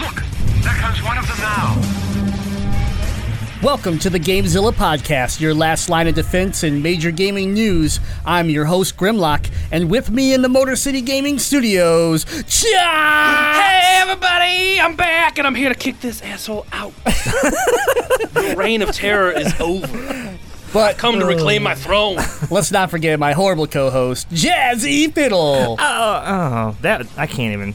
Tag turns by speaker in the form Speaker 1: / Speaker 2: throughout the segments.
Speaker 1: Look, there comes one of them now.
Speaker 2: Welcome to the GameZilla Podcast, your last line of defense in major gaming news. I'm your host, Grimlock, and with me in the Motor City Gaming Studios, Chuck!
Speaker 3: Hey, everybody! I'm back, and I'm here to kick this asshole out. the reign of terror is over. But I come to
Speaker 4: Oh.
Speaker 3: reclaim my throne.
Speaker 2: Let's not forget my horrible co-host, Jazzy Fiddle.
Speaker 5: Oh, oh, that I can't even.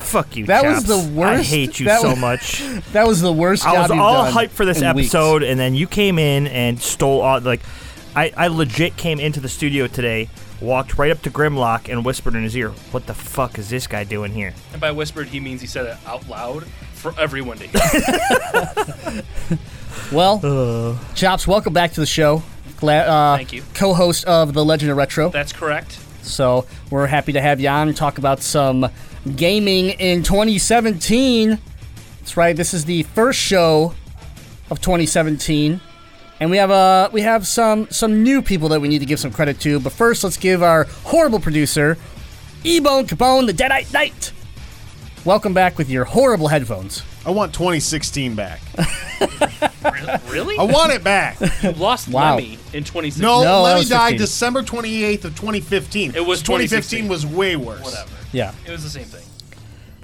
Speaker 5: Fuck you.
Speaker 2: That
Speaker 5: Chops.
Speaker 2: was the worst. I
Speaker 5: hate you
Speaker 2: that
Speaker 5: so
Speaker 2: was,
Speaker 5: much.
Speaker 2: That was the worst.
Speaker 5: I was
Speaker 2: job
Speaker 5: all
Speaker 2: you've done
Speaker 5: hyped for this
Speaker 2: in
Speaker 5: episode,
Speaker 2: weeks.
Speaker 5: and then you came in and stole all. Like, I, I legit came into the studio today, walked right up to Grimlock, and whispered in his ear, "What the fuck is this guy doing here?"
Speaker 3: And by whispered, he means he said it out loud for everyone to hear.
Speaker 2: well, uh. Chops, welcome back to the show. Glad, uh,
Speaker 3: Thank you.
Speaker 2: Co-host of the Legend of Retro.
Speaker 3: That's correct.
Speaker 2: So we're happy to have you on and talk about some gaming in 2017. That's right. This is the first show of 2017, and we have uh, we have some some new people that we need to give some credit to. But first, let's give our horrible producer, Ebone Capone, the Deadite Knight. Welcome back with your horrible headphones.
Speaker 4: I want 2016 back.
Speaker 3: really?
Speaker 4: I want it back.
Speaker 3: You lost wow. Lemmy in 2016.
Speaker 4: No, no Lemmy died December 28th of 2015.
Speaker 3: It was
Speaker 4: 2015 was way worse.
Speaker 3: Whatever.
Speaker 2: Yeah.
Speaker 3: It was the same thing.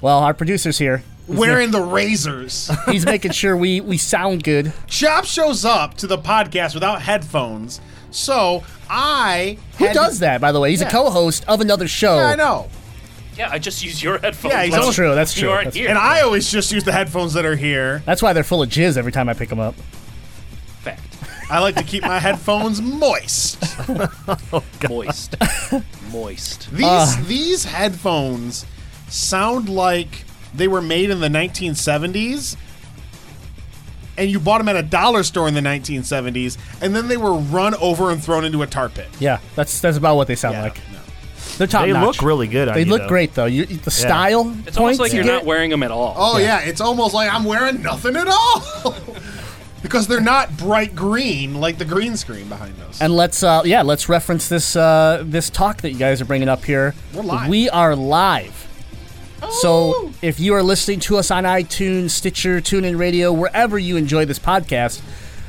Speaker 2: Well, our producer's here.
Speaker 4: He's Wearing ma- the razors.
Speaker 2: He's making sure we, we sound good.
Speaker 4: Chop shows up to the podcast without headphones. So I.
Speaker 2: Who does that, by the way? He's yeah. a co host of another show.
Speaker 4: Yeah, I know.
Speaker 3: Yeah, I just use your headphones.
Speaker 2: Yeah, that's true. That's true. That's
Speaker 4: and I always just use the headphones that are here.
Speaker 2: That's why they're full of jizz every time I pick them up.
Speaker 3: Fact.
Speaker 4: I like to keep my headphones moist.
Speaker 3: oh, moist. Moist.
Speaker 4: These uh. these headphones sound like they were made in the 1970s. And you bought them at a dollar store in the 1970s, and then they were run over and thrown into a tar pit.
Speaker 2: Yeah, that's that's about what they sound yeah, like. No. They're top
Speaker 5: They
Speaker 2: notch.
Speaker 5: look really good.
Speaker 2: they
Speaker 5: you,
Speaker 2: look
Speaker 5: though.
Speaker 2: great though. You, the style.
Speaker 3: Yeah. It's almost like you're
Speaker 2: you
Speaker 3: not wearing them at all.
Speaker 4: Oh yeah. yeah, it's almost like I'm wearing nothing at all. because they're not bright green like the green screen behind us.
Speaker 2: And let's uh, yeah, let's reference this uh, this talk that you guys are bringing up here.
Speaker 4: We're live.
Speaker 2: We are live. Oh. So if you are listening to us on iTunes, Stitcher, TuneIn Radio, wherever you enjoy this podcast,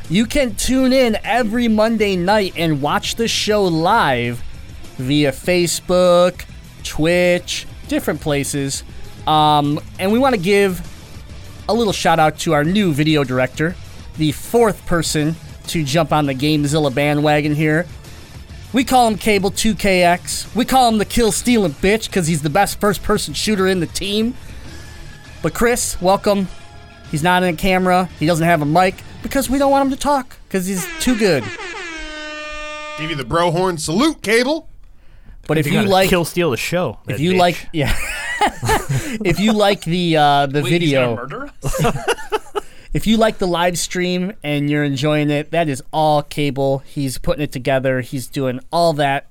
Speaker 2: you can tune in every Monday night and watch the show live via Facebook, Twitch, different places. Um, and we want to give a little shout out to our new video director, the fourth person to jump on the GameZilla bandwagon here. We call him Cable 2KX. We call him the kill stealing bitch because he's the best first person shooter in the team. But Chris, welcome. He's not in a camera. He doesn't have a mic because we don't want him to talk because he's too good.
Speaker 4: Give you the bro horn salute, Cable.
Speaker 2: But if you,
Speaker 5: you
Speaker 2: like
Speaker 5: kill steal the show,
Speaker 2: if you
Speaker 5: bitch.
Speaker 2: like yeah, if you like the uh, the
Speaker 3: Wait,
Speaker 2: video, if you like the live stream and you're enjoying it, that is all cable. He's putting it together. He's doing all that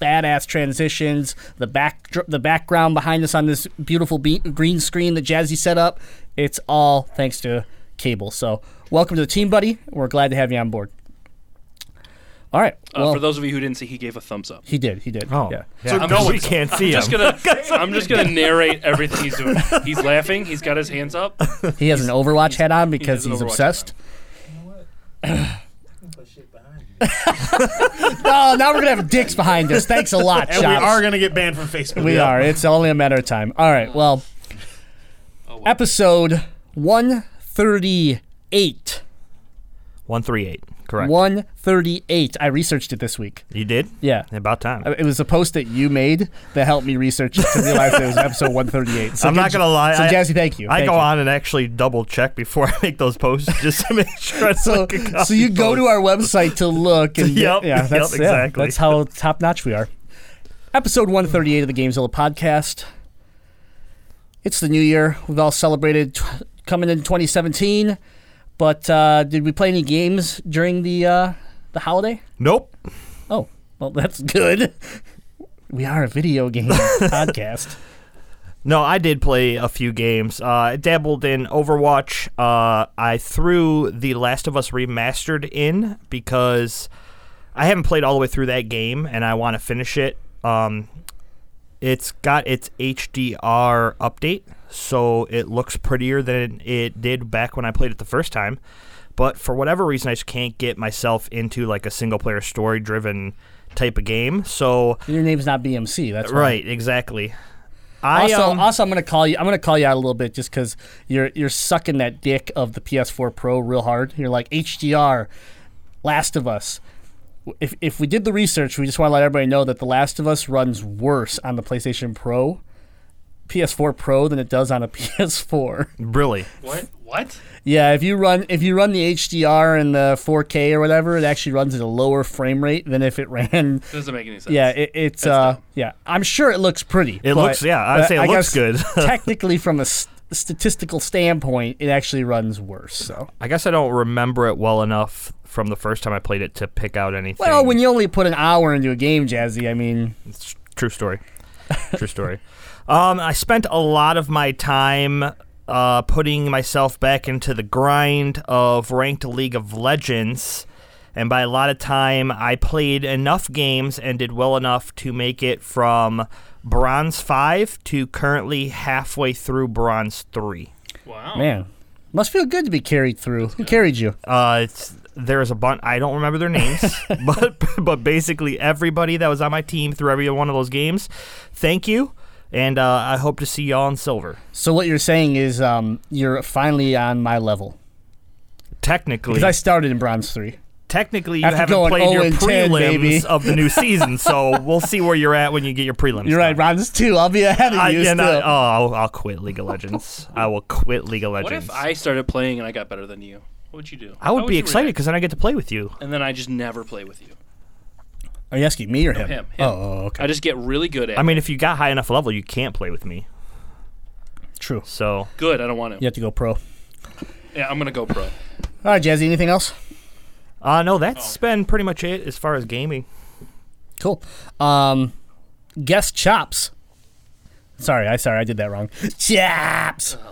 Speaker 2: badass transitions. The back the background behind us on this beautiful be- green screen that Jazzy set up. It's all thanks to cable. So welcome to the team, buddy. We're glad to have you on board. All right. Well,
Speaker 3: uh, for those of you who didn't see, he gave a thumbs up.
Speaker 2: He did. He did.
Speaker 5: Oh,
Speaker 2: yeah.
Speaker 5: yeah. So
Speaker 3: I'm
Speaker 5: no
Speaker 3: just,
Speaker 5: one can't
Speaker 3: I'm
Speaker 5: see him.
Speaker 3: Just gonna, I'm just gonna narrate everything he's doing. He's laughing. He's got his hands up.
Speaker 2: He has an Overwatch hat on because
Speaker 3: he
Speaker 2: he's
Speaker 3: has an Overwatch
Speaker 2: obsessed. oh, now we're gonna have dicks behind us. Thanks a lot,
Speaker 4: And we
Speaker 2: Chops.
Speaker 4: are gonna get banned from Facebook.
Speaker 2: We
Speaker 4: Yeah.
Speaker 2: are. It's only a matter of time. All right. Well, episode one thirty-eight.
Speaker 5: One three eight. Correct.
Speaker 2: One thirty-eight. I researched it this week.
Speaker 5: You did?
Speaker 2: Yeah.
Speaker 5: About time.
Speaker 2: It was a post that you made that helped me research it to realize it was episode 138. So
Speaker 5: I'm
Speaker 2: good
Speaker 5: not
Speaker 2: j-
Speaker 5: gonna lie.
Speaker 2: So,
Speaker 5: I,
Speaker 2: Jazzy, thank you.
Speaker 5: I
Speaker 2: Thank
Speaker 5: go
Speaker 2: you.
Speaker 5: on and actually double check before I make those posts just to make sure. It's
Speaker 2: so,
Speaker 5: like a
Speaker 2: so
Speaker 5: copy
Speaker 2: you go to
Speaker 5: post.
Speaker 2: our website to look and
Speaker 5: Yep,
Speaker 2: yeah, that's
Speaker 5: yep,
Speaker 2: yeah,
Speaker 5: exactly.
Speaker 2: that's how top notch we are. Episode 138 of the Gamezilla podcast. It's the new year. We've all celebrated t- coming in 2017. But uh, did we play any games during the uh, the holiday?
Speaker 5: Nope.
Speaker 2: Oh, well, that's good. We are a video game podcast.
Speaker 5: No, I did play a few games. Uh, I dabbled in Overwatch. Uh, I threw The Last of Us Remastered in because I haven't played all the way through that game and I want to finish it. Um, it's got its HDR update, so it looks prettier than it did back when I played it the first time. But for whatever reason, I just can't get myself into like a single player story driven type of game. So,
Speaker 2: Your name's not BMC. That's why.
Speaker 5: right, exactly. I,
Speaker 2: Also,
Speaker 5: um,
Speaker 2: also, I'm gonna call you. I'm gonna call you out a little bit just because you're you're sucking that dick of the PS4 Pro real hard. You're like HDR, Last of Us. If if we did the research, we just want to let everybody know that the Last of Us runs worse on the PlayStation Pro, PS4 Pro than it does on a PS4.
Speaker 5: really.
Speaker 3: What? What?
Speaker 2: Yeah, if you run if you run the HDR and the 4K or whatever, it actually runs at a lower frame rate than if it ran.
Speaker 3: Doesn't make any sense.
Speaker 2: Yeah, it, it's uh, yeah. I'm sure it looks pretty.
Speaker 5: It
Speaker 2: but-
Speaker 5: looks- yeah, I'd
Speaker 2: but
Speaker 5: say it
Speaker 2: I guess
Speaker 5: looks good.
Speaker 2: technically, from a st- statistical standpoint, it actually runs worse. So,
Speaker 5: I guess I don't remember it well enough from the first time I played it to pick out anything.
Speaker 2: well, when you only put an hour into a game, Jazzy, I mean,
Speaker 5: It's true story. True story. Um, I spent a lot of my time uh, putting myself back into the grind of ranked League of Legends, and by a lot of time, I played enough games and did well enough to make it from bronze five to currently halfway through bronze three.
Speaker 3: Wow.
Speaker 2: man, must feel good to be carried through. Who carried you?
Speaker 5: Uh, it's, there is a bunch. I don't remember their names, but but basically everybody that was on my team through every one of those games. Thank you, and uh, I hope to see y'all in silver.
Speaker 2: So what you're saying is, um, you're finally on my level
Speaker 5: Technically,
Speaker 2: because I started in bronze three.
Speaker 5: technically you
Speaker 2: After
Speaker 5: haven't
Speaker 2: going
Speaker 5: played
Speaker 2: 0
Speaker 5: your
Speaker 2: and 10,
Speaker 5: prelims
Speaker 2: baby.
Speaker 5: of the new season, so we'll see where you're at when you get your prelims.
Speaker 2: You're right,
Speaker 5: done.
Speaker 2: bronze two. I'll be ahead of
Speaker 5: I,
Speaker 2: you.
Speaker 5: and
Speaker 2: still.
Speaker 5: I, oh, I'll, I'll quit League of Legends. I will quit League of
Speaker 3: What
Speaker 5: Legends.
Speaker 3: if I started playing and I got better than you? What would you do?
Speaker 5: I would
Speaker 3: How
Speaker 5: be
Speaker 3: you
Speaker 5: excited
Speaker 3: react?
Speaker 5: because then I get to play with you.
Speaker 3: And then I just never play with you.
Speaker 2: Are you asking me or him?
Speaker 3: Him. him.
Speaker 2: Oh, oh, okay.
Speaker 3: I just get really good at.
Speaker 5: I mean, if you got high enough level, you can't play with me.
Speaker 2: True.
Speaker 5: So
Speaker 3: it. good. I don't want to.
Speaker 2: You
Speaker 3: Yeah.
Speaker 2: have to go pro. All
Speaker 3: I'm gonna go pro.
Speaker 2: right, Jazzy. Anything else?
Speaker 5: Uh, no,
Speaker 3: Oh.
Speaker 5: that's been pretty much it as far as gaming.
Speaker 2: Cool. Um, guest chops. Sorry, I sorry I did that wrong. Chops.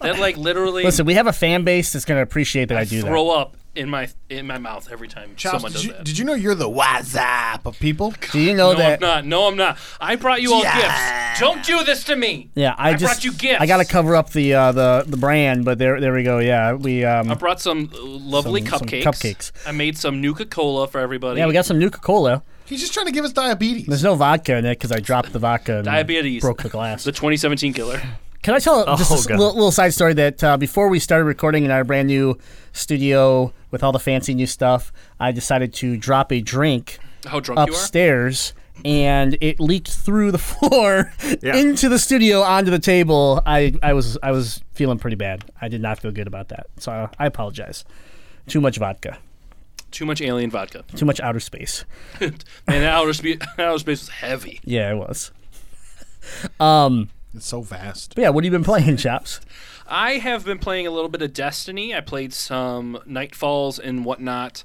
Speaker 3: That like literally
Speaker 2: Listen, we have a fan base that's gonna appreciate that I, do
Speaker 3: throw up in my in my mouth every time
Speaker 4: Chops,
Speaker 3: someone
Speaker 4: did,
Speaker 3: does
Speaker 4: you,
Speaker 3: that.
Speaker 4: did you know you're the WhatsApp of people?
Speaker 2: that. Do you know
Speaker 3: no,
Speaker 2: that?
Speaker 3: I'm not. No, I'm not. I brought you all gifts. Don't do this to me.
Speaker 2: Yeah, I,
Speaker 3: I
Speaker 2: just
Speaker 3: brought you gifts.
Speaker 2: I gotta cover up the uh, the the brand, but there there we go. Yeah, we
Speaker 3: I
Speaker 2: um
Speaker 3: brought some uh, lovely
Speaker 2: Some- some
Speaker 3: cupcakes.
Speaker 2: cupcakes.
Speaker 3: I made some Nuka Cola for everybody.
Speaker 2: yeah we got some Nuka Cola.
Speaker 4: He's just trying to give us diabetes.
Speaker 2: There's no vodka in it because I dropped the vodka and
Speaker 3: Diabetes.
Speaker 2: broke the glass.
Speaker 3: the 2017 killer.
Speaker 2: Can I tell just a
Speaker 5: Oh,
Speaker 2: s-
Speaker 5: God.
Speaker 2: little, little side story that uh, before we started recording in our brand new studio with all the fancy new stuff, I decided to drop a drink
Speaker 3: How drunk you are.
Speaker 2: upstairs and it leaked through the floor
Speaker 5: Yeah.
Speaker 2: into the studio onto the table. I, I was I was feeling pretty bad. I did not feel good about that. So I, I apologize. Too much vodka.
Speaker 3: Too much alien vodka.
Speaker 2: Too much outer space.
Speaker 3: And that outer, spe- outer space was heavy.
Speaker 2: Yeah, it was.
Speaker 4: It's so fast.
Speaker 2: But yeah, what have you been playing, Chops?
Speaker 3: I have been playing a little bit of Destiny. I played some Nightfalls and whatnot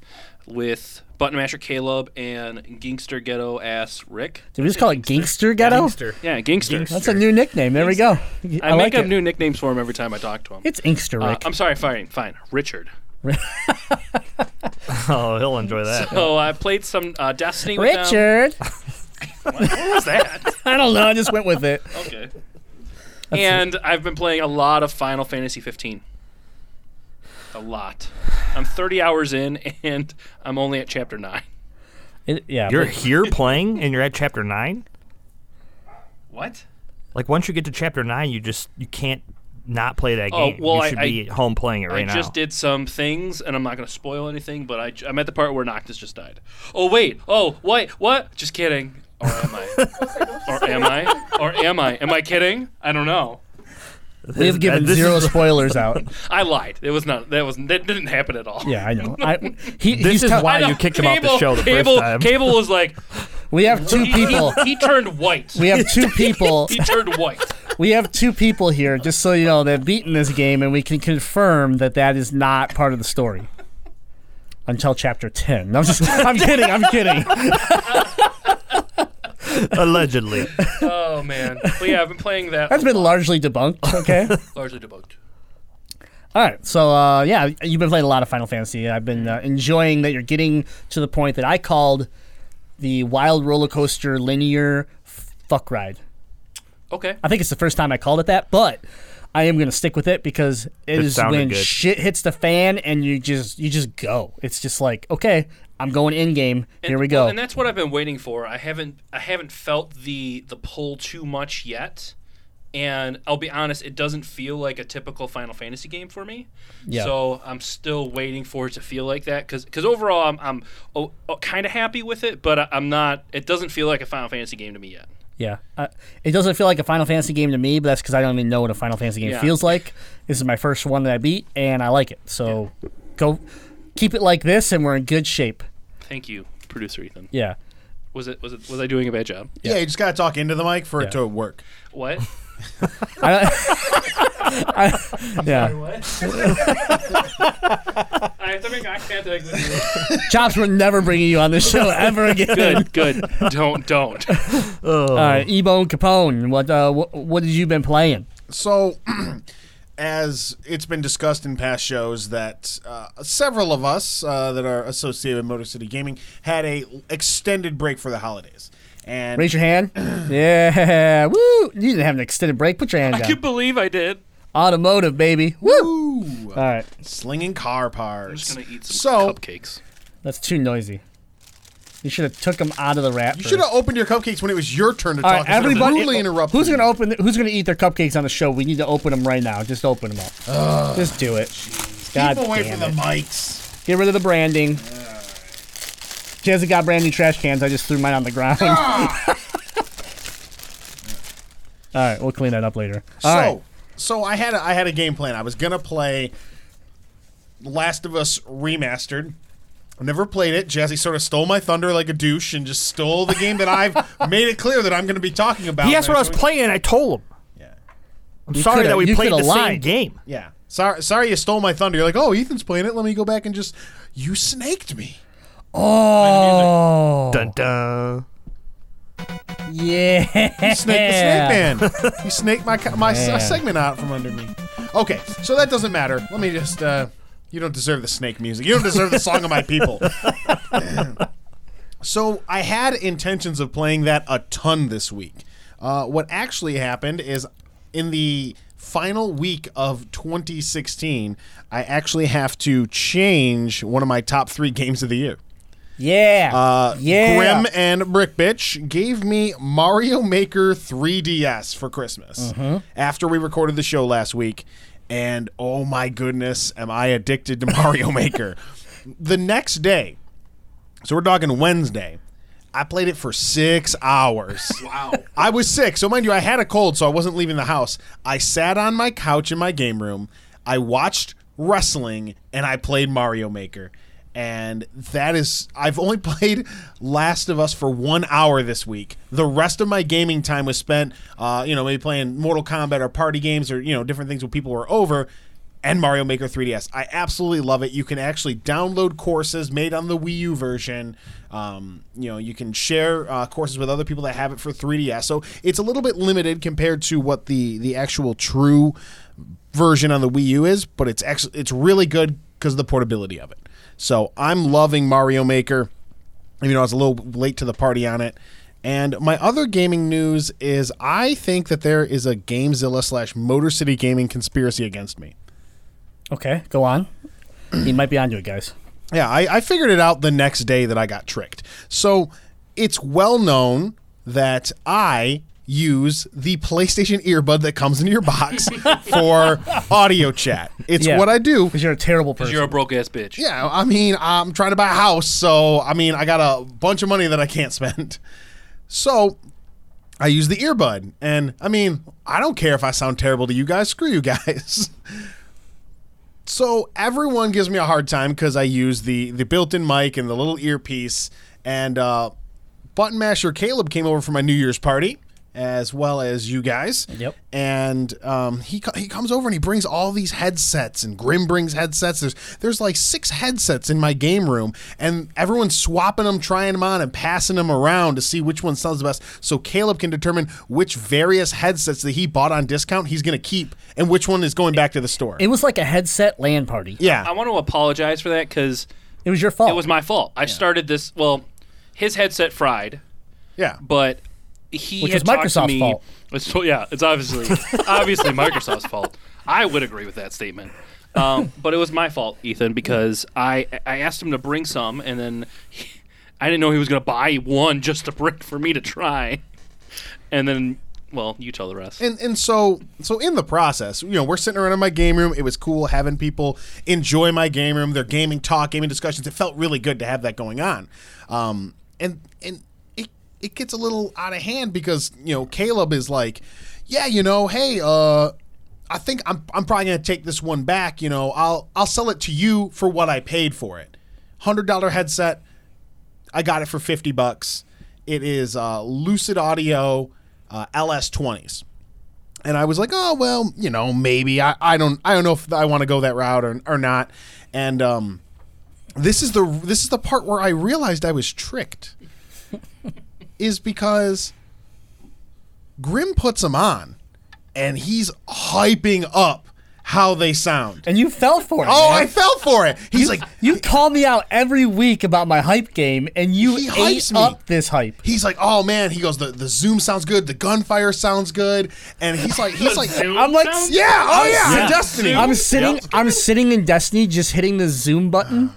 Speaker 3: with Button Masher Caleb and Gangster Ghetto ass Rick.
Speaker 2: Did we just call it Gangster Ghetto?
Speaker 3: Yeah, Gangster.
Speaker 2: That's a new nickname. There we go.
Speaker 3: I, make
Speaker 2: like
Speaker 3: up
Speaker 2: it.
Speaker 3: new nicknames for him every time I talk to him.
Speaker 2: It's Inkster,
Speaker 3: Uh,
Speaker 2: Rick.
Speaker 3: I'm sorry, fine, fine. Richard.
Speaker 5: Oh, he'll enjoy that.
Speaker 3: So I played some uh, Destiny with them.
Speaker 2: Richard.
Speaker 3: What was that?
Speaker 2: I don't know. I just went with it.
Speaker 3: okay. And I've been playing a lot of Final Fantasy 15. A lot. I'm 30 hours in, and I'm only at chapter nine.
Speaker 2: It- yeah.
Speaker 5: You're
Speaker 2: but-
Speaker 5: here playing and you're at chapter 9?
Speaker 3: What?
Speaker 5: Like once you get to chapter 9, you just you can't not play that
Speaker 3: Oh,
Speaker 5: game.
Speaker 3: well,
Speaker 5: you
Speaker 3: I-
Speaker 5: should
Speaker 3: I-
Speaker 5: be at home playing it
Speaker 3: I
Speaker 5: right now.
Speaker 3: just did some things, and I'm not going to spoil anything, but I, j- I'm at the part where Noctis just died. Oh, wait. Oh, wait. What? Just kidding. Or am I? or am I? Or am I? Am I kidding? I don't know.
Speaker 2: we have given
Speaker 5: and this
Speaker 2: zero
Speaker 5: is-
Speaker 2: spoilers out.
Speaker 3: I lied. It was not. That was. That didn't happen at all.
Speaker 2: Yeah, I know. I, he,
Speaker 5: This
Speaker 2: he's
Speaker 5: is
Speaker 2: tell-
Speaker 5: why
Speaker 3: I know.
Speaker 5: you kicked him off the show the first
Speaker 3: Cable,
Speaker 5: time.
Speaker 3: Cable was like,
Speaker 2: we have two
Speaker 3: he, he-
Speaker 2: people.
Speaker 3: he turned white.
Speaker 2: We have two people.
Speaker 3: He turned white.
Speaker 2: we have two people here, just so you know, that have beaten this game, and we can confirm that that is not part of the story until chapter ten. No, I'm just, I'm kidding, I'm kidding.
Speaker 5: allegedly.
Speaker 3: Oh man. But yeah, I've been playing that.
Speaker 2: That's been largely debunked. Okay.
Speaker 3: largely debunked.
Speaker 2: All right, so uh, yeah, you've been playing a lot of Final Fantasy. I've been uh, enjoying that you're getting to the point that I called the wild roller coaster linear f- fuck ride.
Speaker 3: Okay.
Speaker 2: I think it's the first time I called it that, but I am going to stick with it because it
Speaker 5: It
Speaker 2: is
Speaker 5: sounded
Speaker 2: when
Speaker 5: good.
Speaker 2: shit hits the fan and you just you just go. It's just like okay, I'm going in game. Here
Speaker 3: And-
Speaker 2: we go.
Speaker 3: And that's what I've been waiting for. I haven't I haven't felt the the pull too much yet. And I'll be honest, it doesn't feel like a typical Final Fantasy game for me.
Speaker 2: Yeah.
Speaker 3: So I'm still waiting for it to feel like that because overall I'm I'm oh, oh, kind of happy with it, but I, I'm not. It doesn't feel like a Final Fantasy game to me yet.
Speaker 2: yeah, uh, it doesn't feel like a Final Fantasy game to me, but that's because I don't even know what a Final Fantasy game
Speaker 3: Yeah.
Speaker 2: feels like. This is my first one that I beat, and I like it. So go keep it like this, and we're in good shape.
Speaker 3: Thank you, producer Ethan.
Speaker 2: Yeah.
Speaker 3: Was it was it was I doing a bad job?
Speaker 4: Yeah, you just gotta talk into the mic for
Speaker 2: Yeah.
Speaker 4: it to work.
Speaker 3: What?
Speaker 2: I don't, I- yeah.
Speaker 3: what? I have to make eye contact with you.
Speaker 2: Chops, we're never bringing you on this show ever again.
Speaker 3: Good, good. Don't, don't.
Speaker 2: All right, Ebone Capone, what uh, wh- what have you been playing?
Speaker 4: So, as it's been discussed in past shows, that uh, several of us uh, that are associated with Motor City Gaming had a extended break for the holidays. And
Speaker 2: Raise your hand. yeah, woo! You didn't have an extended break. Put your hand
Speaker 3: I
Speaker 2: down.
Speaker 3: can't believe I did.
Speaker 2: Automotive, baby. Woo!
Speaker 4: Ooh,
Speaker 2: All right,
Speaker 4: slinging car parts.
Speaker 3: I'm just gonna eat some
Speaker 4: so
Speaker 3: cupcakes.
Speaker 2: that's too noisy. You should have took them out of the wrap.
Speaker 4: you should have opened your cupcakes when it was your turn to
Speaker 2: All right,
Speaker 4: talk. instead of
Speaker 2: everybody.
Speaker 4: brutally interrupting.
Speaker 2: Who's
Speaker 4: me.
Speaker 2: gonna open? The, who's gonna eat their cupcakes on the show? We need to open them right now. Just open them up. Just do it. God
Speaker 4: Keep away
Speaker 2: damn
Speaker 4: from
Speaker 2: it.
Speaker 4: the mics.
Speaker 2: Get rid of the branding. She hasn't got brand new trash cans. I just threw mine on the ground. All right, we'll clean that up later. All
Speaker 4: so,
Speaker 2: right.
Speaker 4: so I had a, I had a game plan. I was gonna play Last of Us Remastered. I never played it. Jazzy sort of stole my thunder like a douche and just stole the game that I've made it clear that I'm going to be talking about.
Speaker 5: He asked what I was
Speaker 4: next week.
Speaker 5: playing. I told him.
Speaker 4: Yeah.
Speaker 5: I'm sorry
Speaker 2: coulda-
Speaker 5: that we
Speaker 2: you
Speaker 5: played
Speaker 2: coulda
Speaker 5: the same
Speaker 2: lied.
Speaker 5: game.
Speaker 4: Yeah. Sorry, sorry, you stole my thunder. You're like, oh, Ethan's playing it. Let me go back and just you snaked me.
Speaker 2: Oh,
Speaker 5: Dun dun.
Speaker 2: yeah.
Speaker 4: You snaked the snake man. you snaked my co- my s- segment out from under me. Okay, so that doesn't matter. Let me just. Uh, you don't deserve the snake music. You don't deserve the song of my people. So I had intentions of playing that a ton this week. Uh, what actually happened is in the final week of 2016, I actually have to change one of my top three games of the year.
Speaker 2: Yeah.
Speaker 4: Uh,
Speaker 2: yeah.
Speaker 4: Grim and Brick Bitch gave me Mario Maker 3DS for Christmas after we recorded the show last week. And oh my goodness, am I addicted to Mario Maker? The next day, so we're talking Wednesday. I played it for six hours. Wow. I was sick. So, mind you, I had a cold, so I wasn't leaving the house. I sat on my couch in my game room. I watched wrestling and I played Mario Maker. And that is, I've only played Last of Us for one hour this week. The rest of my gaming time was spent, uh, you know, maybe playing Mortal Kombat or party games or, you know, different things when people were over and Mario Maker 3DS. I absolutely love it. You can actually download courses made on the Wii U version. Um, you know, you can share uh, courses with other people that have it for 3DS. So it's a little bit limited compared to what the the actual true version on the Wii U is, but it's actually it's really good because of the portability of it. So I'm loving Mario Maker. You know, I was a little late to the party on it. And my other gaming news is I think that there is a GameZilla slash Motor City Gaming conspiracy against me.
Speaker 2: okay, go on. he might be onto it, guys.
Speaker 4: Yeah, I, I figured it out the next day that I got tricked. So it's well known that I use the PlayStation earbud that comes in your box for audio chat. It's
Speaker 2: Yeah.
Speaker 4: what I do.
Speaker 2: Because you're a terrible person.
Speaker 3: You're a broke ass bitch.
Speaker 4: Yeah, I mean, I'm trying to buy a house, so I mean, I got a bunch of money that I can't spend. So I use the earbud, and I mean, I don't care if I sound terrible to you guys. Screw you guys. So everyone gives me a hard time because I use the the built-in mic and the little earpiece. And uh, Button Masher Caleb came over for my New Year's party, as well as you guys.
Speaker 2: Yep.
Speaker 4: And um, he co- he comes over and he brings all these headsets and Grim brings headsets. There's there's like six headsets in my game room and everyone's swapping them, trying them on, and passing them around to see which one sounds the best. So Caleb can determine which various headsets that he bought on discount he's going to keep and which one is going back to the store.
Speaker 2: It was like a headset land party.
Speaker 4: yeah.
Speaker 3: I want to apologize for that because
Speaker 2: It was your fault.
Speaker 4: Oh.
Speaker 3: it was my fault. I started this. Well, his headset fried,
Speaker 4: yeah.
Speaker 3: but he
Speaker 2: Which
Speaker 3: had
Speaker 2: was
Speaker 3: talked to
Speaker 2: Microsoft's
Speaker 3: me-
Speaker 2: fault.
Speaker 3: It's- so- yeah, it's obviously obviously Microsoft's fault. I would agree with that statement. Um, but it was my fault, Ethan, because I I asked him to bring some, and then he- I didn't know he was going to buy one just to bring for me to try, and then well, you tell the rest.
Speaker 4: and and so so in the process, you know, we're sitting around in my game room. It was cool having people enjoy my game room, their gaming talk, gaming discussions. It felt really good to have that going on. Um, and and it it gets a little out of hand because you know Caleb is like, yeah, you know, hey, uh. I think I'm, I'm probably gonna take this one back. You know, I'll I'll sell it to you for what I paid for it. Hundred dollar headset, I got it for 50 bucks. It is uh, Lucid Audio uh, LS20s. And I was like, oh well, you know, maybe I, I don't I don't know if I want to go that route or, or not. And um, this is the this is the part where I realized I was tricked, is because Grim puts them on, and he's hyping up how they sound.
Speaker 2: and you fell for it.
Speaker 4: Oh,
Speaker 2: man.
Speaker 4: I fell for it. He's like,
Speaker 2: You call me out every week about my hype game, and you
Speaker 4: He
Speaker 2: ate
Speaker 4: hypes me.
Speaker 2: up this hype.
Speaker 4: He's like, oh man. He goes, the, the zoom sounds good, the gunfire sounds good, and he's like, he's like, yeah,
Speaker 2: I'm like,
Speaker 3: Sounds-
Speaker 4: oh yeah,
Speaker 2: Yeah.
Speaker 4: Destiny.
Speaker 2: I'm sitting, I'm sitting in Destiny, just hitting the zoom button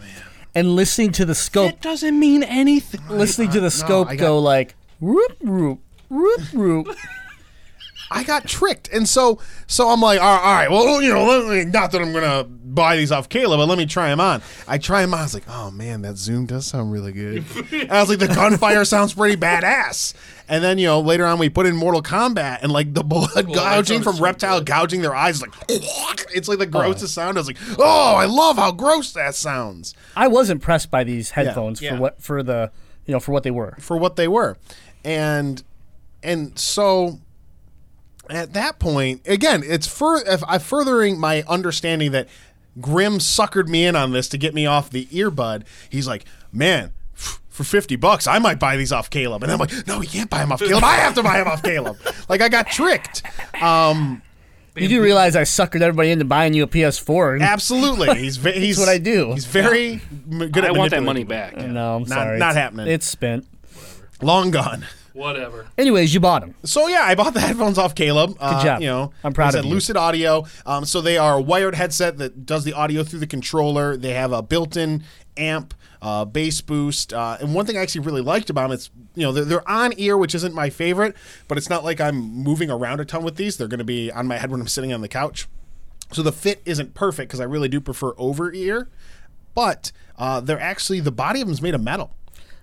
Speaker 2: and listening to the scope,
Speaker 3: It Oh, doesn't mean anything.
Speaker 2: listening to the scope
Speaker 4: I got-
Speaker 2: go like, whoop whoop whoop whoop.
Speaker 4: I got tricked, and so so I'm like, all right, all right well, you know, let me- not that I'm gonna buy these off Caleb, but let me try them on. I try them on. I was like, oh man, that zoom does sound really good. and I was like, the gunfire sounds pretty badass. And then you know later on we put in Mortal Kombat and like the blood gouging
Speaker 3: thought
Speaker 4: from
Speaker 3: it's
Speaker 4: reptile gouging their eyes like it's like the grossest sound. I was like, oh, I love how gross that sounds.
Speaker 2: I was impressed by these headphones
Speaker 3: Yeah.
Speaker 2: for what for the you know for what they were.
Speaker 4: for what they were and and so at that point again it's fur if i furthering my understanding that grim suckered me in on this to get me off the earbud he's like man f- for 50 bucks i might buy these off caleb and i'm like no we can't buy them off caleb i have to buy them off caleb like i got tricked
Speaker 2: You do realize I suckered everybody into buying you a PS4.
Speaker 4: absolutely he's ve- he's
Speaker 2: what I do.
Speaker 4: he's very m- good at
Speaker 3: I want that
Speaker 4: manipulating
Speaker 3: money
Speaker 4: people.
Speaker 3: back.
Speaker 2: no, I'm
Speaker 4: Not-
Speaker 2: sorry,
Speaker 4: not
Speaker 2: it's-
Speaker 4: happening.
Speaker 2: It's spent.
Speaker 4: long gone
Speaker 3: Whatever.
Speaker 2: Anyways, you bought them.
Speaker 4: So yeah, I bought the headphones off Caleb. Good
Speaker 2: job.
Speaker 4: You know,
Speaker 2: I'm proud
Speaker 4: it's
Speaker 2: of
Speaker 4: a
Speaker 2: you.
Speaker 4: Lucid Audio. Um, so they are a wired headset that does the audio through the controller. They have a built-in amp, uh, bass boost, uh, and one thing I actually really liked about them is you know they're, they're on ear, which isn't my favorite, but it's not like I'm moving around a ton with these. They're going to be on my head when I'm sitting on the couch. So the fit isn't perfect because I really do prefer over ear, but uh, they're actually the body of them is made of metal.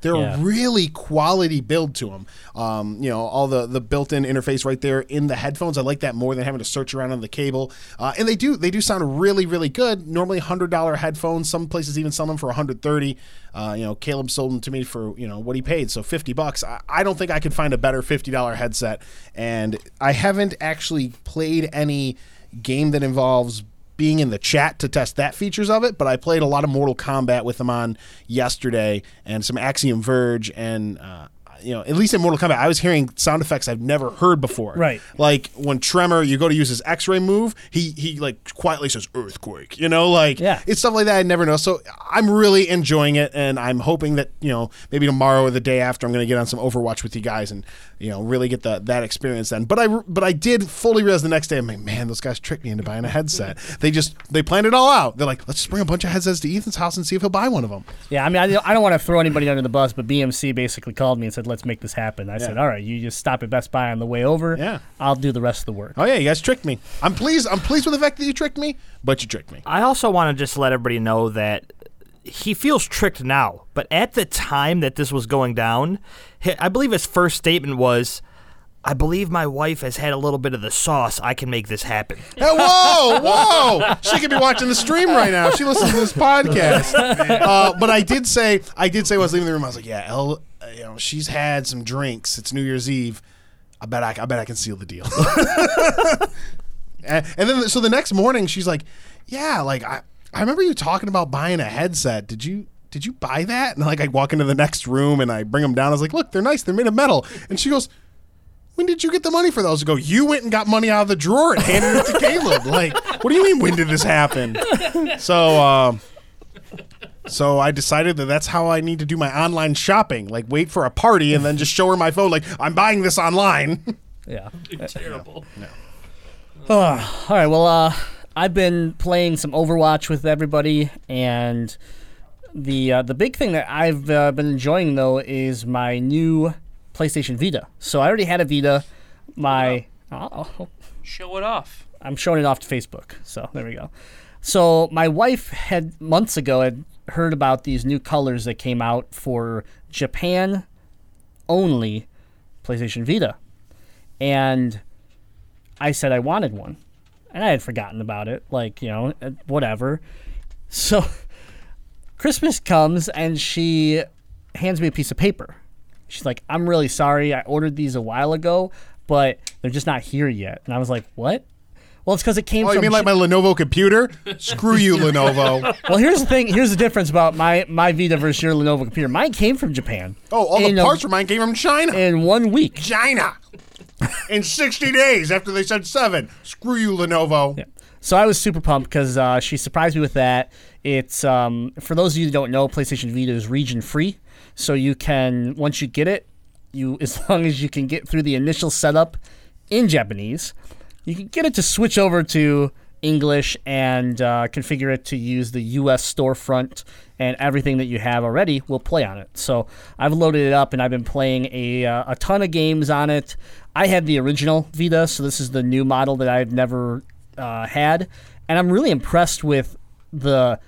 Speaker 4: They're
Speaker 2: Yeah.
Speaker 4: really quality build to them. Um, you know, all the the built-in interface right there in the headphones. I like that more than having to search around on the cable. Uh, and they do they do sound really really good. Normally hundred dollar headphones. Some places even sell them for 130. Uh, you know, Caleb sold them to me for you know what he paid, so 50 bucks. I, I don't think I could find a better 50 dollar headset. And I haven't actually played any game that involves being in the chat to test that features of it, but I played a lot of Mortal Kombat with them on yesterday and some Axiom Verge and uh, you know, at least in Mortal Kombat, I was hearing sound effects I've never heard before.
Speaker 2: Right.
Speaker 4: Like when Tremor, you go to use his X-ray move, he he like quietly says earthquake. You know, like
Speaker 2: Yeah.
Speaker 4: it's stuff like that I never know. So I'm really enjoying it, and I'm hoping that you know maybe tomorrow or the day after I'm going to get on some Overwatch with you guys and you know really get the, that experience then. But I but I did fully realize the next day I'm like, man, those guys tricked me into buying a headset. they just they planned it all out. They're like, let's just bring a bunch of headsets to Ethan's house and see if he'll buy one of them.
Speaker 2: Yeah, I mean, I don't, I don't want to throw anybody under the bus, but BMC basically called me and said, "Let's make this happen." I said, "All right, you just stop at Best Buy on the way over.
Speaker 4: Yeah.
Speaker 2: I'll do the rest of the work."
Speaker 4: Oh yeah, you guys tricked me. I'm pleased. I'm pleased with the fact that you tricked me, but you tricked me.
Speaker 5: I also want to just let everybody know that he feels tricked now, but at the time that this was going down, hi- I believe his first statement was, "I believe my wife has had a little bit of the sauce. I can make this happen."
Speaker 4: Hey, whoa, whoa! She could be watching the stream right now. She listens to this podcast. Uh, but I did say, I did say, when I was leaving the room, I was like, yeah, El, uh, you know, she's had some drinks. It's New Year's Eve. I bet I, I bet I can seal the deal. and, and then so the next morning she's like, yeah, like I I remember you talking about buying a headset. Did you did you buy that? And like I walk into the next room and I bring them down. I was like, look, they're nice. They're made of metal. And she goes. When did you get the money for those? I go, you went and got money out of the drawer and handed it to Caleb. Like, what do you mean? When did this happen? So, um, so I decided that that's how I need to do my online shopping. Like, wait for a party and then just show her my phone. Like, I'm buying this online.
Speaker 2: Yeah.
Speaker 3: Terrible.
Speaker 2: Ah, all right. Well, uh, I've been playing some Overwatch with everybody, and the uh, the big thing that I've uh, been enjoying though is my new PlayStation Vita. So I already had a Vita. My oh,
Speaker 3: Show it off.
Speaker 2: I'm showing it off to Facebook. So there we go. So my wife had months ago had heard about these new colors that came out for Japan only PlayStation Vita. And I said I wanted one. And I had forgotten about it, like, you know, uh, whatever. So Christmas comes and she hands me a piece of paper. She's like, I'm really sorry. I ordered these a while ago, but they're just not here yet. And I was like, what? Well, it's because it came
Speaker 4: Oh,
Speaker 2: from
Speaker 4: you mean
Speaker 2: Ja-
Speaker 4: like my Lenovo computer? Screw you, Lenovo.
Speaker 2: well, here's the thing. Here's the difference about my my Vita versus your Lenovo computer. Mine came from Japan.
Speaker 4: Oh, all
Speaker 2: in
Speaker 4: the
Speaker 2: a-
Speaker 4: parts for mine came from China.
Speaker 2: in one week.
Speaker 4: China. In 60 days after they said seven. Screw you, Lenovo.
Speaker 2: So I was super pumped because uh, she surprised me with that. It's um, for those of you who don't know, PlayStation Vita is region free, so you can once you get it, you as long as you can get through the initial setup in Japanese, you can get it to switch over to English and uh, configure it to use the U.S. storefront, and everything that you have already will play on it. So I've loaded it up and I've been playing a uh, a ton of games on it. I had the original Vita, so this is the new model that I've never uh, had, and I'm really impressed with the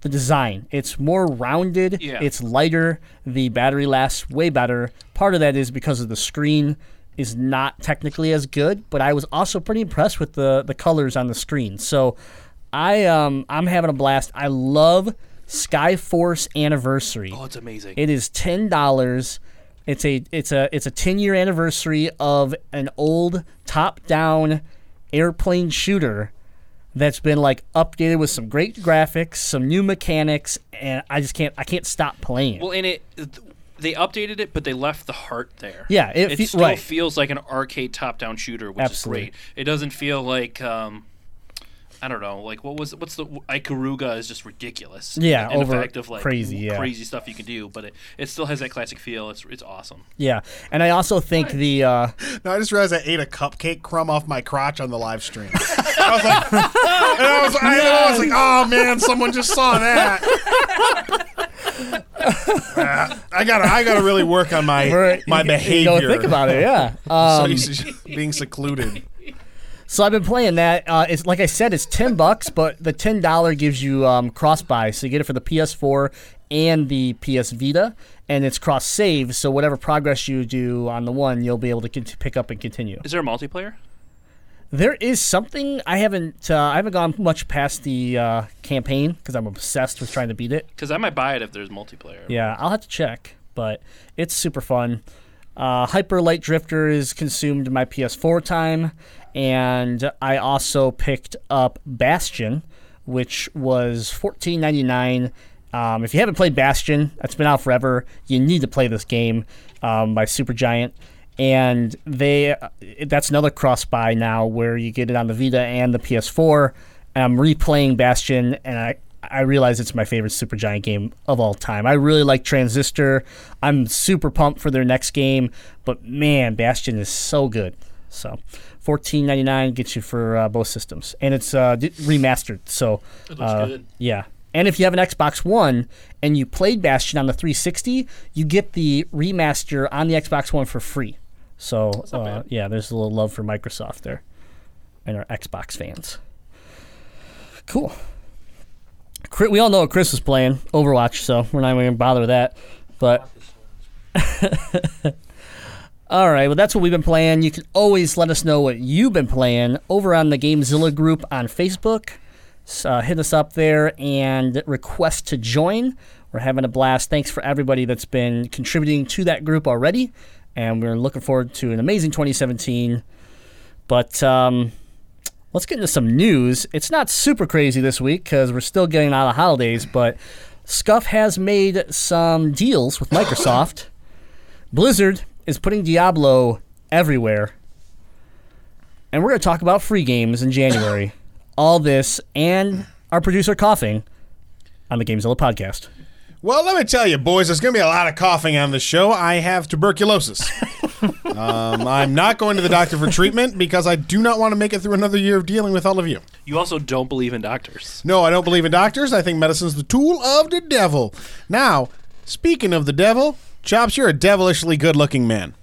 Speaker 2: the design. It's more rounded.
Speaker 3: Yeah.
Speaker 2: It's lighter. The battery lasts way better. Part of that is because of the screen is not technically as good, but I was also pretty impressed with the the colors on the screen. So I um I'm having a blast. I love Skyforce Anniversary.
Speaker 3: Oh, it's amazing.
Speaker 2: It is ten dollars. It's a it's a it's a ten year anniversary of an old top down airplane shooter that's been like updated with some great graphics, some new mechanics, and I just can't I can't stop playing.
Speaker 3: well,
Speaker 2: it.
Speaker 3: and it they updated it, but they left the heart there.
Speaker 2: Yeah, it
Speaker 3: it,
Speaker 2: fe-
Speaker 3: still
Speaker 2: right.
Speaker 3: feels like an arcade top-down shooter, which
Speaker 2: Absolutely.
Speaker 3: is great. It doesn't feel like. Um, I don't know, like what was what's the Ikaruga is just ridiculous.
Speaker 2: Yeah,
Speaker 3: in
Speaker 2: over-
Speaker 3: effect of like
Speaker 2: crazy, yeah.
Speaker 3: crazy stuff you can do, but it, it still has that classic feel. It's it's awesome.
Speaker 2: yeah, and I also think the uh,
Speaker 4: No, I just realized I ate a cupcake crumb off my crotch on the live stream. I was like, and I was, I, I was like, oh man, someone just saw that. Ah, I gotta, I gotta really work on my
Speaker 2: Right.
Speaker 4: my
Speaker 2: you
Speaker 4: behavior.
Speaker 2: don't think about it. Yeah.
Speaker 4: So
Speaker 2: Um,
Speaker 4: used to being secluded.
Speaker 2: So I've been playing that. Uh, it's like I said, it's ten bucks, but the ten dollar gives you um, cross buy, so you get it for the PS4 and the PS Vita, and it's cross save. So whatever progress you do on the one, you'll be able to cont- pick up and continue.
Speaker 3: Is there a multiplayer?
Speaker 2: There is something I haven't uh, I haven't gone much past the uh, campaign because I'm obsessed with trying to beat it.
Speaker 3: Because I might buy it if there's multiplayer.
Speaker 2: Yeah, I'll have to check, but it's super fun. Uh, Hyper Light Drifter is consumed my PS4 time, and I also picked up Bastion, which was fourteen ninety nine. Um, if you haven't played Bastion, that's been out forever. You need to play this game um, by Supergiant, and they—that's another cross buy now where you get it on the Vita and the PS4. And I'm replaying Bastion, and I I realize it's my favorite Supergiant game of all time. I really like Transistor. I'm super pumped for their next game, but man, Bastion is so good. So, fourteen ninety nine gets you for uh, both systems, and it's uh, d- remastered. So, uh,
Speaker 3: good.
Speaker 2: yeah. And if you have an Xbox One and you played Bastion on the 360, you get the remaster on the Xbox One for free. So, uh, yeah, there's a little love for Microsoft there and our Xbox fans. Cool. Chri- We all know what Chris was playing Overwatch, so we're not even going to bother with that. But all right, well that's what we've been playing. You can always let us know what you've been playing over on the Gamezilla group on Facebook. S- Uh, hit us up there and request to join. We're having a blast. Thanks for everybody that's been contributing to that group already, and we're looking forward to an amazing 2017. But um, let's get into some news. It's not super crazy this week because we're still getting out of holidays, but Scuff has made some deals with Microsoft. Blizzard is putting Diablo everywhere. And we're going to talk about free games in January. All this and our producer coughing on the Gamezilla podcast.
Speaker 4: Well, let me tell you, boys, there's going to be a lot of coughing on the show. I have tuberculosis. um, I'm not going to the doctor for treatment because I do not want to make it through another year of dealing with all of you.
Speaker 3: You also don't believe in doctors.
Speaker 4: No, I don't believe in doctors. I think medicine's the tool of the devil. Now, speaking of the devil, Chops, you're a devilishly good looking man.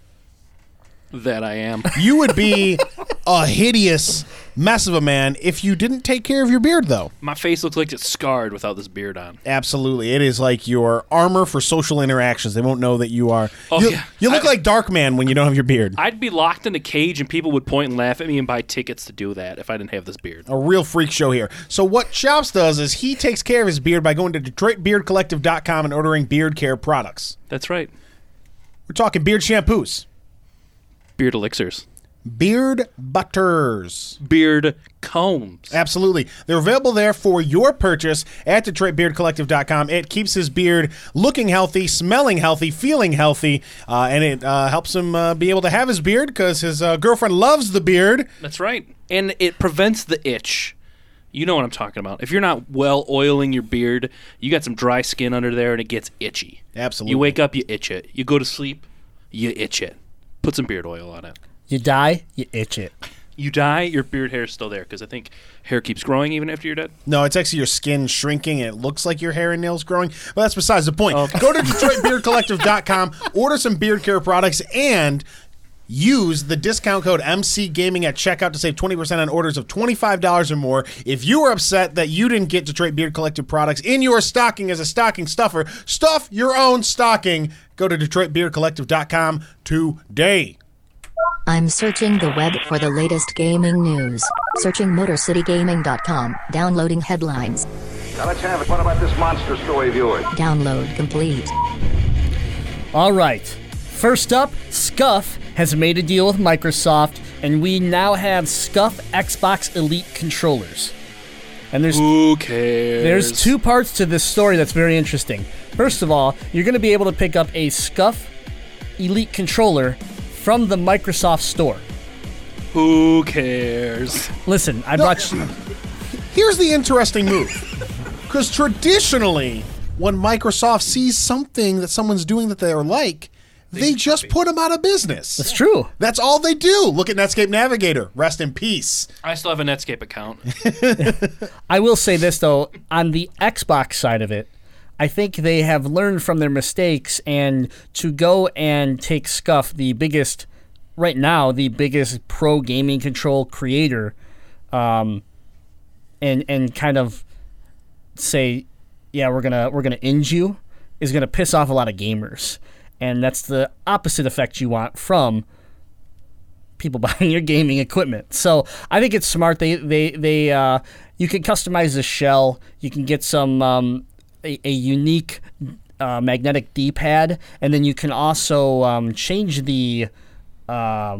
Speaker 3: That I am.
Speaker 4: You would be a hideous mess of a man if you didn't take care of your beard, though.
Speaker 3: My face looks like it's scarred without this beard on.
Speaker 4: Absolutely. It is like your armor for social interactions. They won't know that you are.
Speaker 3: Oh,
Speaker 4: you,
Speaker 3: yeah.
Speaker 4: you look
Speaker 3: I-
Speaker 4: like Dark Man when you don't have your beard.
Speaker 3: I'd be locked in a cage and people would point and laugh at me and buy tickets to do that if I didn't have this beard.
Speaker 4: a real freak show here. So what Chops does is he takes care of his beard by going to DetroitBeardCollective.com and ordering beard care products.
Speaker 3: That's right.
Speaker 4: We're talking beard shampoos,
Speaker 3: Beard elixirs.
Speaker 4: beard butters.
Speaker 3: Beard combs.
Speaker 4: Absolutely. They're available there for your purchase at DetroitBeardCollective.com. It keeps his beard looking healthy, smelling healthy, feeling healthy, uh, and it uh, helps him uh, be able to have his beard because his uh, girlfriend loves the beard.
Speaker 3: That's right. And it prevents the itch. You know what I'm talking about. If you're not well oiling your beard, you got some dry skin under there and it gets itchy.
Speaker 4: Absolutely.
Speaker 3: You wake up, you itch it. You go to sleep, you itch it. Put some beard oil on it.
Speaker 2: You die, you itch it.
Speaker 3: You die, your beard hair is still there because I think hair keeps growing even after you're dead.
Speaker 4: No, it's actually your skin shrinking and it looks like your hair and nails growing. But that's besides the point. Go to DetroitBeardCollective.com, order some beard care products, and use the discount code MC Gaming at checkout to save 20% on orders of $25 or more. If you are upset that you didn't get Detroit Beard Collective products in your stocking as a stocking stuffer, stuff your own stocking. Go to DetroitBeardCollective.com today.
Speaker 6: I'm searching the web for the latest gaming news. Searching MotorCityGaming.com. Downloading headlines.
Speaker 1: Now let's have it. What about this monster story of yours?
Speaker 6: Download complete.
Speaker 2: All right. First up, Scuff has made a deal with Microsoft, and we now have Scuff Xbox Elite controllers. And there's
Speaker 3: Who cares?
Speaker 2: there's two parts to this story that's very interesting. First of all, you're going to be able to pick up a Scuff Elite controller from the Microsoft Store.
Speaker 3: Who cares?
Speaker 2: Listen, I brought you.
Speaker 4: Here's the interesting move. Because traditionally, when Microsoft sees something that someone's doing that they're like, they just put them out of
Speaker 2: It's
Speaker 4: business.
Speaker 2: true.
Speaker 4: That's all they do. Look at Netscape Navigator. Rest in peace.
Speaker 3: I still have a Netscape account.
Speaker 2: I will say this though, on the Xbox side of it, I think they have learned from their mistakes and to go and take Scuff, the biggest right now, the biggest pro gaming control creator, um, and and kind of say, yeah, we're gonna we're gonna end you, is gonna piss off a lot of gamers, and that's the opposite effect you want from people buying your gaming equipment. So I think it's smart. They they they uh, you can customize the shell. You can get some um, a, a unique uh, magnetic D-pad, and then you can also um, change the, uh,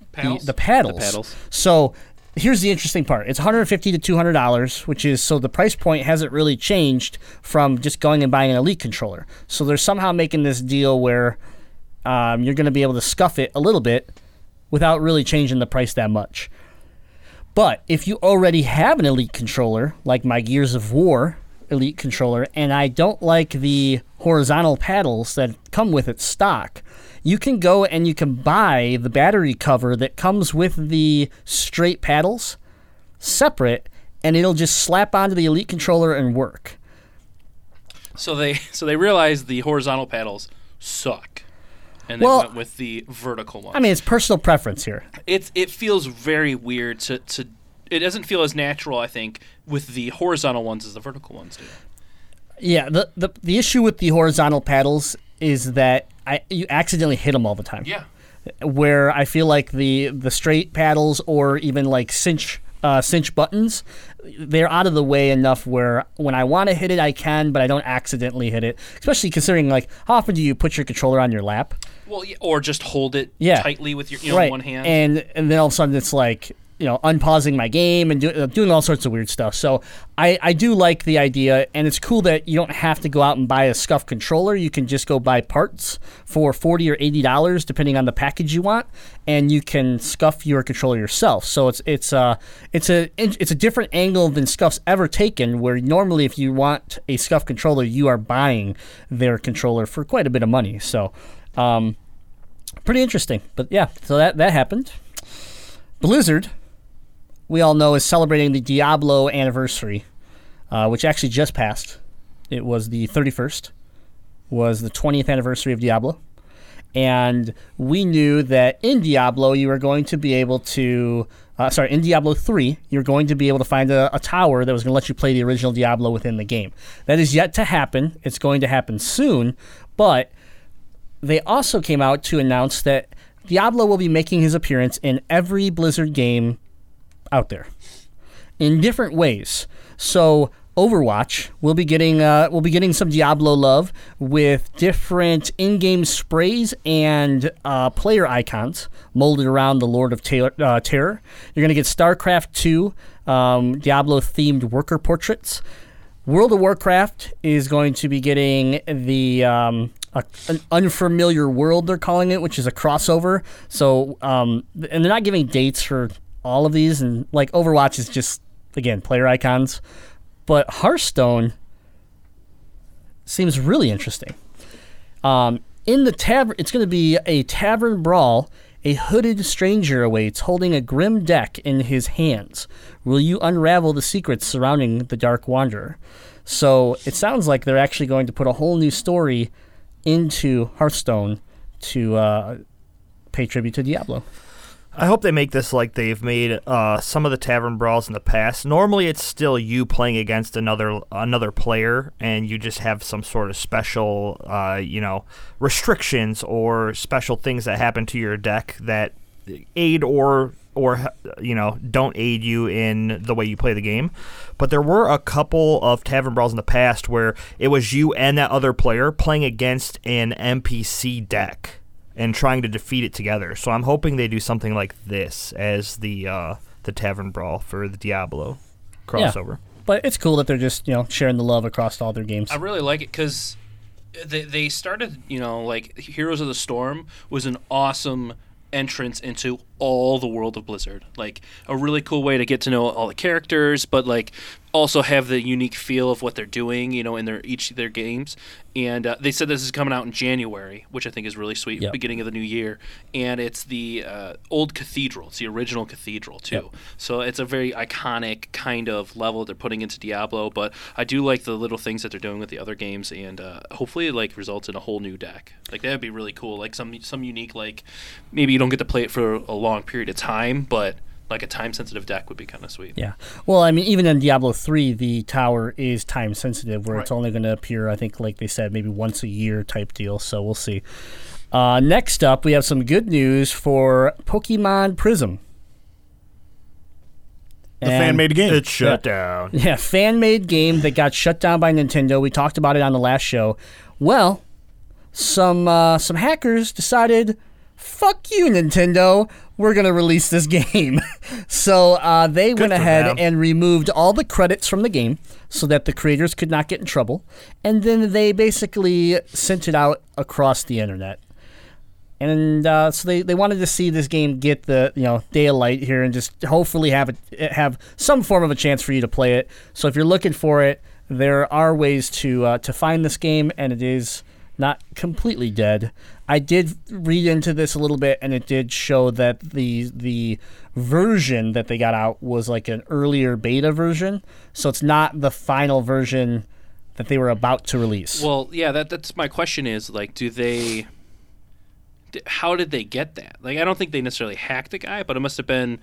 Speaker 2: the
Speaker 3: Paddles?
Speaker 2: the paddles.
Speaker 3: The paddles.
Speaker 2: So here's the interesting part: it's 150 to 200 dollars, which is so the price point hasn't really changed from just going and buying an elite controller. So they're somehow making this deal where um, you're going to be able to scuff it a little bit without really changing the price that much. But if you already have an Elite controller, like my Gears of War Elite controller, and I don't like the horizontal paddles that come with it stock, you can go and you can buy the battery cover that comes with the straight paddles separate, and it'll just slap onto the Elite controller and work.
Speaker 3: so they so they realized the horizontal paddles suck. And they
Speaker 2: Well-
Speaker 3: went with the vertical one.
Speaker 2: I mean, it's personal preference here.
Speaker 3: it's it feels very weird to to it doesn't feel as natural I think with the horizontal ones as the vertical ones do.
Speaker 2: Yeah, the, the, the issue with the horizontal paddles is that I, you accidentally hit them all the time. where I feel like the the straight paddles or even like cinch uh, cinch buttons, they're out of the way enough where when I want to hit it, I can, but I don't accidentally hit it. Especially considering like how often do you put your controller on your lap?
Speaker 3: Well, yeah, or just hold it
Speaker 2: Yeah.
Speaker 3: tightly with your you know,
Speaker 2: right.
Speaker 3: one hand.
Speaker 2: And and then all of a sudden it's like you know unpausing my game and do, uh, doing all sorts of weird stuff. So I I do like the idea, and it's cool that you don't have to go out and buy a scuff controller. You can just go buy parts for forty or eighty dollars depending on the package you want, and you can scuff your controller yourself. So it's it's uh it's a it's a different angle than scuff's ever taken. Where normally if you want a scuff controller, you are buying their controller for quite a bit of money. So. Um, pretty interesting. But yeah, so that that happened. Blizzard, we all know, is celebrating the Diablo anniversary, uh, which actually just passed. It was the 31st, was the 20th anniversary of Diablo, and we knew that in Diablo you were going to be able to. Uh, sorry, in Diablo 3, you're going to be able to find a, a tower that was going to let you play the original Diablo within the game. That is yet to happen. It's going to happen soon, but they also came out to announce that Diablo will be making his appearance in every Blizzard game out there in different ways. So Overwatch will be getting uh, will be getting some Diablo love with different in-game sprays and uh, player icons molded around the Lord of Ter- uh, Terror. You're going to get StarCraft 2 um, Diablo themed worker portraits. World of Warcraft is going to be getting the um, a, an unfamiliar world they're calling it, which is a crossover. So, um, th- and they're not giving dates for all of these, and like Overwatch is just again player icons, but Hearthstone seems really interesting. Um, in the tavern, it's going to be a tavern brawl. A hooded stranger awaits, holding a grim deck in his hands. Will you unravel the secrets surrounding the Dark Wanderer? So it sounds like they're actually going to put a whole new story into Hearthstone to uh, pay tribute to Diablo.
Speaker 5: I hope they make this like they've made uh, some of the tavern brawls in the past. Normally, it's still you playing against another another player, and you just have some sort of special, uh, you know, restrictions or special things that happen to your deck that aid or or you know don't aid you in the way you play the game. But there were a couple of tavern brawls in the past where it was you and that other player playing against an NPC deck and trying to defeat it together. So I'm hoping they do something like this as the uh, the tavern brawl for the Diablo crossover.
Speaker 2: But it's cool that they're just you know sharing the love across all their games.
Speaker 3: I really like it because they, they started, you know, like Heroes of the Storm was an awesome entrance into all the world of Blizzard. Like a really cool way to get to know all the characters, but like also have the unique feel of what they're doing, you know, in their each of their games. And uh, they said this is coming out in January, which I think is really sweet,
Speaker 2: Yep.
Speaker 3: beginning of the new year. And it's the uh, old cathedral. It's the original cathedral too. So it's a very iconic kind of level they're putting into Diablo. But I do like the little things that they're doing with the other games, and uh, hopefully it like results in a whole new deck. Like that'd be really cool. Like some some unique like maybe you don't get to play it for a long period of time, but like a time sensitive deck would be kind of sweet.
Speaker 2: Yeah. Well, I mean, even in Diablo 3, the tower is time sensitive, where it's
Speaker 3: Right.
Speaker 2: only going to appear, I think, like they said, maybe once a year type deal. So we'll see. Uh, next up, we have some good news for Pokemon Prism.
Speaker 4: The fan made game.
Speaker 5: It's shut down.
Speaker 2: Yeah, fan made game that got shut down by Nintendo. We talked about it on the last show. Well, some uh, some hackers decided, fuck you, Nintendo. We're gonna release this game. so uh, they went
Speaker 5: for
Speaker 2: ahead
Speaker 5: them.
Speaker 2: and removed all the credits from the game so that the creators could not get in trouble. And then they basically sent it out across the internet. And uh, so they, they wanted to see this game get the you know day of light here and just hopefully have it have some form of a chance for you to play it. So if you're looking for it, there are ways to uh, to find this game, and it is not completely dead. I did read into this a little bit, and it did show that the the version that they got out was like an earlier beta version, so it's not the final version that they were about to release.
Speaker 3: Well, yeah, that that's my question is like, do they? d- How did they get that? Like, I don't think they necessarily hacked the guy, but it must have been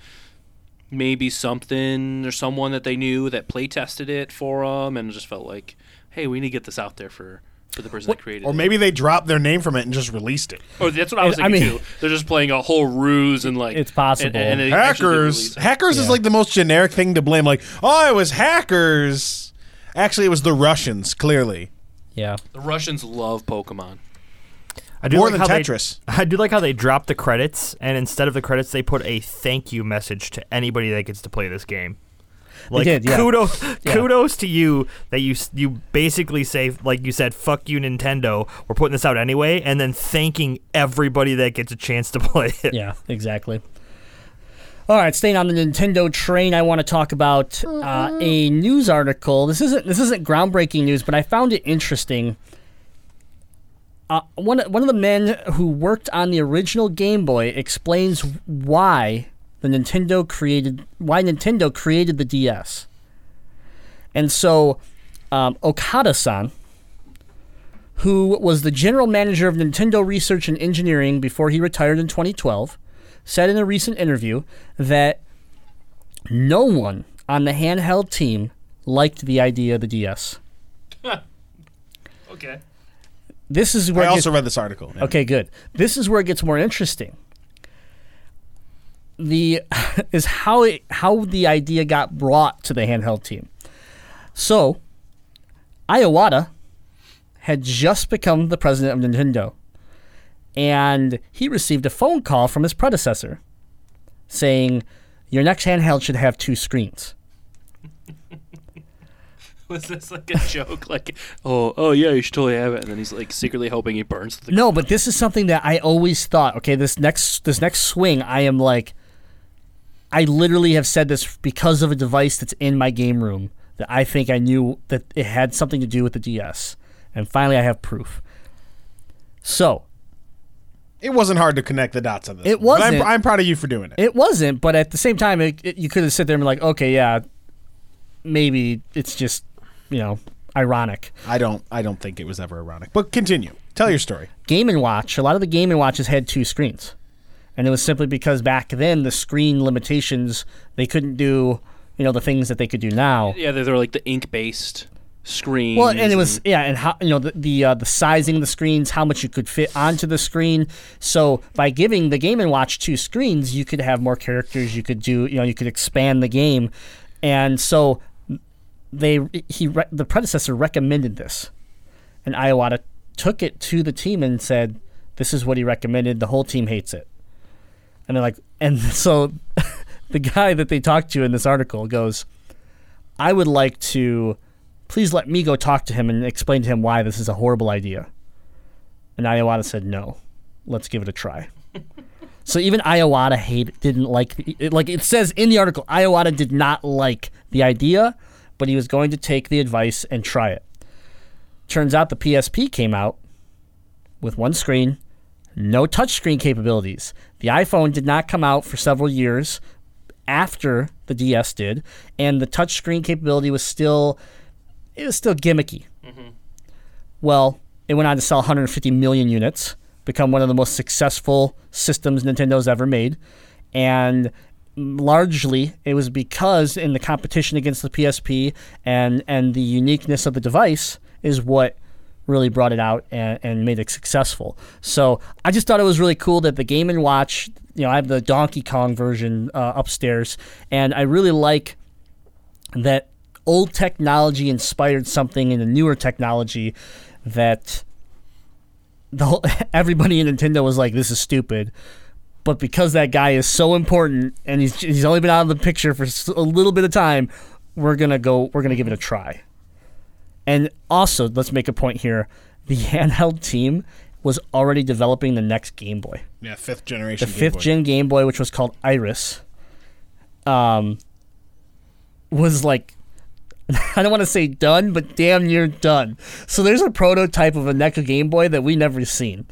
Speaker 3: maybe something or someone that they knew that play tested it for them and just felt like, hey, we need to get this out there for for the person that created
Speaker 4: Or
Speaker 3: it.
Speaker 4: maybe they dropped their name from it and just released it.
Speaker 3: Or that's what I was
Speaker 2: I
Speaker 3: thinking
Speaker 2: mean-
Speaker 3: too. They're just playing a whole ruse and like
Speaker 2: It's possible.
Speaker 3: and- and they actually did
Speaker 4: Hackers.
Speaker 3: release it.
Speaker 4: Hackers is like the most generic thing to blame. Like, oh, it was hackers. Actually, it was the Russians, clearly.
Speaker 2: Yeah.
Speaker 3: The Russians love Pokemon.
Speaker 5: I do
Speaker 4: More
Speaker 5: like
Speaker 4: than
Speaker 5: how they-
Speaker 4: Tetris.
Speaker 5: I do like how they drop the credits, and instead of the credits, they put a thank you message to anybody that gets to play this game. Like
Speaker 2: did, yeah.
Speaker 5: kudos, kudos to you that you s- you basically say like you said, "Fuck you, Nintendo." We're putting this out anyway, and then thanking everybody that gets a chance to play it.
Speaker 2: Yeah, exactly. All right, staying on the Nintendo train, I want to talk about uh, a news article. This isn't this isn't groundbreaking news, but I found it interesting. Uh, one one of the men who worked on the original Game Boy explains why the Nintendo created why Nintendo created the DS. And so, um, Okada-san, who was the general manager of Nintendo Research and Engineering before he retired in 2012, said in a recent interview that no one on the handheld team liked the idea of the DS.
Speaker 3: Okay.
Speaker 2: This is where
Speaker 4: I
Speaker 2: it gets-
Speaker 4: also read this article. yeah.
Speaker 2: okay, good. This is where it gets more interesting. The is how it how the idea got brought to the handheld team. So, Iwata had just become the president of Nintendo, and he received a phone call from his predecessor saying, "Your next handheld should have two screens."
Speaker 3: Was this like a joke? Like, oh, oh yeah, you should totally have it. And then he's like secretly hoping he burns the.
Speaker 2: No, but this is something that I always thought. Okay, this next this next swing, I am like, I literally have said this because of a device that's in my game room that I think I knew that it had something to do with the DS, and finally I have proof. So
Speaker 4: It wasn't hard to connect the dots on this.
Speaker 2: It
Speaker 4: one, but
Speaker 2: wasn't.
Speaker 4: I'm, I'm proud of you for doing it.
Speaker 2: it wasn't, but at the same time, it, it- you could have sit there and been like, okay, yeah, maybe it's just you know ironic.
Speaker 4: I don't. I don't think it was ever ironic. But continue. Tell your story.
Speaker 2: Game and Watch, a lot of the Game and Watches had two screens, and it was simply because back then the screen limitations they couldn't do, you know, the things that they could do now.
Speaker 3: Yeah, they're, they're like the ink based screen.
Speaker 2: Well, and it was yeah, and how you know the the, uh, the sizing of the screens, how much you could fit onto the screen. So by giving the Game and Watch two screens, you could have more characters. You could do you know you could expand the game, and so they he re- the predecessor recommended this, and Iwata took it to the team and said, "This is what he recommended." The whole team hates it, and they're like, and so the guy that they talked to in this article goes. I would like to please let me go talk to him and explain to him why this is a horrible idea. And Iowata said, no, let's give it a try. so even Iowata hate didn't like the, it, like it says in the article, Iowata did not like the idea, but he was going to take the advice and try it. Turns out the PSP came out with one screen, no touchscreen capabilities. The iPhone did not come out for several years after the DS did, and the touchscreen capability was still it was still gimmicky. Well, it went on to sell 150 million units, become one of the most successful systems Nintendo's ever made, and largely it was because in the competition against the PSP and and the uniqueness of the device is what really brought it out and, and made it successful. So I just thought it was really cool that the Game and Watch, you know, I have the Donkey Kong version uh, upstairs, and I really like that old technology inspired something in the newer technology that the whole, everybody in Nintendo was like, "This is stupid." But because that guy is so important and he's he's only been out of the picture for s- a little bit of time, we're gonna go. We're gonna give it a try. And also, let's make a point here: the handheld team was already developing the next Game Boy
Speaker 4: Yeah, fifth generation.
Speaker 2: the
Speaker 4: Game
Speaker 2: fifth
Speaker 4: Boy.
Speaker 2: gen Game Boy, which was called Iris, um, was like I don't want to say done, but damn near done. So there's a prototype of a NECA Game Boy that we never seen,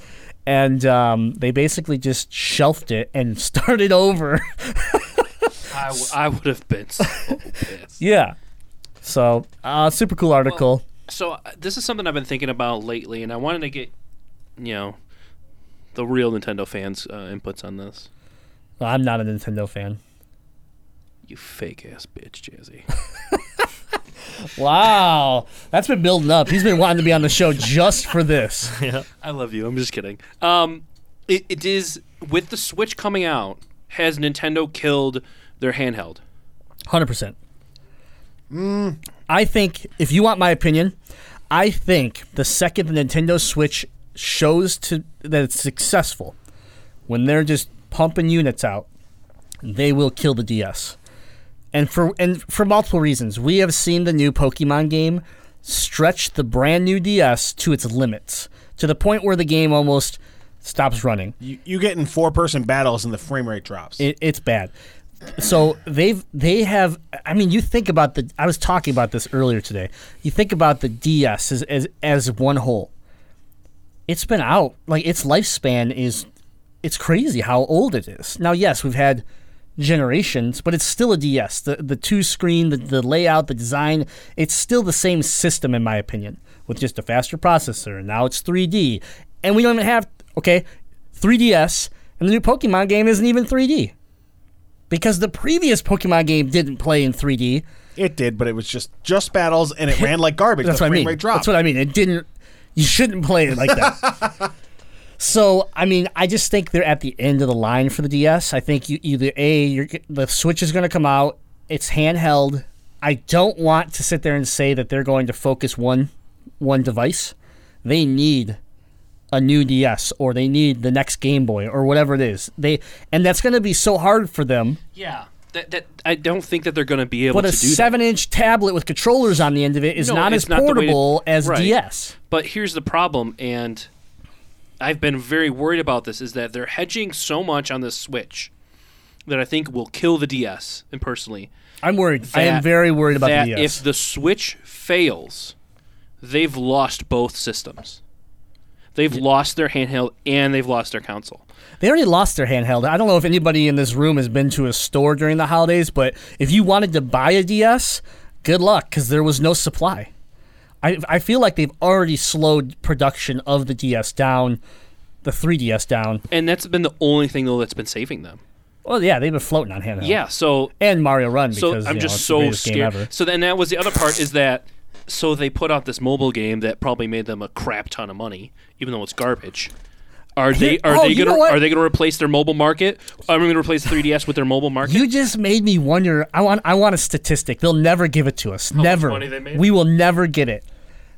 Speaker 2: and um, they basically just shelved it and started over.
Speaker 3: I, w- I would have been so pissed.
Speaker 2: yeah. So uh, super cool article.
Speaker 3: So uh, this is something I've been thinking about lately, and I wanted to get, you know, the real Nintendo fans' uh, inputs on this.
Speaker 2: Well, I'm not a Nintendo fan.
Speaker 3: You fake ass bitch, Jazzy.
Speaker 2: Wow, that's been building up. He's been wanting to be on the show just for this.
Speaker 3: I love you. I'm just kidding. Um, it, it is with the Switch coming out. Has Nintendo killed their handheld?
Speaker 2: Hundred percent. I think if you want my opinion, I think the second the Nintendo Switch shows to that it's successful, when they're just pumping units out, they will kill the DS. And for and for multiple reasons, we have seen the new Pokemon game stretch the brand new DS to its limits, to the point where the game almost stops running.
Speaker 4: You, you get in four person battles and the frame rate drops.
Speaker 2: It, it's bad. So they've they have. I mean, you think about the. I was talking about this earlier today. You think about the DS as as, as one whole. It's been out like its lifespan is. It's crazy how old it is. Now, yes, we've had generations, but it's still a DS. The the two screen, the, the layout, the design, it's still the same system in my opinion, with just a faster processor. And now it's 3D, and we don't even have okay, 3DS, and the new Pokemon game isn't even 3D because the previous Pokemon game didn't play in 3D.
Speaker 4: It did, but it was just just battles and it ran like garbage.
Speaker 2: That's
Speaker 4: the
Speaker 2: what I
Speaker 4: frame
Speaker 2: mean.
Speaker 4: Rate dropped.
Speaker 2: That's what I mean. It didn't. You shouldn't play it like that. so I mean, I just think they're at the end of the line for the DS. I think you either a you're, g- the Switch is going to come out. It's handheld. I don't want to sit there and say that they're going to focus one one device. They need a new DS or they need the next Game Boy or whatever it is. They and that's going to be so hard for them.
Speaker 3: Yeah. That, that I don't think that they're going to be able
Speaker 2: But
Speaker 3: to
Speaker 2: a
Speaker 3: do that.
Speaker 2: seven-inch tablet with controllers on the end of it is
Speaker 3: No,
Speaker 2: not
Speaker 3: it's
Speaker 2: as
Speaker 3: not the way to-
Speaker 2: portable as
Speaker 3: Right.
Speaker 2: DS.
Speaker 3: But here's the problem, and I've been very worried about this, is that they're hedging so much on the Switch that I think will kill the DS, and personally.
Speaker 2: I'm worried. I am
Speaker 3: that-
Speaker 2: very worried about
Speaker 3: that
Speaker 2: the E DS.
Speaker 3: If the Switch fails, they've lost both systems. They've lost their handheld and they've lost their console.
Speaker 2: they already lost their handheld. I don't know if anybody in this room has been to a store during the holidays, but if you wanted to buy a DS, good luck because there was no supply. I, I feel like they've already slowed production of the DS down, the 3DS down.
Speaker 3: And that's been the only thing though that's been saving them.
Speaker 2: Well, yeah, they've been floating on handheld.
Speaker 3: Yeah, so
Speaker 2: And Mario Run because
Speaker 3: so
Speaker 2: you
Speaker 3: I'm
Speaker 2: know,
Speaker 3: just
Speaker 2: it's the
Speaker 3: so
Speaker 2: greatest game ever.
Speaker 3: scared. So then that was the other part is that so they put out this mobile game that probably made them a crap ton of money, even though it's garbage. Are they are
Speaker 2: oh,
Speaker 3: they
Speaker 2: you
Speaker 3: gonna
Speaker 2: know what?
Speaker 3: are they gonna replace their mobile market? I'm gonna replace 3ds with their mobile market.
Speaker 2: You just made me wonder. I want. I want a statistic. They'll never give it to us. never.
Speaker 3: money they made?
Speaker 2: We will never get it.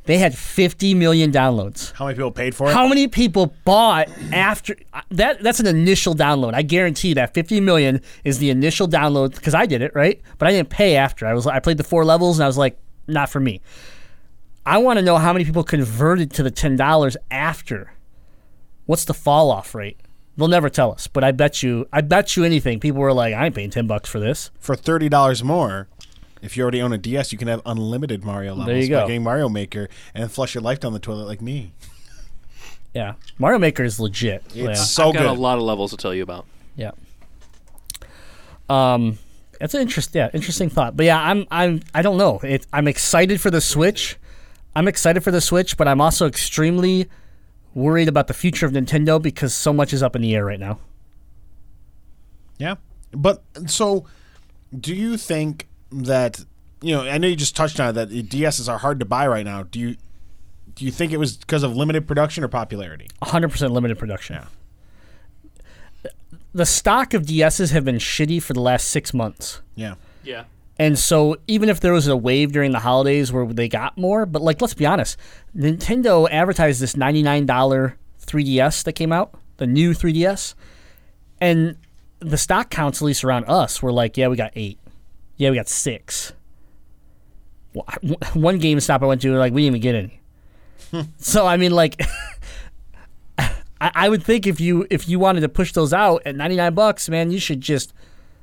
Speaker 2: They had 50 million downloads.
Speaker 4: How many people paid for it?
Speaker 2: How many people bought after that? That's an initial download. I guarantee that 50 million is the initial download because I did it right, but I didn't pay after. I was I played the four levels and I was like, not for me. I want to know how many people converted to the ten dollars after. What's the fall off rate? They'll never tell us, but I bet you, I bet you anything. People were like, I ain't paying ten bucks for this.
Speaker 4: for thirty dollars more. If you already own a DS, you can have unlimited Mario levels
Speaker 2: you go.
Speaker 4: by getting Mario Maker and flush your life down the toilet like me.
Speaker 2: Yeah, Mario Maker is legit.
Speaker 4: It's
Speaker 2: Yeah.
Speaker 4: so
Speaker 3: I've got
Speaker 4: good.
Speaker 3: a lot of levels to tell you about.
Speaker 2: Yeah. Um, that's an interest. Yeah, interesting thought. But yeah, I'm I'm I don't know. It, I'm excited for the Switch. I'm excited for the Switch, but I'm also extremely worried about the future of Nintendo because so much is up in the air right now.
Speaker 4: Yeah. But so do you think that you know, I know you just touched on it that DSs are hard to buy right now. Do you do you think it was because of limited production or popularity?
Speaker 2: 100% limited production. The stock of DSs have been shitty for the last 6 months.
Speaker 4: Yeah.
Speaker 3: Yeah.
Speaker 2: And so even if there was a wave during the holidays where they got more, but like let's be honest, Nintendo advertised this $99 3DS that came out, the new 3DS, and the stock counts at least around us were like, yeah, we got 8. Yeah, we got 6. Wha- One GameStop I went to, like we didn't even get any. so I mean like I, I would think if you if you wanted to push those out at 99 bucks, man, you should just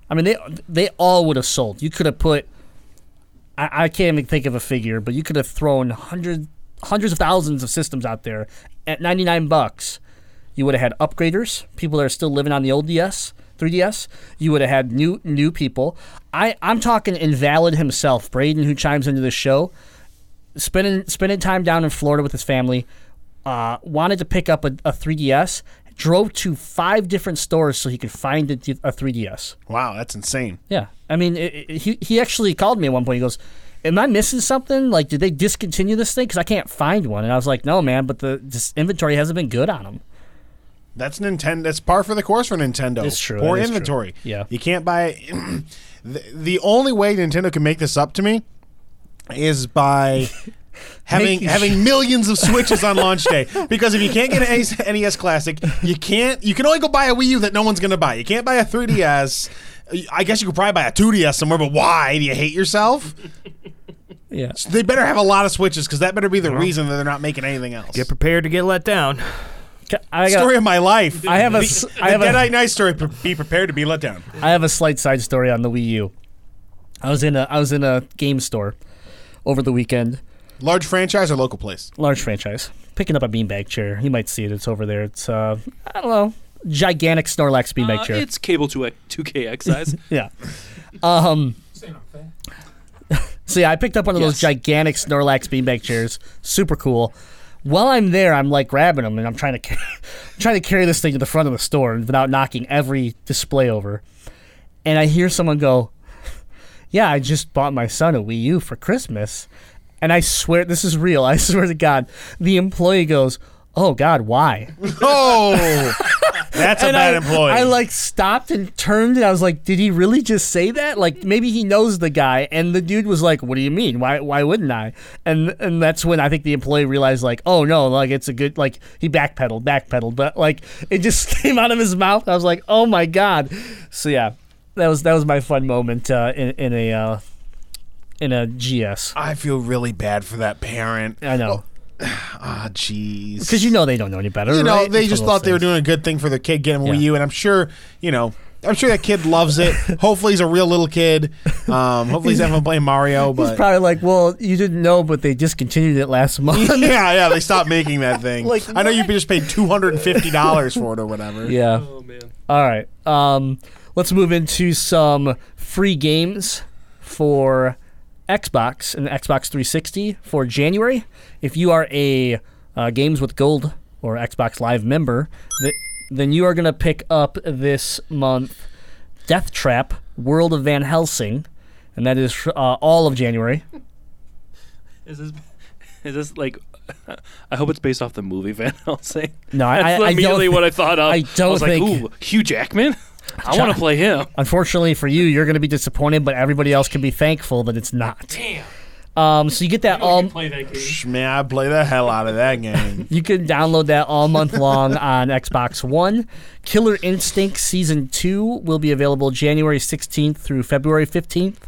Speaker 2: I mean, they they all would have sold. You could have put. I, I can't even think of a figure, but you could have thrown hundred hundreds of thousands of systems out there at ninety nine bucks. You would have had upgraders, people that are still living on the old DS, 3DS. You would have had new new people. I I'm talking invalid himself, Braden, who chimes into the show, spending spending time down in Florida with his family. Uh, wanted to pick up a, a 3DS. Drove to five different stores so he could find a, a 3DS.
Speaker 4: Wow, that's insane.
Speaker 2: Yeah, I mean, it, it, he he actually called me at one point. He goes, am I missing something? Like, did they discontinue this thing? Because I can't find one. And I was like, no, man, but the this inventory hasn't been good on them.
Speaker 4: That's Nintendo. That's par for the course for Nintendo.
Speaker 2: It's true,
Speaker 4: Poor
Speaker 2: that is true.
Speaker 4: inventory.
Speaker 2: Yeah.
Speaker 4: You can't buy. the, the only way Nintendo can make this up to me is by. Having
Speaker 2: Making
Speaker 4: having millions of Switches on launch day because if you can't get an NES Classic, you can't. You can only go buy a Wii U that no one's gonna buy. You can't buy a 3DS. I guess you could probably buy a 2DS somewhere, but why? Do you hate yourself?
Speaker 2: Yeah.
Speaker 4: They better have a lot of Switches because that better be
Speaker 2: Uh-huh.
Speaker 4: the reason that they're not making anything else.
Speaker 5: Get prepared to get let down.
Speaker 2: I, got,
Speaker 4: Story of my life.
Speaker 2: I have a, s-
Speaker 4: The
Speaker 2: I have a,
Speaker 4: Deadite Night story. pre- Be prepared to be let down.
Speaker 2: I have a slight side story on the Wii U. I was in a I was in a game store over the weekend,
Speaker 4: Large franchise or local place?
Speaker 2: large franchise, picking up a beanbag chair. You might see it. It's over there. It's uh I don't know, gigantic Snorlax beanbag
Speaker 3: Uh,
Speaker 2: chair.
Speaker 3: it's cable 2 2KX size.
Speaker 2: Yeah. Um. so yeah, I picked up one of those gigantic Snorlax beanbag chairs. Super cool. While I'm there, I'm like grabbing them and I'm trying to ca- trying to carry this thing to the front of the store without knocking every display over. And I hear someone go, "Yeah, I just bought my son a Wii U for Christmas." And I swear this is real. I swear to God, the employee goes, "Oh God, why?"
Speaker 4: Oh, that's a bad
Speaker 2: I,
Speaker 4: employee.
Speaker 2: I like stopped and turned and I was like, did he really just say that? Like maybe he knows the guy. And the dude was like, what do you mean? Why why wouldn't I? And and that's when I think the employee realized like, oh no, like it's a good like he backpedaled, backpedaled, but like it just came out of his mouth. I was like, oh my god. So yeah, that was that was my fun moment uh, in in a uh, in a GS.
Speaker 4: I feel really bad for that parent.
Speaker 2: I know
Speaker 4: Ah, jeez.
Speaker 2: because you know they don't know any better.
Speaker 4: You know,
Speaker 2: right?
Speaker 4: they
Speaker 2: It's
Speaker 4: just
Speaker 2: one of
Speaker 4: thought
Speaker 2: those
Speaker 4: they were
Speaker 2: things.
Speaker 4: doing a good thing for their kid, getting a
Speaker 2: Yeah.
Speaker 4: Wii U, and I'm sure, you know, I'm sure that kid loves it. hopefully, he's a real little kid. Um, hopefully, he's having fun playing Mario.
Speaker 2: He's
Speaker 4: But
Speaker 2: probably like, well, you didn't know, but they discontinued it last month.
Speaker 4: yeah, yeah, they stopped making that thing.
Speaker 2: Like,
Speaker 4: I know you just paid two hundred and fifty dollars for it or whatever.
Speaker 2: Yeah.
Speaker 3: oh man.
Speaker 2: All right. Um, let's move into some free games for Xbox and the Xbox 360 for January. If you are a uh, Games with Gold or Xbox Live member, th- then you are going to pick up this month Death Trap, World of Van Helsing, and that is uh, all of January.
Speaker 3: Is this is this like? I hope it's based off the movie Van Helsing.
Speaker 2: No, I-
Speaker 3: that's
Speaker 2: I- I don't
Speaker 3: immediately
Speaker 2: thi-
Speaker 3: what I thought of.
Speaker 2: I don't
Speaker 3: was like,
Speaker 2: think-
Speaker 3: ooh, Hugh Jackman. I want to play him.
Speaker 2: Unfortunately for you, you're going to be disappointed, but everybody else can be thankful that it's not.
Speaker 3: Damn.
Speaker 2: Um, so you get that all.
Speaker 3: play that game.
Speaker 4: Psh, Man, I play the hell out of that game.
Speaker 2: You can download that all month long on Xbox One. Killer Instinct Season 2 will be available January 16th through February 15th.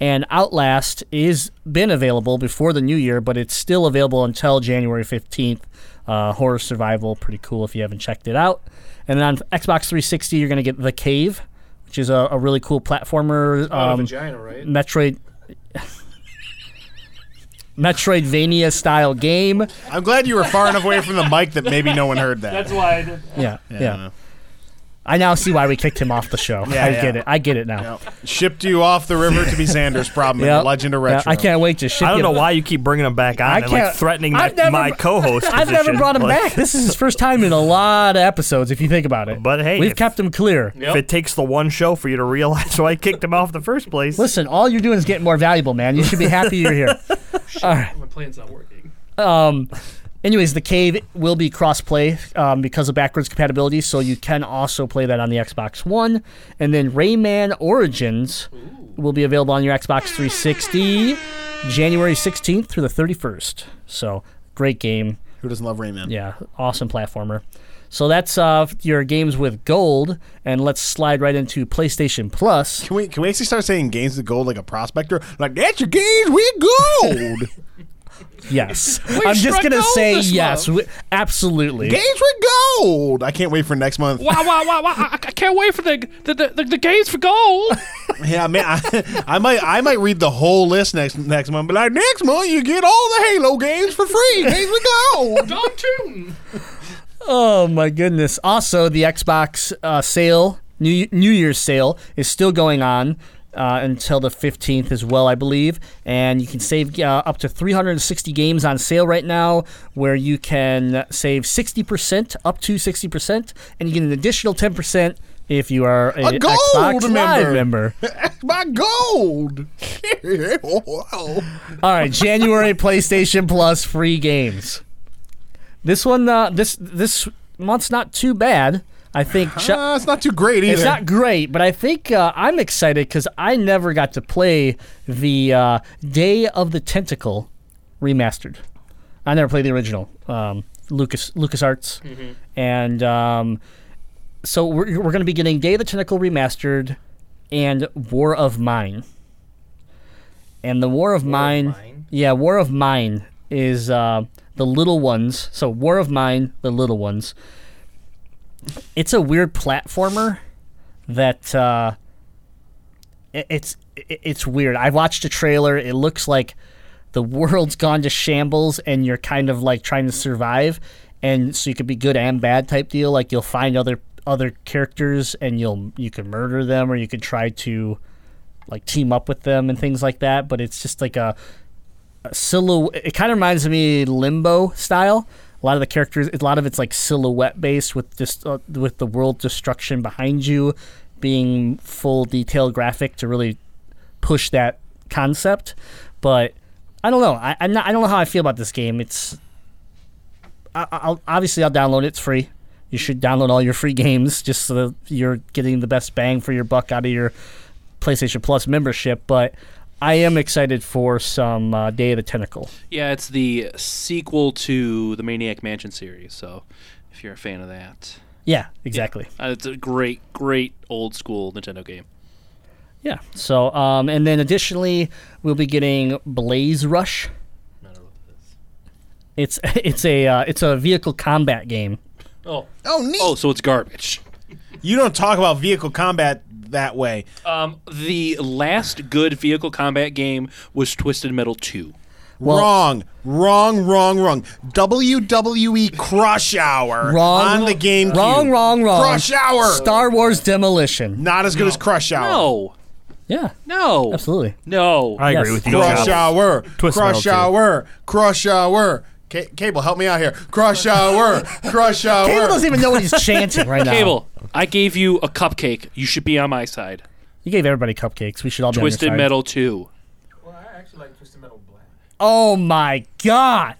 Speaker 2: And Outlast is been available before the new year, but it's still available until January 15th. Uh, horror survival, pretty cool if you haven't checked it out. And then on Xbox 360, you're going to get The Cave, which is a, a really cool platformer. Um,
Speaker 3: Oh, vagina, right?
Speaker 2: Metroid. Metroidvania style game.
Speaker 4: I'm glad you were far enough away from the mic that maybe no one heard that.
Speaker 3: why. I did.
Speaker 2: Yeah, yeah. I now see why we kicked him off the show.
Speaker 4: Yeah,
Speaker 2: I
Speaker 4: yeah.
Speaker 2: get it. I get it now.
Speaker 4: Shipped you off the river to be Xander's problem
Speaker 2: Yep.
Speaker 4: in Legend of
Speaker 2: Yeah,
Speaker 4: Retro.
Speaker 2: I can't wait to ship
Speaker 5: I don't
Speaker 2: you-
Speaker 5: know why you keep bringing him back on
Speaker 2: I
Speaker 5: and like
Speaker 2: can't-
Speaker 5: threatening my,
Speaker 2: I've never-
Speaker 5: my co-host.
Speaker 2: I've never
Speaker 5: position.
Speaker 2: brought him
Speaker 5: Like,
Speaker 2: back. This is his first time in a lot of episodes, if you think about it.
Speaker 5: But hey,
Speaker 2: we've
Speaker 5: if-
Speaker 2: kept him clear.
Speaker 5: If it takes the one show for you to realize why I kicked him off in the first place,
Speaker 2: Listen, all you're doing is getting more valuable, man. You should be happy you're here.
Speaker 3: My plan's not working.
Speaker 2: Um, Anyways, the cave will be cross-play um, because of backwards compatibility, so you can also play that on the Xbox One. And then Rayman Origins will be available on your Xbox 360 January 16th through the 31st. So, great game.
Speaker 4: Who doesn't love Rayman?
Speaker 2: Yeah, awesome platformer. So that's uh, your games with gold, and let's slide right into PlayStation Plus.
Speaker 4: Can we can we actually start saying games with gold like a prospector? Like that's your games with gold.
Speaker 2: Yes, I'm just
Speaker 3: struck
Speaker 2: gonna
Speaker 3: gold
Speaker 2: say
Speaker 3: this
Speaker 2: yes, we- absolutely.
Speaker 4: games with gold. I can't wait for next month.
Speaker 3: Wow, wow, wow, wow! I, I can't wait for the the, the, the, the games for gold.
Speaker 4: Yeah, man, I, I might I might read the whole list next next month. But like next month, you get all the Halo games for free. Games with gold.
Speaker 3: Dog tune.
Speaker 2: Oh my goodness! Also, the Xbox uh, sale, New New Year's sale, is still going on uh, until the 15th as well, I believe. And you can save uh, up to 360 games on sale right now, where you can save 60%, up to 60%, and you get an additional 10% if you are a,
Speaker 4: A gold
Speaker 2: Xbox Live
Speaker 4: member.
Speaker 2: member.
Speaker 4: my gold.
Speaker 2: All right, January PlayStation Plus free games. This one, uh, this this month's not too bad. I think Ch-
Speaker 4: Uh, it's not too great either.
Speaker 2: it's not great, but I think uh, I'm excited because I never got to play the uh, Day of the Tentacle remastered. I never played the original um, Lucas LucasArts, and um, so we're, we're going to be getting Day of the Tentacle remastered and War of Mine. And the War of, Mine, yeah, War of Mine is uh, the little ones. So War of Mine, the little ones. It's a weird platformer that uh, i- it's i- it's weird. I watched a trailer. It looks like the world's gone to shambles, and you're kind of like trying to survive, and so you could be good and bad type deal. Like you'll find other other characters, and you'll you can murder them, or you could try to like team up with them and things like that. But it's just like a, a silhouette. It kind of reminds me Limbo style. A lot of the characters, a lot of it's like silhouette based with just uh, with the world destruction behind you, being full detail graphic to really push that concept. But I don't know. I I'm not, I don't know how I feel about this game. It's I, I'll obviously I'll download it. It's free. You should download all your free games just so that you're getting the best bang for your buck out of your PlayStation Plus membership, but I am excited for some uh, Day of the Tentacle.
Speaker 3: Yeah, it's the sequel to the Maniac Mansion series. So, if you're a fan of that,
Speaker 2: Yeah, exactly.
Speaker 3: uh, it's a great, great old school Nintendo game.
Speaker 2: Yeah. So, um, and then additionally, we'll be getting Blaze Rush. It's it's a uh, it's a vehicle combat game.
Speaker 3: Oh,
Speaker 4: Oh, neat.
Speaker 3: oh, so it's garbage.
Speaker 4: You don't talk about vehicle combat that way.
Speaker 3: Um, the last good vehicle combat game was Twisted Metal Two.
Speaker 2: Well-
Speaker 4: wrong, wrong, wrong, wrong. WWE Crush Hour
Speaker 2: Wrong.
Speaker 4: on the GameCube.
Speaker 2: Wrong, wrong, wrong.
Speaker 4: Crush Hour.
Speaker 2: Star Wars Demolition.
Speaker 4: Not as good as Crush Hour.
Speaker 3: No,
Speaker 2: Yeah.
Speaker 3: no,
Speaker 2: Absolutely.
Speaker 3: no.
Speaker 5: I agree
Speaker 2: Yes.
Speaker 5: with you.
Speaker 4: Crush
Speaker 5: Job.
Speaker 4: Hour.
Speaker 5: Twist Metal
Speaker 4: Crush
Speaker 5: too.
Speaker 4: Hour. Crush Hour. Ca- Cable, help me out here. Crush Hour. Crush Hour.
Speaker 2: Cable doesn't even know what he's chanting right now.
Speaker 3: Cable, I gave you a cupcake. You should be on my side.
Speaker 2: You gave everybody cupcakes. We should all be on your
Speaker 3: Twisted
Speaker 2: side.
Speaker 3: Metal Two.
Speaker 2: Oh my god.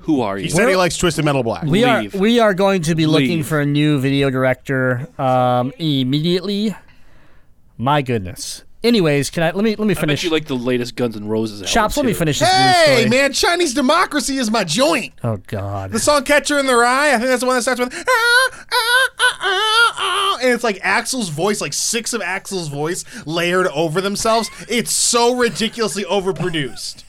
Speaker 3: Who are you?
Speaker 4: He said he likes Twisted Metal Black.
Speaker 2: We are
Speaker 3: Leave.
Speaker 2: we are going to be looking
Speaker 3: Leave.
Speaker 2: for a new video director um, immediately. My goodness. Anyways, can I let me let me
Speaker 3: I bet
Speaker 2: finish
Speaker 3: you like the latest Guns N' Roses album.
Speaker 2: shops? Let me
Speaker 3: too.
Speaker 2: finish this news
Speaker 4: hey,
Speaker 2: story.
Speaker 4: man, Chinese democracy is my joint.
Speaker 2: Oh God.
Speaker 4: The song Catcher in the Rye, I think that's the one that starts with ah, ah, ah, ah, ah, and it's like Axel's voice, like six of Axel's voice layered over themselves. It's so ridiculously overproduced.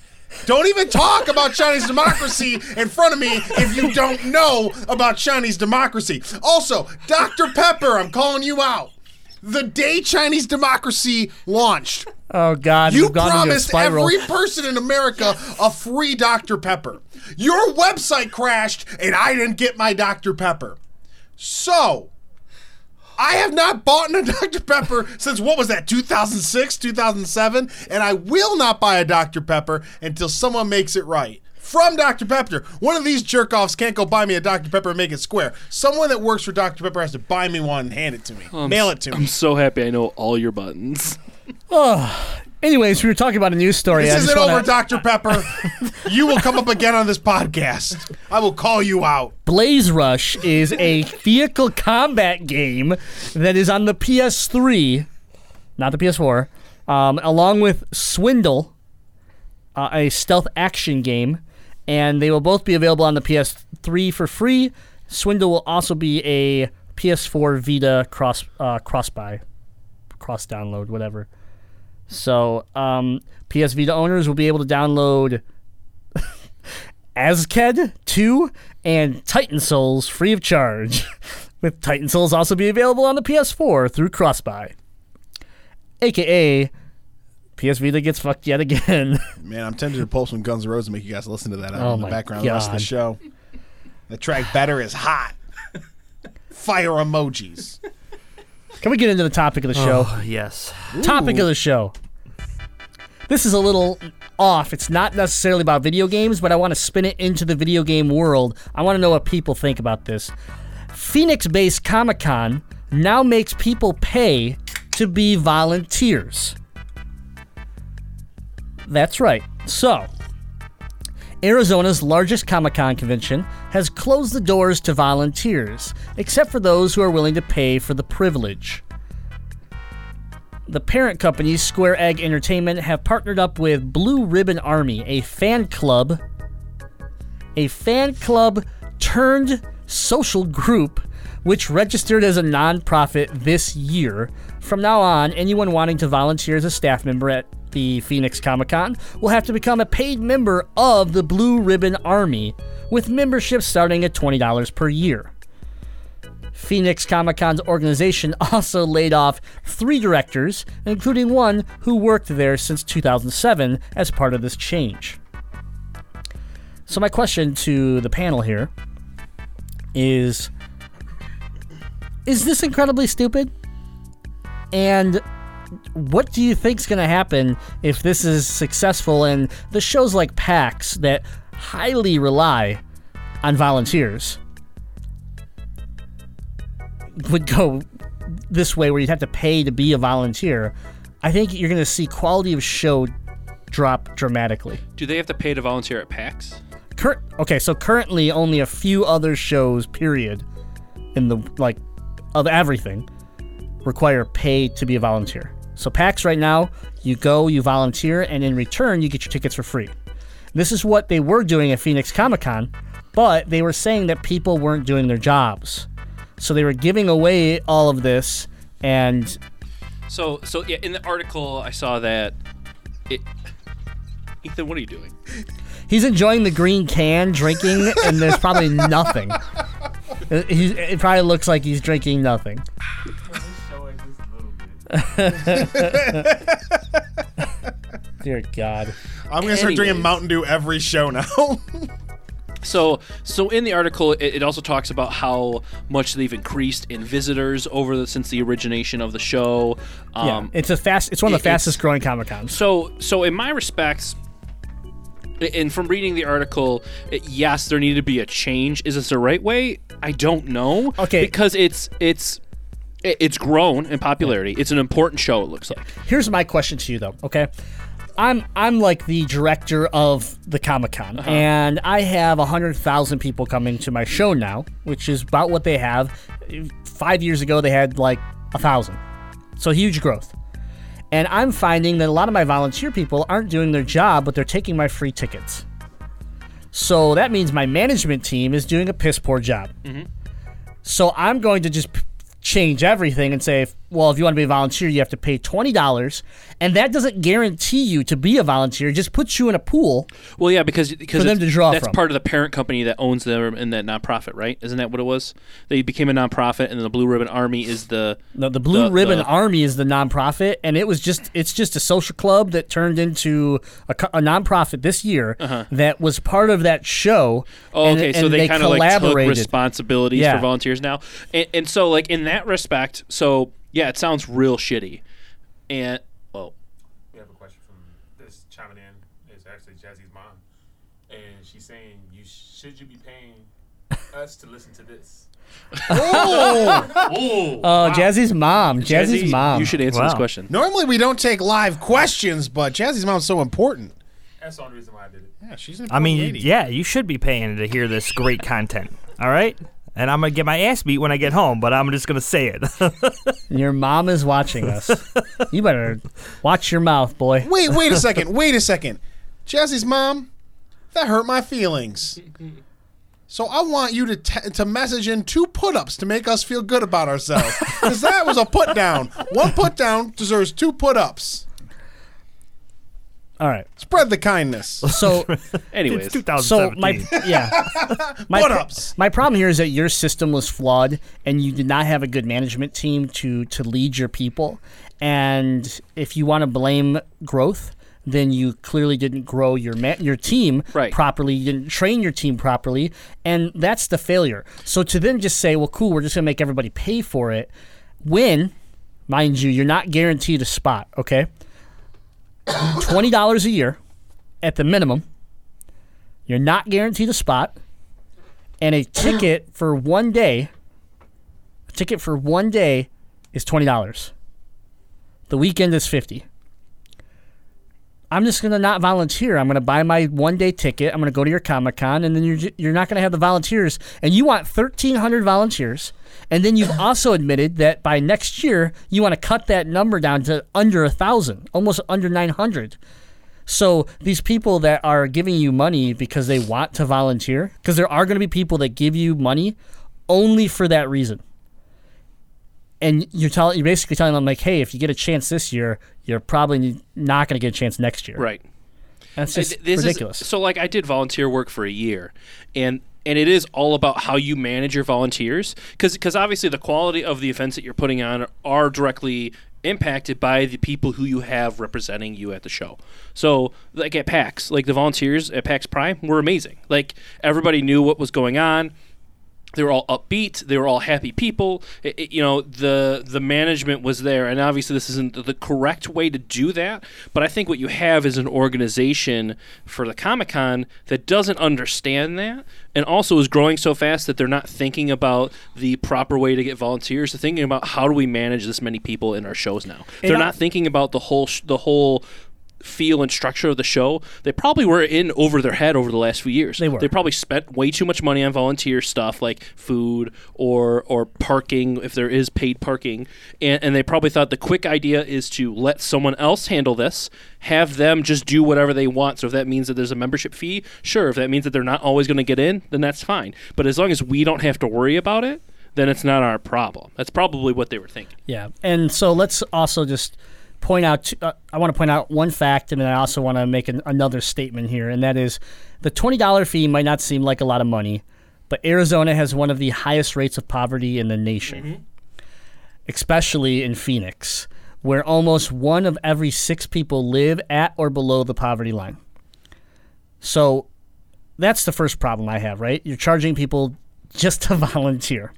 Speaker 4: Don't even talk about Chinese democracy in front of me if you don't know about Chinese democracy. Also, Dr. Pepper, I'm calling you out. The day Chinese democracy launched,
Speaker 2: oh God.
Speaker 4: you
Speaker 2: we've gone into a
Speaker 4: promised
Speaker 2: spiral.
Speaker 4: every person in America a free Dr. Pepper. Your website crashed and I didn't get my Dr. Pepper. So, I have not bought a Dr. Pepper since what was that, 2006, 2007? And I will not buy a Dr. Pepper until someone makes it right. From Dr. Pepper. One of these jerk offs can't go buy me a Dr. Pepper and make it square. Someone that works for Dr. Pepper has to buy me one and hand it to me.
Speaker 2: Oh,
Speaker 4: Mail it to me.
Speaker 3: I'm so happy I know all your buttons.
Speaker 2: Anyways, we were talking about a news story. I
Speaker 4: This
Speaker 2: just
Speaker 4: isn't
Speaker 2: wanna-
Speaker 4: over, Dr. Pepper. you will come up again on this podcast. I will call you out.
Speaker 2: Blaze Rush is a vehicle combat game that is on the PS3, not the PS4, um, along with Swindle, uh, a stealth action game, and they will both be available on the PS3 for free. Swindle will also be a PS4 Vita cross uh, cross buy, cross download, whatever. So um, PS Vita owners will be able to download. Azked 2 and Titan Souls free of charge. With Titan Souls also be available on the PS4 through Crossbuy. AKA PS Vita gets fucked yet again.
Speaker 4: Man, I'm tempted to pull some Guns N' Roses and make you guys listen to that
Speaker 2: Oh
Speaker 4: in the
Speaker 2: my
Speaker 4: background the rest of the
Speaker 2: God.
Speaker 4: show. The track Better is hot. Fire emojis.
Speaker 2: Can we get into the topic of the show?
Speaker 5: Oh, yes.
Speaker 2: Topic of the show. This is a little off. It's not necessarily about video games, but I want to spin it into the video game world. I want to know what people think about this. Phoenix based Comic Con now makes people pay to be volunteers. That's right. So, Arizona's largest Comic Con convention has closed the doors to volunteers, except for those who are willing to pay for the privilege. The parent company, Square Egg Entertainment, have partnered up with Blue Ribbon Army, a fan club a fan club turned social group which registered as a nonprofit this year. From now on, anyone wanting to volunteer as a staff member at the Phoenix Comic Con will have to become a paid member of the Blue Ribbon Army, with membership starting at $20 per year. Phoenix Comic Con's organization also laid off three directors, including one who worked there since 2007 as part of this change. So my question to the panel here is is this incredibly stupid? And what do you think's going to happen if this is successful and the shows like PAX that highly rely on volunteers would go this way where you'd have to pay to be a volunteer? I think you're going to see quality of show drop dramatically.
Speaker 3: Do they have to pay to volunteer at PAX?
Speaker 2: Cur- okay, so currently only a few other shows, period, in the like of everything, require pay to be a volunteer. So PAX right now, you go, you volunteer, and in return you get your tickets for free. This is what they were doing at Phoenix Comic Con, but they were saying that people weren't doing their jobs. So they were giving away all of this and
Speaker 3: So, so yeah, in the article I saw that. It, Ethan, what are you doing?
Speaker 2: He's enjoying the green can, drinking, and there's probably nothing. Uh, He, it probably looks like he's drinking nothing. Dear God.
Speaker 4: I'm gonna start drinking
Speaker 3: Anyways.
Speaker 4: Mountain Dew every show now.
Speaker 3: So, so in the article, it, it also talks about how much they've increased in visitors over the, since the origination of the show.
Speaker 2: Yeah,
Speaker 3: Um,
Speaker 2: it's a fast. It's one of the
Speaker 3: it- it's-
Speaker 2: fastest growing Comic Cons.
Speaker 3: So, so in my respects, a- and from reading the article, i- yes, there needed to be a change. Is this the right way? I don't know.
Speaker 2: Okay.
Speaker 3: because it's it's i- it's grown in popularity. It's an important show. It looks like.
Speaker 2: Here's my question to you, though. Okay, I'm I'm like the director of the Comic Con, and I have hundred thousand people coming to my show now, which is about what they have. Five years ago, they had like a thousand, so huge growth. And I'm finding that a lot of my volunteer people aren't doing their job, but they're taking my free tickets. So that means my management team is doing a piss poor job. So I'm going to just p- change everything and say, well, if you want to be a volunteer, you have to pay twenty dollars, and that doesn't guarantee you to be a volunteer. It just puts you in a pool.
Speaker 3: Well, yeah, because because
Speaker 2: For them
Speaker 3: it's-
Speaker 2: to draw
Speaker 3: that's
Speaker 2: from.
Speaker 3: part of the parent company that owns them and that nonprofit, right? Isn't that what it was? They became a nonprofit, and the Blue Ribbon Army is the
Speaker 2: No, the Blue Ribbon
Speaker 3: the-
Speaker 2: Army is the nonprofit, and it was just it's just a social club that turned into a, co- a nonprofit this year that was part of that show.
Speaker 3: Uh-huh. Oh,
Speaker 2: and-
Speaker 3: okay, so
Speaker 2: and
Speaker 3: they, kind of like took
Speaker 2: collaborated. Uh,
Speaker 3: responsibilities
Speaker 2: Yeah.
Speaker 3: for volunteers now, and, and so like in that respect, so yeah, it sounds real shitty, and well,
Speaker 7: We have a question from this chiming in. It's actually Jazzy's mom, and she's saying, "You should you be paying us to listen to this?"
Speaker 2: Oh, Jazzy's mom, Jazzy's
Speaker 3: Jazzy,
Speaker 2: mom.
Speaker 3: you should answer this
Speaker 5: Wow.
Speaker 3: question.
Speaker 4: Normally we don't take live questions, but Jazzy's mom's so important.
Speaker 7: That's the only reason why I did it.
Speaker 4: Yeah, she's an
Speaker 5: I
Speaker 4: important
Speaker 5: mean,
Speaker 4: lady.
Speaker 5: yeah, you should be paying to hear this great content. All right? And I'm going to get my ass beat when I get home, but I'm just going to say it.
Speaker 2: Your mom is watching us. you better watch your mouth, boy.
Speaker 4: Wait, wait a second. Wait a second. Jazzy's mom, that hurt my feelings. So I want you to t- to message in two put-ups to make us feel good about ourselves, because that was a put-down. One put-down deserves two put-ups.
Speaker 2: All right.
Speaker 4: Spread the kindness.
Speaker 2: So
Speaker 3: Anyways,
Speaker 5: it's 2017.
Speaker 2: so my yeah. My pro-
Speaker 4: Put-ups.
Speaker 2: My problem here is that your system was flawed, and you did not have a good management team to to lead your people. And if you want to blame growth, then you clearly didn't grow your ma- your team
Speaker 3: Right.
Speaker 2: properly. You didn't train your team properly, and that's the failure. So to then just say, "Well, cool, we're just gonna make everybody pay for it," when, mind you, you're not guaranteed a spot. Okay, twenty dollars a year at the minimum. You're not guaranteed a spot and a ticket for one day a ticket for one day is twenty dollars The weekend is 50. I'm just going to not volunteer. I'm going to buy my one day ticket. I'm going to go to your Comic Con, and then you're, ju- you're not going to have the volunteers. And you want 1,300 volunteers. And then you've also admitted that by next year, you want to cut that number down to under 1,000, almost under 900. So these people that are giving you money because they want to volunteer, because there are going to be people that give you money only for that reason and you're telling you're basically telling them like, hey, if you get a chance this year, you're probably not going to get a chance next year.
Speaker 3: Right.
Speaker 2: That's
Speaker 3: Uh,
Speaker 2: just
Speaker 3: th- this is-
Speaker 2: ridiculous.
Speaker 3: so like I did volunteer work for a year, and and it is all about how you manage your volunteers because obviously the quality of the events that you're putting on are directly impacted by the people who you have representing you at the show. So like at PAX, like the volunteers at PAX Prime were amazing. Like everybody knew what was going on they were all upbeat they were all happy people It- it- you know the the management was there and obviously this isn't the- the correct way to do that but i think what you have is an organization for the comic-con that doesn't understand that and also is growing so fast that they're not thinking about the proper way to get volunteers they're thinking about how do we manage this many people in our shows now they're
Speaker 2: I-
Speaker 3: not thinking about the whole sh- the whole feel and structure of the show they probably were in over their head over the last few years
Speaker 2: They were.
Speaker 3: they probably spent way too much money on volunteer stuff like food or or parking if there is paid parking and, and they probably thought the quick idea is to let someone else handle this have them just do whatever they want so if that means that there's a membership fee sure if that means that they're not always going to get in then that's fine but as long as we don't have to worry about it then it's not our problem that's probably what they were thinking
Speaker 2: yeah, and so let's also just point out. t- Uh, I want to point out one fact, and then I also want to make an, another statement here, and that is the twenty dollar fee might not seem like a lot of money, but Arizona has one of the highest rates of poverty in the nation, especially in Phoenix, where almost one of every six people live at or below the poverty line. So that's the first problem I have, right? You're charging people just to volunteer.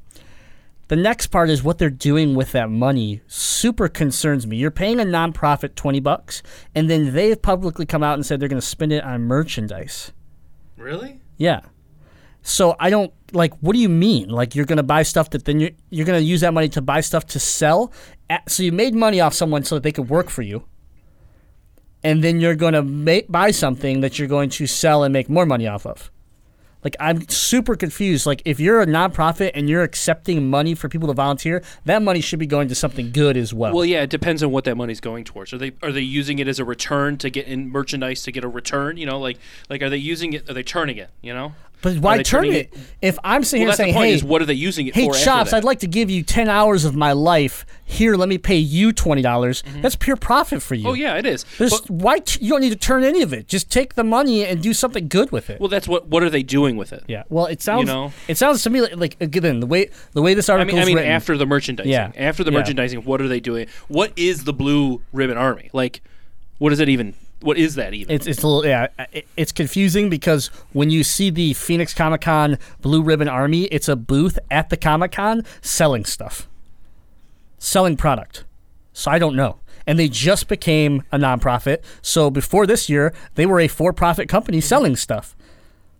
Speaker 2: The next part is what they're doing with that money super concerns me. You're paying a nonprofit 20 bucks and then they've publicly come out and said they're going to spend it on merchandise.
Speaker 3: really
Speaker 2: Yeah. So I don't like what do you mean? Like you're going to buy stuff that then you're you're going to use that money to buy stuff to sell? At, so you made money off someone so that they could work for you. And then you're going to ma- buy something that you're going to sell and make more money off of. Like I'm super confused. Like if you're a nonprofit and you're accepting money for people to volunteer, that money should be going to something good as well.
Speaker 3: Well, yeah, it depends on what that money's going towards. Are they are they using it as a return to get in merchandise to get a return? You know, like like are they using it? Are they turning it? You know,
Speaker 2: but
Speaker 3: Are
Speaker 2: why
Speaker 3: they
Speaker 2: turn
Speaker 3: turning
Speaker 2: it? If I'm sitting here
Speaker 3: Well, that's
Speaker 2: saying,
Speaker 3: the point.
Speaker 2: "Hey,
Speaker 3: is what are they using it
Speaker 2: hey
Speaker 3: for? after
Speaker 2: chops
Speaker 3: that?
Speaker 2: i'd like to give you 10 hours of my life here let me pay you $20 dollars that's pure profit for you
Speaker 3: Mm-hmm. Oh yeah, it is.
Speaker 2: There's,
Speaker 3: But-
Speaker 2: why t- you don't need to turn any of it just take the money and do something good with it
Speaker 3: well, that's what. What are they doing with it?
Speaker 2: yeah well it sounds
Speaker 3: know?
Speaker 2: it sounds to me like, like again the way the way this
Speaker 3: I
Speaker 2: article
Speaker 3: mean, I mean,
Speaker 2: written,
Speaker 3: after the merchandising,
Speaker 2: Yeah.
Speaker 3: after the
Speaker 2: Yeah.
Speaker 3: merchandising, what are they doing? What is the Blue Ribbon Army? Like, what is it even? What is that even?
Speaker 2: It's, it's a little yeah. It, it's confusing because when you see the Phoenix Comic Con Blue Ribbon Army, it's a booth at the Comic Con selling stuff, selling product. So I don't know. And they just became a nonprofit. So before this year, they were a for-profit company selling stuff.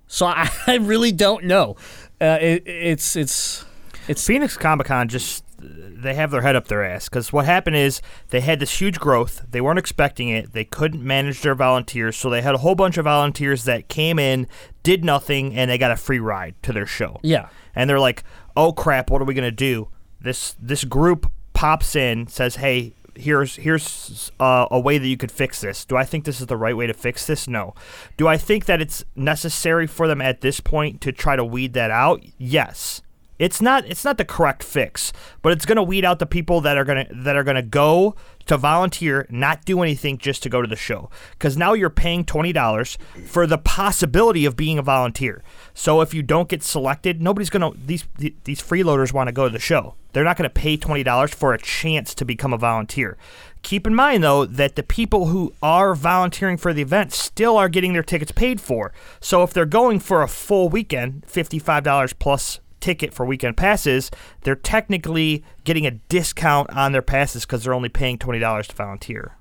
Speaker 2: So I, I really don't know. Uh, it, it's it's
Speaker 5: Phoenix Comic Con just they have their head up their ass because what happened is they had this huge growth. They weren't expecting it. They couldn't manage their volunteers, so they had a whole bunch of volunteers that came in, did nothing, and they got a free ride to their show.
Speaker 2: Yeah.
Speaker 5: and they're like, "Oh crap, what are we gonna do?" This this group pops in, says, "Hey." Here's here's uh, a way that you could fix this. Do I think this is the right way to fix this? No. Do I think that it's necessary for them at this point to try to weed that out? Yes. It's not it's not the correct fix, but it's going to weed out the people that are going to that are going to go to volunteer, not do anything just to go to the show. Cuz now you're paying $20 for the possibility of being a volunteer. So if you don't get selected, nobody's going to these th- these freeloaders want to go to the show. They're not going to pay $20 for a chance to become a volunteer. Keep in mind though that the people who are volunteering for the event still are getting their tickets paid for. So if they're going for a full weekend, $55 plus ticket for weekend passes, they're technically getting a discount on their passes because they're only paying twenty dollars to volunteer.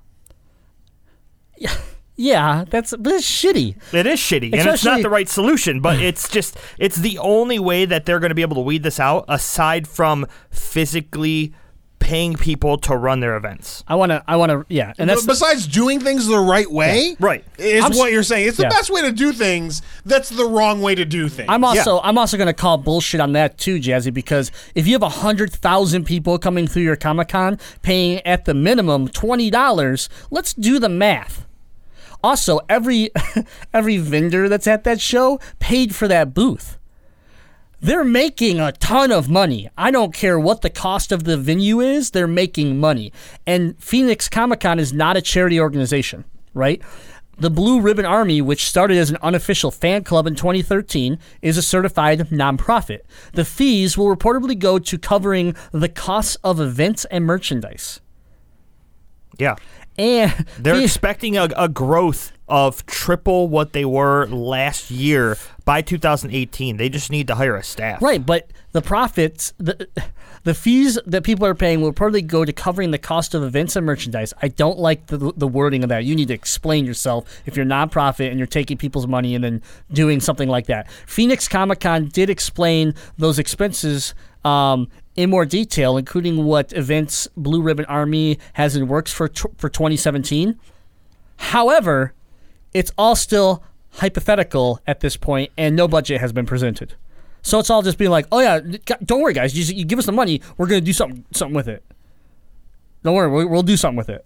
Speaker 2: yeah. That's but it's shitty.
Speaker 5: It is shitty, and it's not
Speaker 2: Especially-
Speaker 5: the right solution, but it's just it's the only way that they're going to be able to weed this out, aside from physically paying people to run their events.
Speaker 2: I want to. I want to. Yeah, and that's
Speaker 4: But besides doing things the right way,
Speaker 5: right.
Speaker 4: is
Speaker 2: I'm s-
Speaker 4: what you're saying. It's the
Speaker 2: Yeah.
Speaker 4: best way to do things. That's the wrong way to do things.
Speaker 2: I'm also I'm also gonna call bullshit on that too, Jazzy, because if you have hundred thousand people coming through your Comic Con paying at the minimum twenty dollars, let's do the math. Also, every every vendor that's at that show paid for that booth. They're making a ton of money. I don't care what the cost of the venue is, they're making money. And Phoenix Comic Con is not a charity organization, right? The Blue Ribbon Army, which started as an unofficial fan club in 2013, is a certified nonprofit. The fees will reportedly go to covering the costs of events and merchandise.
Speaker 5: Yeah.
Speaker 2: And
Speaker 5: They're
Speaker 2: Phoenix-
Speaker 5: expecting a, a growth of triple what they were last year by 2018. They just need to hire a staff.
Speaker 2: Right, but the profits, the the fees that people are paying will probably go to covering the cost of events and merchandise. I don't like the the wording of that. You need to explain yourself if you're a nonprofit and you're taking people's money and then doing something like that. Phoenix Comic Con did explain those expenses um, in more detail, including what events Blue Ribbon Army has in works for tw- for 2017. However, it's all still hypothetical at this point, and no budget has been presented. So it's all just being like, "Oh yeah, gu- don't worry, guys. You, just- you give us the money, we're gonna do something something with it. Don't worry, we- we'll do something with it."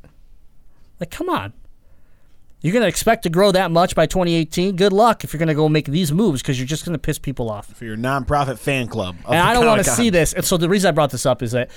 Speaker 2: Like, come on. You're gonna expect to grow that much by 2018. Good luck if you're gonna go make these moves because you're just gonna piss people off
Speaker 4: for your nonprofit fan club. of
Speaker 2: and
Speaker 4: the
Speaker 2: I don't want to
Speaker 4: Comic-Con.
Speaker 2: see this. And so the reason I brought this up is that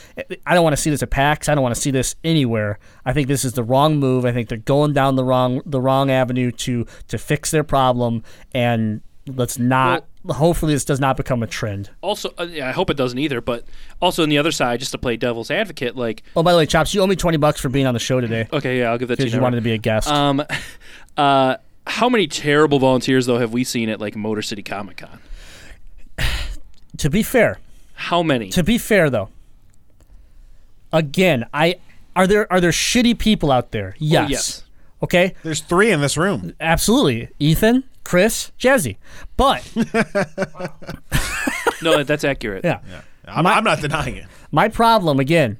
Speaker 2: I don't want to see this at PAX. I don't want to see this anywhere. I think this is the wrong move. I think they're going down the wrong the wrong avenue to to fix their problem. And let's not. hopefully, this does not become a trend.
Speaker 3: Also, uh, yeah, I hope it doesn't either. But also on the other side, just to play devil's advocate, like
Speaker 2: Oh, by the way, chops, you owe me twenty bucks for being on the show today
Speaker 3: okay, yeah, I'll give that to you.
Speaker 2: because you
Speaker 3: now.
Speaker 2: wanted to be a guest.
Speaker 3: Um, uh, how many terrible volunteers though have we seen at like Motor City Comic Con?
Speaker 2: to be fair,
Speaker 3: How many?
Speaker 2: to be fair though, again, I are there are there shitty people out there? Yes.
Speaker 3: yes.
Speaker 2: Okay.
Speaker 4: There's three in this room.
Speaker 2: Absolutely. Ethan, Chris, Jazzy, but.
Speaker 3: no, that's accurate.
Speaker 2: Yeah.
Speaker 4: I'm, I'm not denying it.
Speaker 2: My problem again,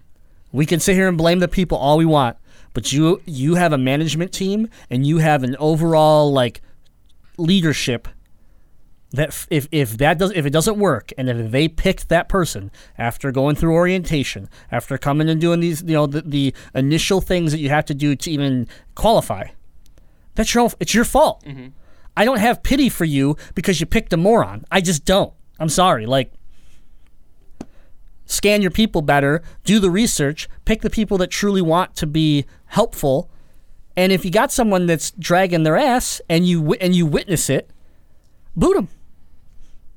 Speaker 2: we can sit here and blame the people all we want, but you you have a management team and you have an overall like leadership that f- if, if that does if it doesn't work and if they picked that person after going through orientation after coming and doing these you know the, the initial things that you have to do to even qualify that's your own, it's your fault i don't have pity for you because you picked a moron i just don't i'm sorry like scan your people better, do the research, pick the people that truly want to be helpful. And if you got someone that's dragging their ass and you wi- and you witness it, boot them.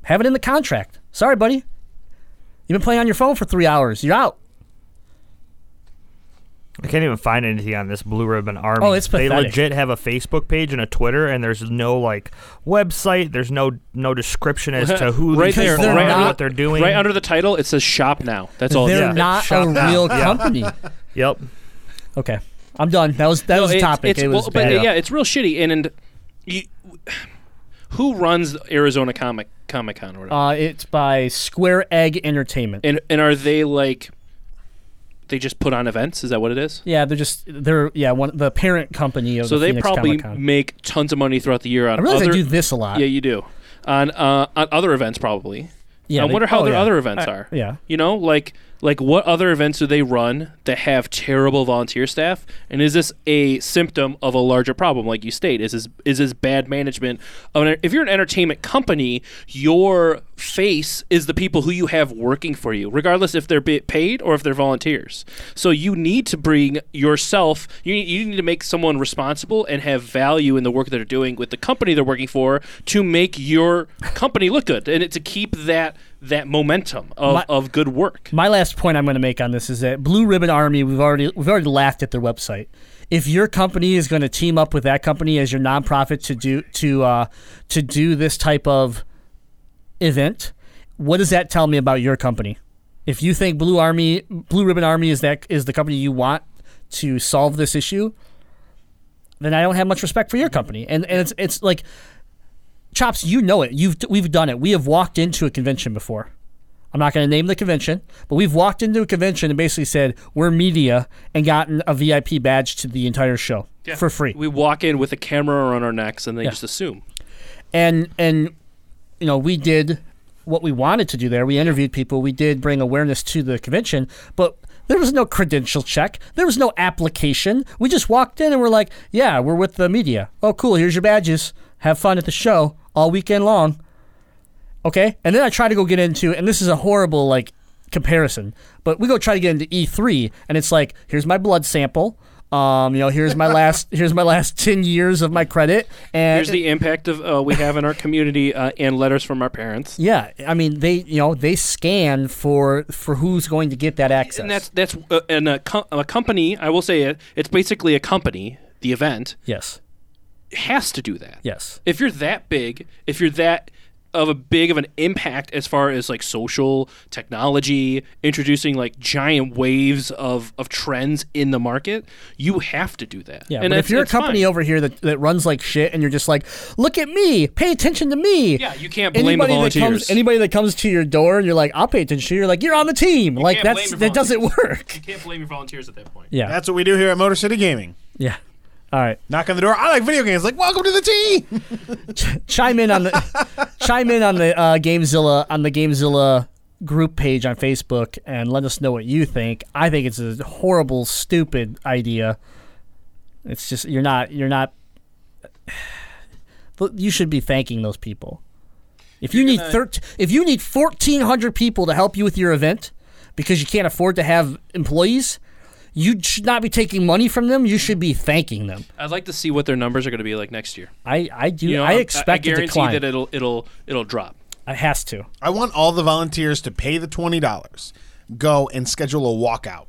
Speaker 2: Have it in the contract. Sorry, buddy. You've been playing on your phone for 3 hours. You're out.
Speaker 5: I can't even find anything on this Blue Ribbon Army.
Speaker 2: Oh, it's
Speaker 5: They
Speaker 2: pathetic.
Speaker 5: legit have a Facebook page and a Twitter, and there's no like website. There's no no description as to who
Speaker 3: right
Speaker 5: these
Speaker 3: there,
Speaker 5: people
Speaker 2: they're
Speaker 5: are,
Speaker 2: not-
Speaker 5: what they're doing.
Speaker 3: Right under the title, it says "Shop Now." That's all. it
Speaker 2: They're
Speaker 3: says.
Speaker 5: yeah.
Speaker 2: not
Speaker 5: Shut
Speaker 2: a
Speaker 5: up.
Speaker 2: real company.
Speaker 5: Yep.
Speaker 2: Okay. I'm done. That was that was the
Speaker 3: It's-
Speaker 2: topic.
Speaker 3: it's-
Speaker 2: it was
Speaker 3: well, but
Speaker 2: bad.
Speaker 3: yeah, it's real shitty. And and you, who runs Arizona Comic Comic Con or whatever?
Speaker 2: Uh, it's by Square Egg Entertainment.
Speaker 3: and and are they like? They just put on events. Is that what it is?
Speaker 2: yeah, they're just they're yeah one the parent company of the
Speaker 3: So they
Speaker 2: Phoenix
Speaker 3: probably
Speaker 2: Comic-Con.
Speaker 3: make tons of money throughout the year on
Speaker 2: I realize
Speaker 3: other.
Speaker 2: I do this a lot.
Speaker 3: yeah, you do. On uh, on other events probably.
Speaker 2: Yeah,
Speaker 3: I
Speaker 2: they-
Speaker 3: wonder how
Speaker 2: oh,
Speaker 3: their
Speaker 2: yeah.
Speaker 3: other events
Speaker 2: I-
Speaker 3: are.
Speaker 2: yeah.
Speaker 3: You know, like like what other events do they run that have terrible volunteer staff? And is this a symptom of a larger problem, like you state? Is this is this bad management? Of an, if you're an entertainment company, your face is the people who you have working for you, regardless if they're be- paid or if they're volunteers. So you need to bring yourself. You need, you need to make someone responsible and have value in the work that they're doing with the company they're working for to make your company look good and to keep that that momentum of,
Speaker 2: My-
Speaker 3: of good work.
Speaker 2: My last point I'm going to make on this is that Blue Ribbon Army, we've already we've already laughed at their website. If your company is going to team up with that company as your nonprofit to do to uh, to do this type of event, what does that tell me about your company? If you think Blue Army, Blue Ribbon Army is that is the company you want to solve this issue, then I don't have much respect for your company. And and it's it's like, chops, you know it. You've we've done it. We have walked into a convention before I'm not going to name the convention, but we've walked into a convention and basically said we're media and gotten a VIP badge to the entire show
Speaker 3: Yeah.
Speaker 2: for free.
Speaker 3: We walk in with a camera around our necks, and they just assume.
Speaker 2: and and you know we did what we wanted to do there. We interviewed people. We did bring awareness to the convention, but there was no credential check. There was no application. We just walked in and we're like, "Yeah, we're with the media. Oh, cool. Here's your badges. Have fun at the show all weekend long." Okay, and then I try to go get into, and this is a horrible like comparison, but we go try to get into E3, and it's like, here's my blood sample. Um, you know, here's my last, here's my last ten years of my credit, and
Speaker 3: Here's the impact of uh, we have in our community uh, and letters from our parents.
Speaker 2: Yeah, I mean they you know they scan for for who's going to get that access.
Speaker 3: And that's that's uh, and a, co- a company. I will say it. It's basically a company. The event
Speaker 2: yes,
Speaker 3: has to do that.
Speaker 2: yes,
Speaker 3: if you're that big, if you're that of a big of an impact as far as like social technology, introducing like giant waves of of trends in the market, you have to do that.
Speaker 2: yeah. but if you're a company over here that, that runs like shit, and you're just like, look at me, pay attention to me.
Speaker 3: Yeah, you can't blame the
Speaker 2: That comes,
Speaker 3: volunteers.
Speaker 2: anybody that comes to your door and you're like, I'll pay attention. to you," You're like, you're on the team. like
Speaker 3: can't
Speaker 2: that's
Speaker 3: blame the
Speaker 2: that doesn't work.
Speaker 3: you can't blame your volunteers at that point.
Speaker 2: Yeah,
Speaker 4: That's what we do here at Motor City Gaming.
Speaker 2: yeah. All right,
Speaker 4: Knock on the door. I like video games. Like, welcome to the team.
Speaker 2: chime in on the chime in on the uh, Gamezilla on the Gamezilla group page on Facebook and let us know what you think. I think it's a horrible, stupid idea. It's just you're not you're not. But You should be thanking those people. If you need thir- if you need fourteen hundred people to help you with your event because you can't afford to have employees, you should not be taking money from them. You should be thanking them.
Speaker 3: I'd like to see what their numbers are going to be like next year.
Speaker 2: I I do
Speaker 3: You know,
Speaker 2: I
Speaker 3: I'm-
Speaker 2: expect
Speaker 3: I
Speaker 2: a
Speaker 3: guarantee
Speaker 2: decline.
Speaker 3: that it'll it'll it'll drop.
Speaker 2: it has to.
Speaker 4: I want all the volunteers to pay the twenty dollars, go and schedule a walkout.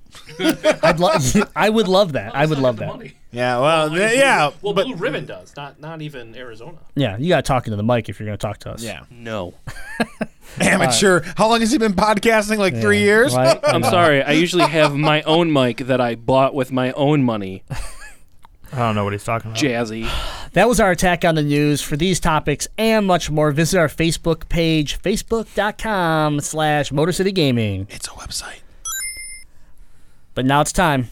Speaker 2: I'd love. I would love that. I would love that.
Speaker 4: Yeah, well, th- yeah,
Speaker 3: Well,
Speaker 4: but
Speaker 3: Blue Ribbon does not not even Arizona.
Speaker 2: Yeah, you got to talk into the mic if you're going to talk to us.
Speaker 4: yeah,
Speaker 3: No,
Speaker 4: amateur. How long has he been podcasting? Like three years.
Speaker 2: Right?
Speaker 3: I'm sorry. I usually have my own mic that I bought with my own money.
Speaker 5: I don't know what he's talking about.
Speaker 3: Jazzy.
Speaker 2: That was our attack on the news. For these topics and much more, visit our Facebook page, facebook.com slash Motor City Gaming.
Speaker 4: It's a website.
Speaker 2: But now it's time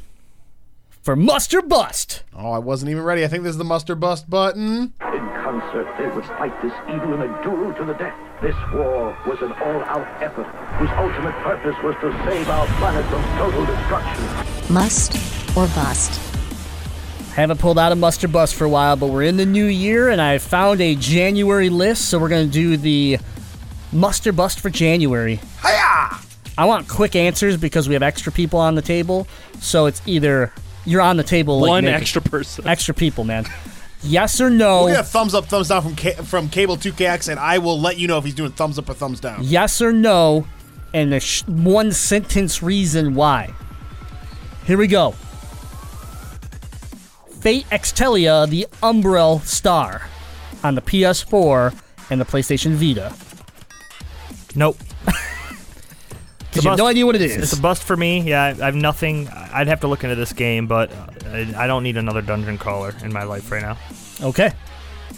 Speaker 2: for Muster Bust.
Speaker 4: Oh, I wasn't even ready. I think this is the muster bust button.
Speaker 1: In concert, they would fight this evil in a duel to the death. This war was an all-out effort whose ultimate purpose was to save our planet from total destruction.
Speaker 6: Must or bust.
Speaker 2: Haven't pulled out a Muster Bust for a while, but we're in the new year, and I found a January list, so we're going to do the Muster Bust for January.
Speaker 4: Hiya!
Speaker 2: I want quick answers because we have extra people on the table, so it's either you're on the table like
Speaker 3: One
Speaker 2: naked.
Speaker 3: extra person.
Speaker 2: extra people, man. Yes or
Speaker 4: We
Speaker 2: no?
Speaker 4: got a thumbs up, thumbs down from K- from Cable Two KX, and I will let you know if he's doing thumbs up or thumbs down.
Speaker 2: Yes or no? And a sh- one sentence reason why. Here we go. Fate Extelia, the Umbrel Star, on the PS4 and the PlayStation Vita.
Speaker 5: Nope.
Speaker 2: Because you have
Speaker 5: bust.
Speaker 2: no idea what it is.
Speaker 5: It's a bust for me. Yeah, I I have nothing. I'd have to look into this game, but I, I don't need another dungeon crawler in my life right now.
Speaker 2: okay.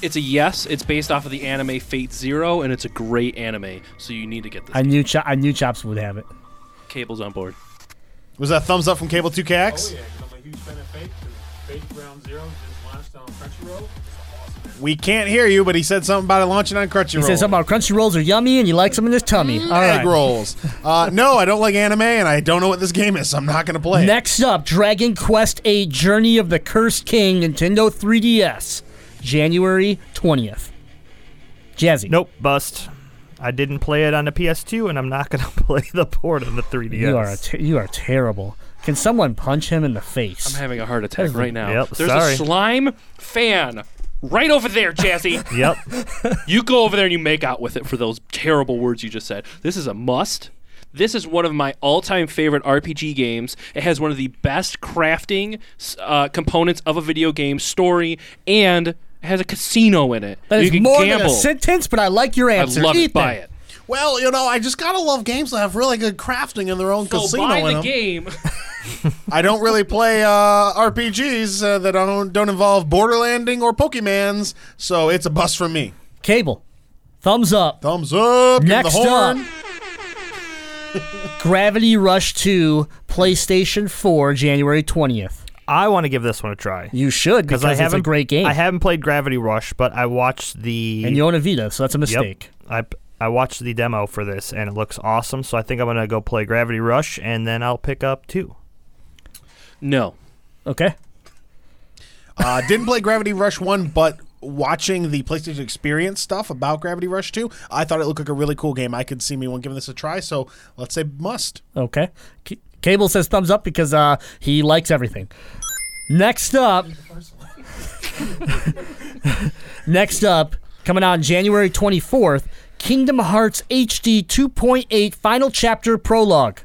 Speaker 3: It's a yes. It's based off of the anime Fate Zero, and it's a great anime. So you need to get this.
Speaker 2: I knew Cho- I knew Chops would have it.
Speaker 3: Cable's on board.
Speaker 2: Mm-hmm.
Speaker 4: Was that thumbs up from Cable Two
Speaker 7: Oh
Speaker 4: KX?
Speaker 7: yeah, 'cause I'm a huge fan of Fake. 'cause Fake Ground Zero just launched on Crunchyroll. It's awesome. man.
Speaker 4: We can't hear you, but he said something about it launching on Crunchyroll.
Speaker 2: He said something about crunchy rolls are yummy and he likes them in his tummy. All right.
Speaker 4: Mm. egg rolls. Uh, no, I don't like anime, and I don't know what this game is. so I'm not gonna play. it.
Speaker 2: Next up, Dragon Quest VIII Journey of the Cursed King, Nintendo 3DS, January 20th. Jazzy.
Speaker 5: Nope, bust. I didn't play it on the PS2, and I'm not gonna play the port on the 3DS.
Speaker 2: You are a te- you are terrible. Can someone punch him in the face?
Speaker 3: I'm having a heart attack right now.
Speaker 5: Yep,
Speaker 3: There's
Speaker 5: sorry.
Speaker 3: a slime fan right over there, Jazzy.
Speaker 5: yep.
Speaker 3: you go over there and you make out with it for those terrible words you just said. This is a must. This is one of my all-time favorite RPG games. It has one of the best crafting s- uh, components of a video game story, and it has a casino in it.
Speaker 2: that
Speaker 3: you
Speaker 2: is
Speaker 3: can
Speaker 2: more
Speaker 3: gamble.
Speaker 2: than a sentence, but I like your
Speaker 3: I
Speaker 2: answer.
Speaker 3: love
Speaker 2: Ethan.
Speaker 3: it. Buy it.
Speaker 4: Well, you know, I just gotta love games that have really good crafting in their own
Speaker 3: So
Speaker 4: casino.
Speaker 3: buy
Speaker 4: in
Speaker 3: the
Speaker 4: them.
Speaker 3: game.
Speaker 4: I don't really play uh, RPGs uh, that don't don't involve borderlanding or Pokemans, so it's a bust for me.
Speaker 2: Cable, thumbs up.
Speaker 4: Thumbs up. give 'em
Speaker 2: Next
Speaker 4: the horn.
Speaker 2: up, Gravity Rush 2, PlayStation 4, January 20th.
Speaker 5: I want to give this one a try.
Speaker 2: You should because
Speaker 5: I
Speaker 2: it's
Speaker 5: haven't
Speaker 2: a great game.
Speaker 5: I haven't played Gravity Rush, but I watched the
Speaker 2: and you own a Vita, so that's a
Speaker 5: Yep.
Speaker 2: mistake.
Speaker 5: I I watched the demo for this and it looks awesome, so I think I'm gonna go play Gravity Rush and then I'll pick up two.
Speaker 3: No.
Speaker 2: Okay.
Speaker 4: Uh, didn't play Gravity Rush 1, but watching the PlayStation Experience stuff about Gravity Rush 2, I thought it looked like a really cool game. I could see me one giving this a try, so let's say must.
Speaker 2: Okay. C- Cable says thumbs up because uh, he likes everything. Next up. Next up, coming on January 24th, Kingdom Hearts HD 2.8 Final Chapter Prologue.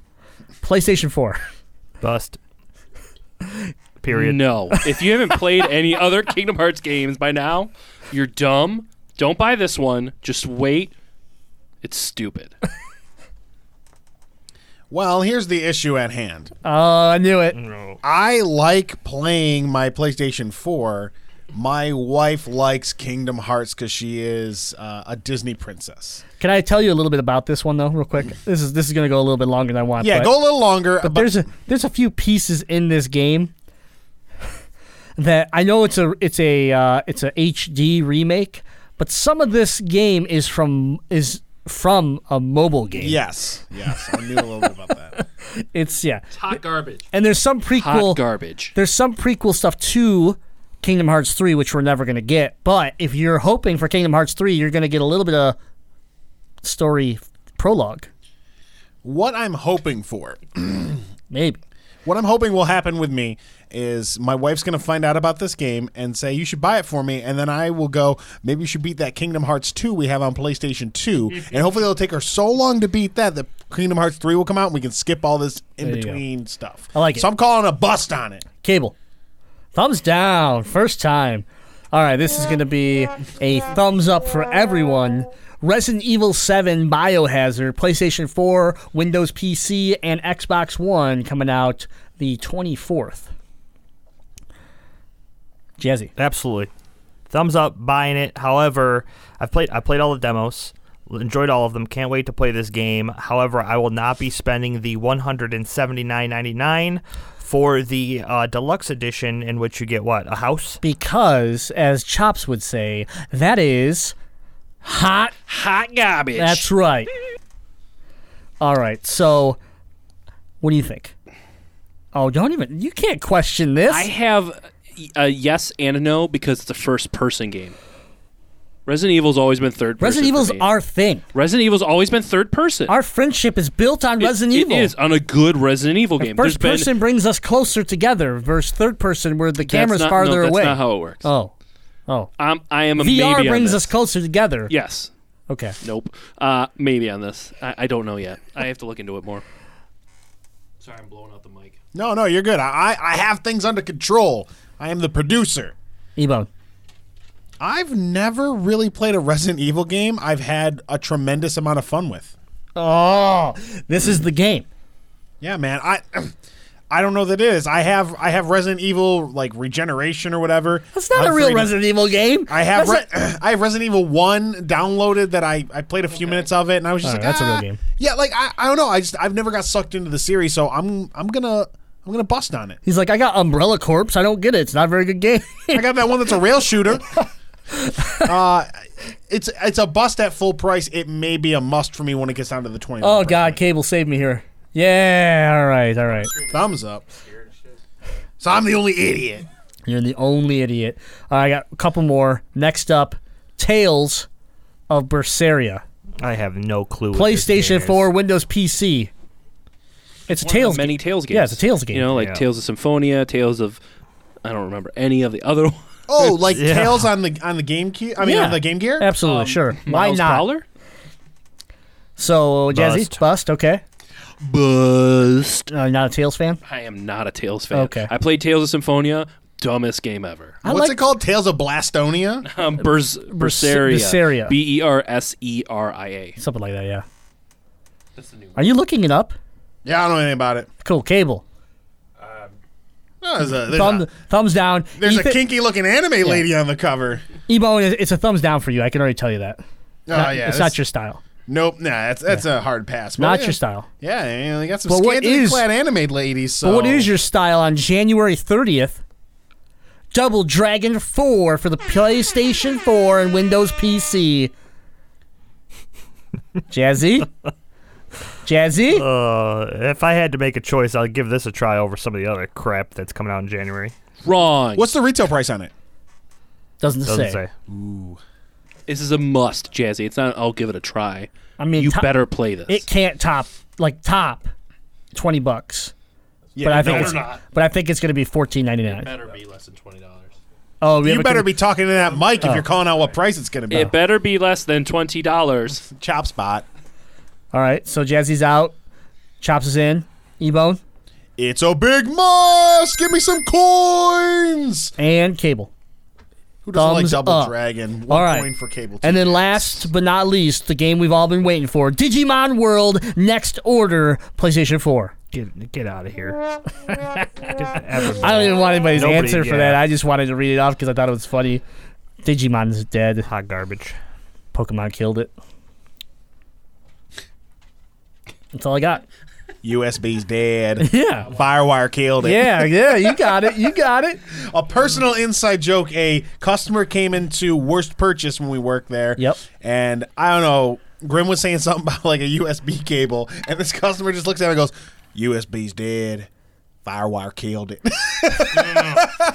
Speaker 2: PlayStation 4.
Speaker 5: Bust. Period.
Speaker 3: No. If you haven't played any other Kingdom Hearts games by now, you're dumb. Don't buy this one. Just wait. It's stupid.
Speaker 4: Well, here's the issue at hand.
Speaker 2: Oh, I knew
Speaker 4: Mm.
Speaker 2: it.
Speaker 4: I like playing my PlayStation 4. My wife likes Kingdom Hearts because she is uh, a Disney princess.
Speaker 2: Can I tell you a little bit about this one though, real quick? This is this is gonna go a little bit longer than I want.
Speaker 4: Yeah,
Speaker 2: but-
Speaker 4: go a little longer.
Speaker 2: But there's a there's a few pieces in this game that I know it's a it's a uh, it's a HD remake, but some of this game is from is from a mobile game.
Speaker 4: yes, yes, I knew a little bit about that.
Speaker 2: it's yeah,
Speaker 3: Hot garbage.
Speaker 2: and there's some
Speaker 3: Hot
Speaker 2: prequel
Speaker 3: garbage.
Speaker 2: there's some prequel stuff to Kingdom Hearts 3, which we're never going to get. But if you're hoping for Kingdom Hearts 3, you're going to get a little bit of story prologue,
Speaker 4: What I'm hoping for
Speaker 2: maybe.
Speaker 4: What I'm hoping will happen with me is my wife's going to find out about this game and say, You should buy it for me. And then I will go, Maybe you should beat that Kingdom Hearts 2 we have on PlayStation 2. and hopefully it'll take her so long to beat that that Kingdom Hearts 3 will come out and we can skip all this in
Speaker 2: you go.
Speaker 4: between stuff.
Speaker 2: I like it.
Speaker 4: So I'm calling a bust on it.
Speaker 2: Cable. Thumbs down. First time. All right, this is going to be a thumbs up for everyone. Resident Evil 7 Biohazard, PlayStation 4, Windows PC, and Xbox One coming out the 24th. Jazzy.
Speaker 5: Absolutely. Thumbs up buying it. However, I've played I played all the demos, enjoyed all of them. Can't wait to play this game. However, I will not be spending the 179.99 for the uh, deluxe edition in which you get what? A house?
Speaker 2: Because, as Chops would say, that is hot
Speaker 3: Hot garbage.
Speaker 2: That's right. All right. So, what do you think? Oh, don't even. You can't question this.
Speaker 3: I have a yes and a no because it's a first person game. Resident Evil's always been third person.
Speaker 2: Resident
Speaker 3: for
Speaker 2: Evil's
Speaker 3: me.
Speaker 2: our thing.
Speaker 3: Resident Evil's always been third person.
Speaker 2: Our friendship is built on
Speaker 3: It-
Speaker 2: Resident Evil.
Speaker 3: It is on a good Resident Evil game.
Speaker 2: First
Speaker 3: There's
Speaker 2: person
Speaker 3: been,
Speaker 2: brings us closer together versus third person where the
Speaker 3: that's
Speaker 2: camera's
Speaker 3: not,
Speaker 2: farther
Speaker 3: no, that's
Speaker 2: away.
Speaker 3: not how it works.
Speaker 2: oh. Oh.
Speaker 3: I'm, I am a
Speaker 2: VR
Speaker 3: maybe on
Speaker 2: brings
Speaker 3: this.
Speaker 2: us closer together.
Speaker 3: Yes.
Speaker 2: Okay.
Speaker 3: Nope. Uh, maybe on this. I, I don't know yet. I have to look into it more. Sorry, I'm blowing out the mic.
Speaker 4: No, no, you're good. I, I- I have things under control. I am the producer.
Speaker 2: Ebone.
Speaker 4: I've never really played a Resident Evil game I've had a tremendous amount of fun with.
Speaker 2: Oh, this is the game.
Speaker 4: Yeah, man. I I don't know that it is. I have I have Resident Evil like Regeneration or whatever.
Speaker 2: That's not
Speaker 4: I'm
Speaker 2: a real
Speaker 4: afraid-
Speaker 2: Resident Evil game.
Speaker 4: I have
Speaker 2: Resi-
Speaker 4: Re- I have Resident Evil One downloaded that I, I played a few minutes of it and I was just
Speaker 2: All
Speaker 4: like
Speaker 2: right, that's a real
Speaker 4: "Ah."
Speaker 2: game.
Speaker 4: Yeah, like I, I don't know. I just I've never got sucked into the series, so I'm I'm gonna I'm gonna bust on it.
Speaker 2: He's like, I got Umbrella Corpse. I don't get it. It's not a very good game.
Speaker 4: I got that one that's a rail shooter. uh, it's it's a bust at full price. It may be a must for me when it gets down to the twenty.
Speaker 2: Oh God, Cable saved me here. Yeah, all right, all right.
Speaker 4: thumbs up. So I'm the only idiot.
Speaker 2: You're the only idiot. All right, I got a couple more. Next up, Tales of Berseria,
Speaker 5: I have no clue. what this game
Speaker 2: PlayStation
Speaker 5: is.
Speaker 2: 4, Windows PC. It's a
Speaker 3: One of the
Speaker 2: Tales.
Speaker 3: many
Speaker 2: game.
Speaker 3: Tales games.
Speaker 2: Yeah, it's a Tales game.
Speaker 3: You know, like
Speaker 5: Yeah.
Speaker 3: Tales of Symphonia, Tales of. I don't remember any of the other ones.
Speaker 4: Oh, like Tails on the on the Game Gear. I mean,
Speaker 2: Yeah.
Speaker 4: on the Game Gear.
Speaker 2: Absolutely, sure. Why
Speaker 3: Miles
Speaker 2: not?
Speaker 3: Prowler?
Speaker 2: So Jazzy bust,
Speaker 5: Bust.
Speaker 2: okay.
Speaker 3: Bust.
Speaker 2: Uh, not a Tales fan.
Speaker 3: I am not a Tales fan.
Speaker 2: Okay.
Speaker 3: I played Tales of Symphonia. Dumbest game ever.
Speaker 2: I
Speaker 4: What's
Speaker 2: like
Speaker 4: it called? Tales of Blastonia.
Speaker 3: Um, Bers- Berseria.
Speaker 2: Berseria.
Speaker 3: B E R S E R I A.
Speaker 2: something like that. Yeah.
Speaker 3: That's the new one.
Speaker 2: Are you looking it up?
Speaker 4: Yeah, I don't know anything about it.
Speaker 2: Cool. Cable.
Speaker 4: No, there's a, there's
Speaker 2: Thumb,
Speaker 4: a,
Speaker 2: thumbs down.
Speaker 4: there's a
Speaker 2: Ethan-
Speaker 4: kinky looking anime lady on the cover.
Speaker 2: Ebone, it's a thumbs down for you. I can already tell you that.
Speaker 4: Oh
Speaker 2: Not-
Speaker 4: yeah,
Speaker 2: it's
Speaker 4: this-
Speaker 2: not your style.
Speaker 4: Nope, nah, that's that's a hard pass. But
Speaker 2: Not
Speaker 4: yeah.
Speaker 2: your style.
Speaker 4: Yeah, you know, they got some
Speaker 2: But what
Speaker 4: scantily
Speaker 2: is-
Speaker 4: clad anime ladies. So
Speaker 2: But what is your style on January 30th? Double Dragon 4 for the PlayStation 4 and Windows PC. Jazzy? Jazzy?
Speaker 5: Uh, if I had to make a choice, I'd give this a try over some of the other crap that's coming out in January.
Speaker 3: Wrong.
Speaker 4: What's the retail price on it?
Speaker 2: Doesn't, say.
Speaker 5: Doesn't say.
Speaker 3: This is a must, Jazzy. It's not. I'll give it a try.
Speaker 2: I mean,
Speaker 3: you
Speaker 2: top-
Speaker 3: better play this.
Speaker 2: It can't top, like, top 20 bucks. but I think
Speaker 3: better
Speaker 2: it's,
Speaker 3: not.
Speaker 2: but I think it's going to be 14.99.
Speaker 3: better be less than twenty dollars.
Speaker 2: Oh, we have
Speaker 4: You
Speaker 2: a
Speaker 4: better
Speaker 2: con- Oh.
Speaker 4: be talking to that mic if you're calling out what price it's going to be.
Speaker 3: It better be less than twenty dollars.
Speaker 4: Chop spot.
Speaker 2: All right, so Jazzy's out. Chops is in. E-Bone
Speaker 4: It's a big must. Give me some coins.
Speaker 2: and Cable.
Speaker 4: Who doesn't like
Speaker 2: Thumbs
Speaker 4: Double
Speaker 2: up.
Speaker 4: Dragon?
Speaker 2: All
Speaker 4: One
Speaker 2: right.
Speaker 4: coin for cable.
Speaker 2: And then
Speaker 4: TV.
Speaker 2: last but not least, the game we've all been waiting for Digimon World Next Order PlayStation 4.
Speaker 5: Get get out of here.
Speaker 2: I don't even want anybody's
Speaker 5: Nobody-
Speaker 2: answer for
Speaker 5: yeah.
Speaker 2: that. I just wanted to read it off because I thought it was funny. Digimon is dead.
Speaker 5: Hot garbage.
Speaker 2: Pokemon killed it. That's all I got.
Speaker 4: USB's dead.
Speaker 2: Yeah.
Speaker 4: Firewire killed it.
Speaker 2: Yeah, yeah, you got it. You got it.
Speaker 4: A personal inside joke. A customer came into worst purchase when we worked there.
Speaker 2: Yep.
Speaker 4: And I don't know. Grim was saying something about like a USB cable, and this customer just looks at him and goes, "USB's dead. Firewire killed it."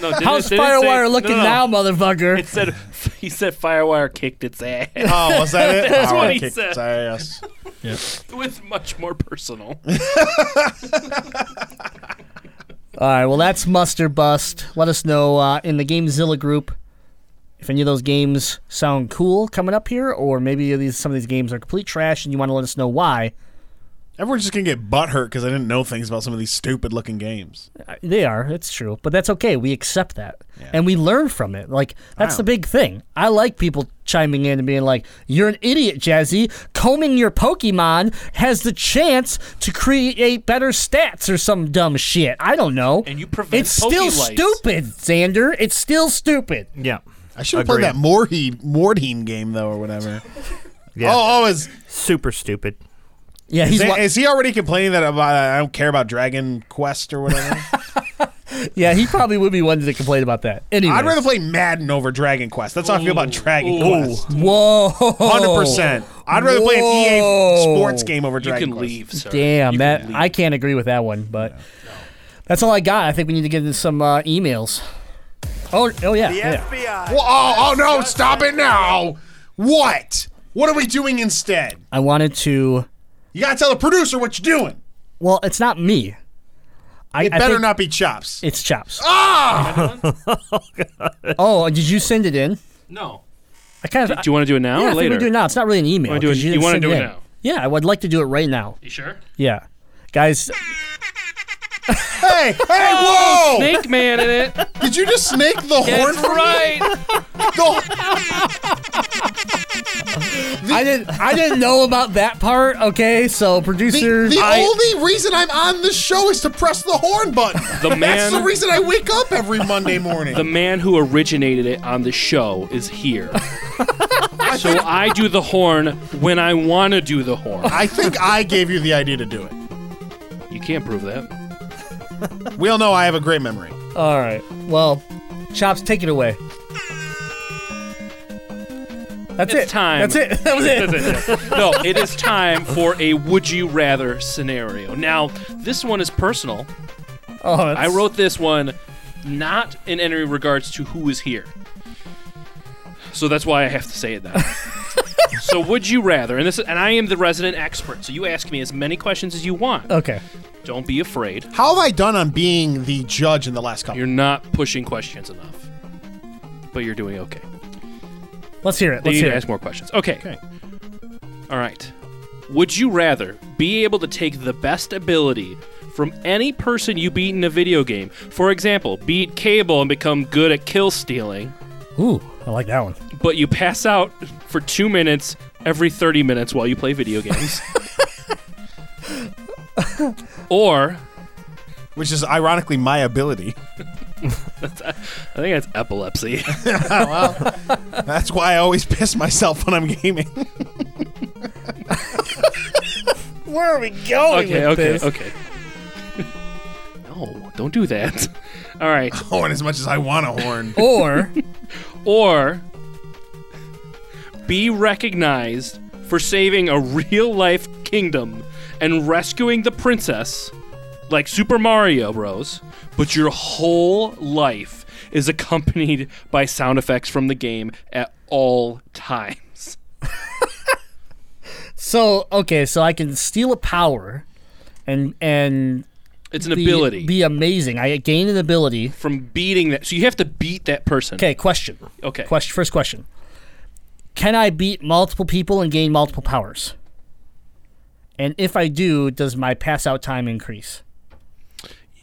Speaker 3: No, didn't-
Speaker 2: How's
Speaker 3: didn't say-
Speaker 2: Firewire
Speaker 3: no,
Speaker 2: looking
Speaker 3: no.
Speaker 2: now, motherfucker?
Speaker 3: It said he said Firewire kicked its ass.
Speaker 4: oh, was that it?
Speaker 3: That's what
Speaker 4: Firewire
Speaker 3: he
Speaker 4: kicked
Speaker 3: said.
Speaker 4: its ass.
Speaker 3: with much more personal.
Speaker 2: All right, well, that's Muster Bust. Let us know uh, in the GameZilla group if any of those games sound cool coming up here, or maybe these some of these games are complete trash and you want to let us know why.
Speaker 4: Everyone's just gonna get butthurt because I didn't know things about some of these stupid looking games.
Speaker 2: Uh, They are, it's true, but that's okay. We accept that. And we learn from it. Like, that's the big thing. I like people chiming in and being like, You're an idiot, Jazzy. Combing your Pokemon has the chance to create better stats or some dumb shit. I don't know.
Speaker 3: And you prevent
Speaker 2: It's still
Speaker 3: Pokelites.
Speaker 2: stupid, Xander. It's still stupid.
Speaker 5: Yeah.
Speaker 4: I should have played that Morheed Mordheim game though, or whatever.
Speaker 5: Yeah.
Speaker 4: Oh, oh, is
Speaker 5: Super stupid.
Speaker 2: Yeah,
Speaker 4: is,
Speaker 2: he's wa-
Speaker 4: is he already complaining that about I don't care about Dragon Quest or whatever?
Speaker 2: Yeah, he probably would be one to complain about that. Anyway,
Speaker 4: I'd rather play Madden over Dragon Quest. That's how I feel about Dragon Quest.
Speaker 2: Whoa,
Speaker 4: Hundred percent. I'd rather play an EA
Speaker 2: Whoa.
Speaker 4: sports game over
Speaker 3: You
Speaker 4: Dragon
Speaker 3: can
Speaker 4: Quest.
Speaker 3: leave, sir.
Speaker 2: Damn,
Speaker 3: You can
Speaker 2: that
Speaker 3: leave.
Speaker 2: I can't agree with that one, but that's all I got. I think we need to get into some uh, emails. Oh, oh yeah, yeah.
Speaker 4: Whoa, oh, oh no! Stop it now! What? What are we doing instead?
Speaker 2: I wanted to.
Speaker 4: You gotta tell the producer what you're doing.
Speaker 2: Well, it's not me. I,
Speaker 4: It
Speaker 2: I
Speaker 4: better
Speaker 2: think
Speaker 4: not be Chops.
Speaker 2: It's chops.
Speaker 4: ah!
Speaker 2: Oh, did you send it in?
Speaker 3: No.
Speaker 2: I kind of.
Speaker 3: Do you want to do it now
Speaker 2: yeah,
Speaker 3: or
Speaker 2: I
Speaker 3: later?
Speaker 2: think we do it now. It's not really an email.
Speaker 3: wanna do it-
Speaker 2: 'cause
Speaker 3: you
Speaker 2: didn't
Speaker 3: wanna
Speaker 2: send
Speaker 3: do it
Speaker 2: in.
Speaker 3: now?
Speaker 2: Yeah, I would like to do it right now.
Speaker 3: You sure?
Speaker 2: Yeah, guys.
Speaker 4: Hey! Hey! Whoa!
Speaker 3: Snake Man in it. That's
Speaker 4: Did you just snake the horn from
Speaker 3: right.
Speaker 4: the?
Speaker 2: I didn't. I didn't know about that part. Okay, so producer.
Speaker 4: The, the
Speaker 2: I-
Speaker 4: only reason I'm on this show is to press the horn button.
Speaker 3: The
Speaker 4: That's the
Speaker 3: man.
Speaker 4: reason I wake up every Monday morning.
Speaker 3: The man who originated it on the show is here. so I do the horn when I want to do the horn.
Speaker 4: I think I gave you the idea to do it.
Speaker 3: You can't prove that.
Speaker 4: We all know I have a great memory.
Speaker 2: All right. Well, Chops, take it away. That's
Speaker 3: It's
Speaker 2: it.
Speaker 3: time.
Speaker 2: That's it. That was it.
Speaker 3: no, it is time for a would you rather scenario. Now, this one is personal.
Speaker 2: Oh, that's-
Speaker 3: I wrote this one not in any regards to who is here. So that's why I have to say it now. so would you rather and this and I am the resident expert, so you ask me as many questions as you want.
Speaker 2: Okay.
Speaker 3: Don't be afraid.
Speaker 4: How have I done on being the judge in the last couple?
Speaker 3: You're not pushing questions enough. But you're doing okay.
Speaker 2: Let's hear it.
Speaker 3: They
Speaker 2: Let's
Speaker 3: need
Speaker 2: hear
Speaker 3: to
Speaker 2: it.
Speaker 3: ask more questions. Okay. All right. Would you rather be able to take the best ability from any person you beat in a video game? For example, beat Cable and become good at kill stealing,
Speaker 2: Ooh, I like that one.
Speaker 3: but you pass out for two minutes every 30 minutes while you play video games. or,
Speaker 4: Which is ironically my ability.
Speaker 3: I think that's epilepsy.
Speaker 4: That's why I always piss myself when I'm gaming.
Speaker 2: Where are we going
Speaker 3: Okay,
Speaker 2: with
Speaker 3: okay,
Speaker 2: this?
Speaker 3: okay. no, don't do that. All right.
Speaker 4: horn as much as I want a horn.
Speaker 2: Or
Speaker 3: Or be recognized for saving a real life kingdom and rescuing the princess like Super Mario Bros, but your whole life is accompanied by sound effects from the game at all times.
Speaker 2: so okay, so I can steal a power, and and
Speaker 3: It's an
Speaker 2: be,
Speaker 3: ability
Speaker 2: be amazing. I gain an ability.
Speaker 3: from beating that. So you have to beat that person.
Speaker 2: Okay, question.
Speaker 3: Okay.
Speaker 2: Question. First question. Can I beat multiple people and gain multiple powers? And if I do, does my pass out time increase?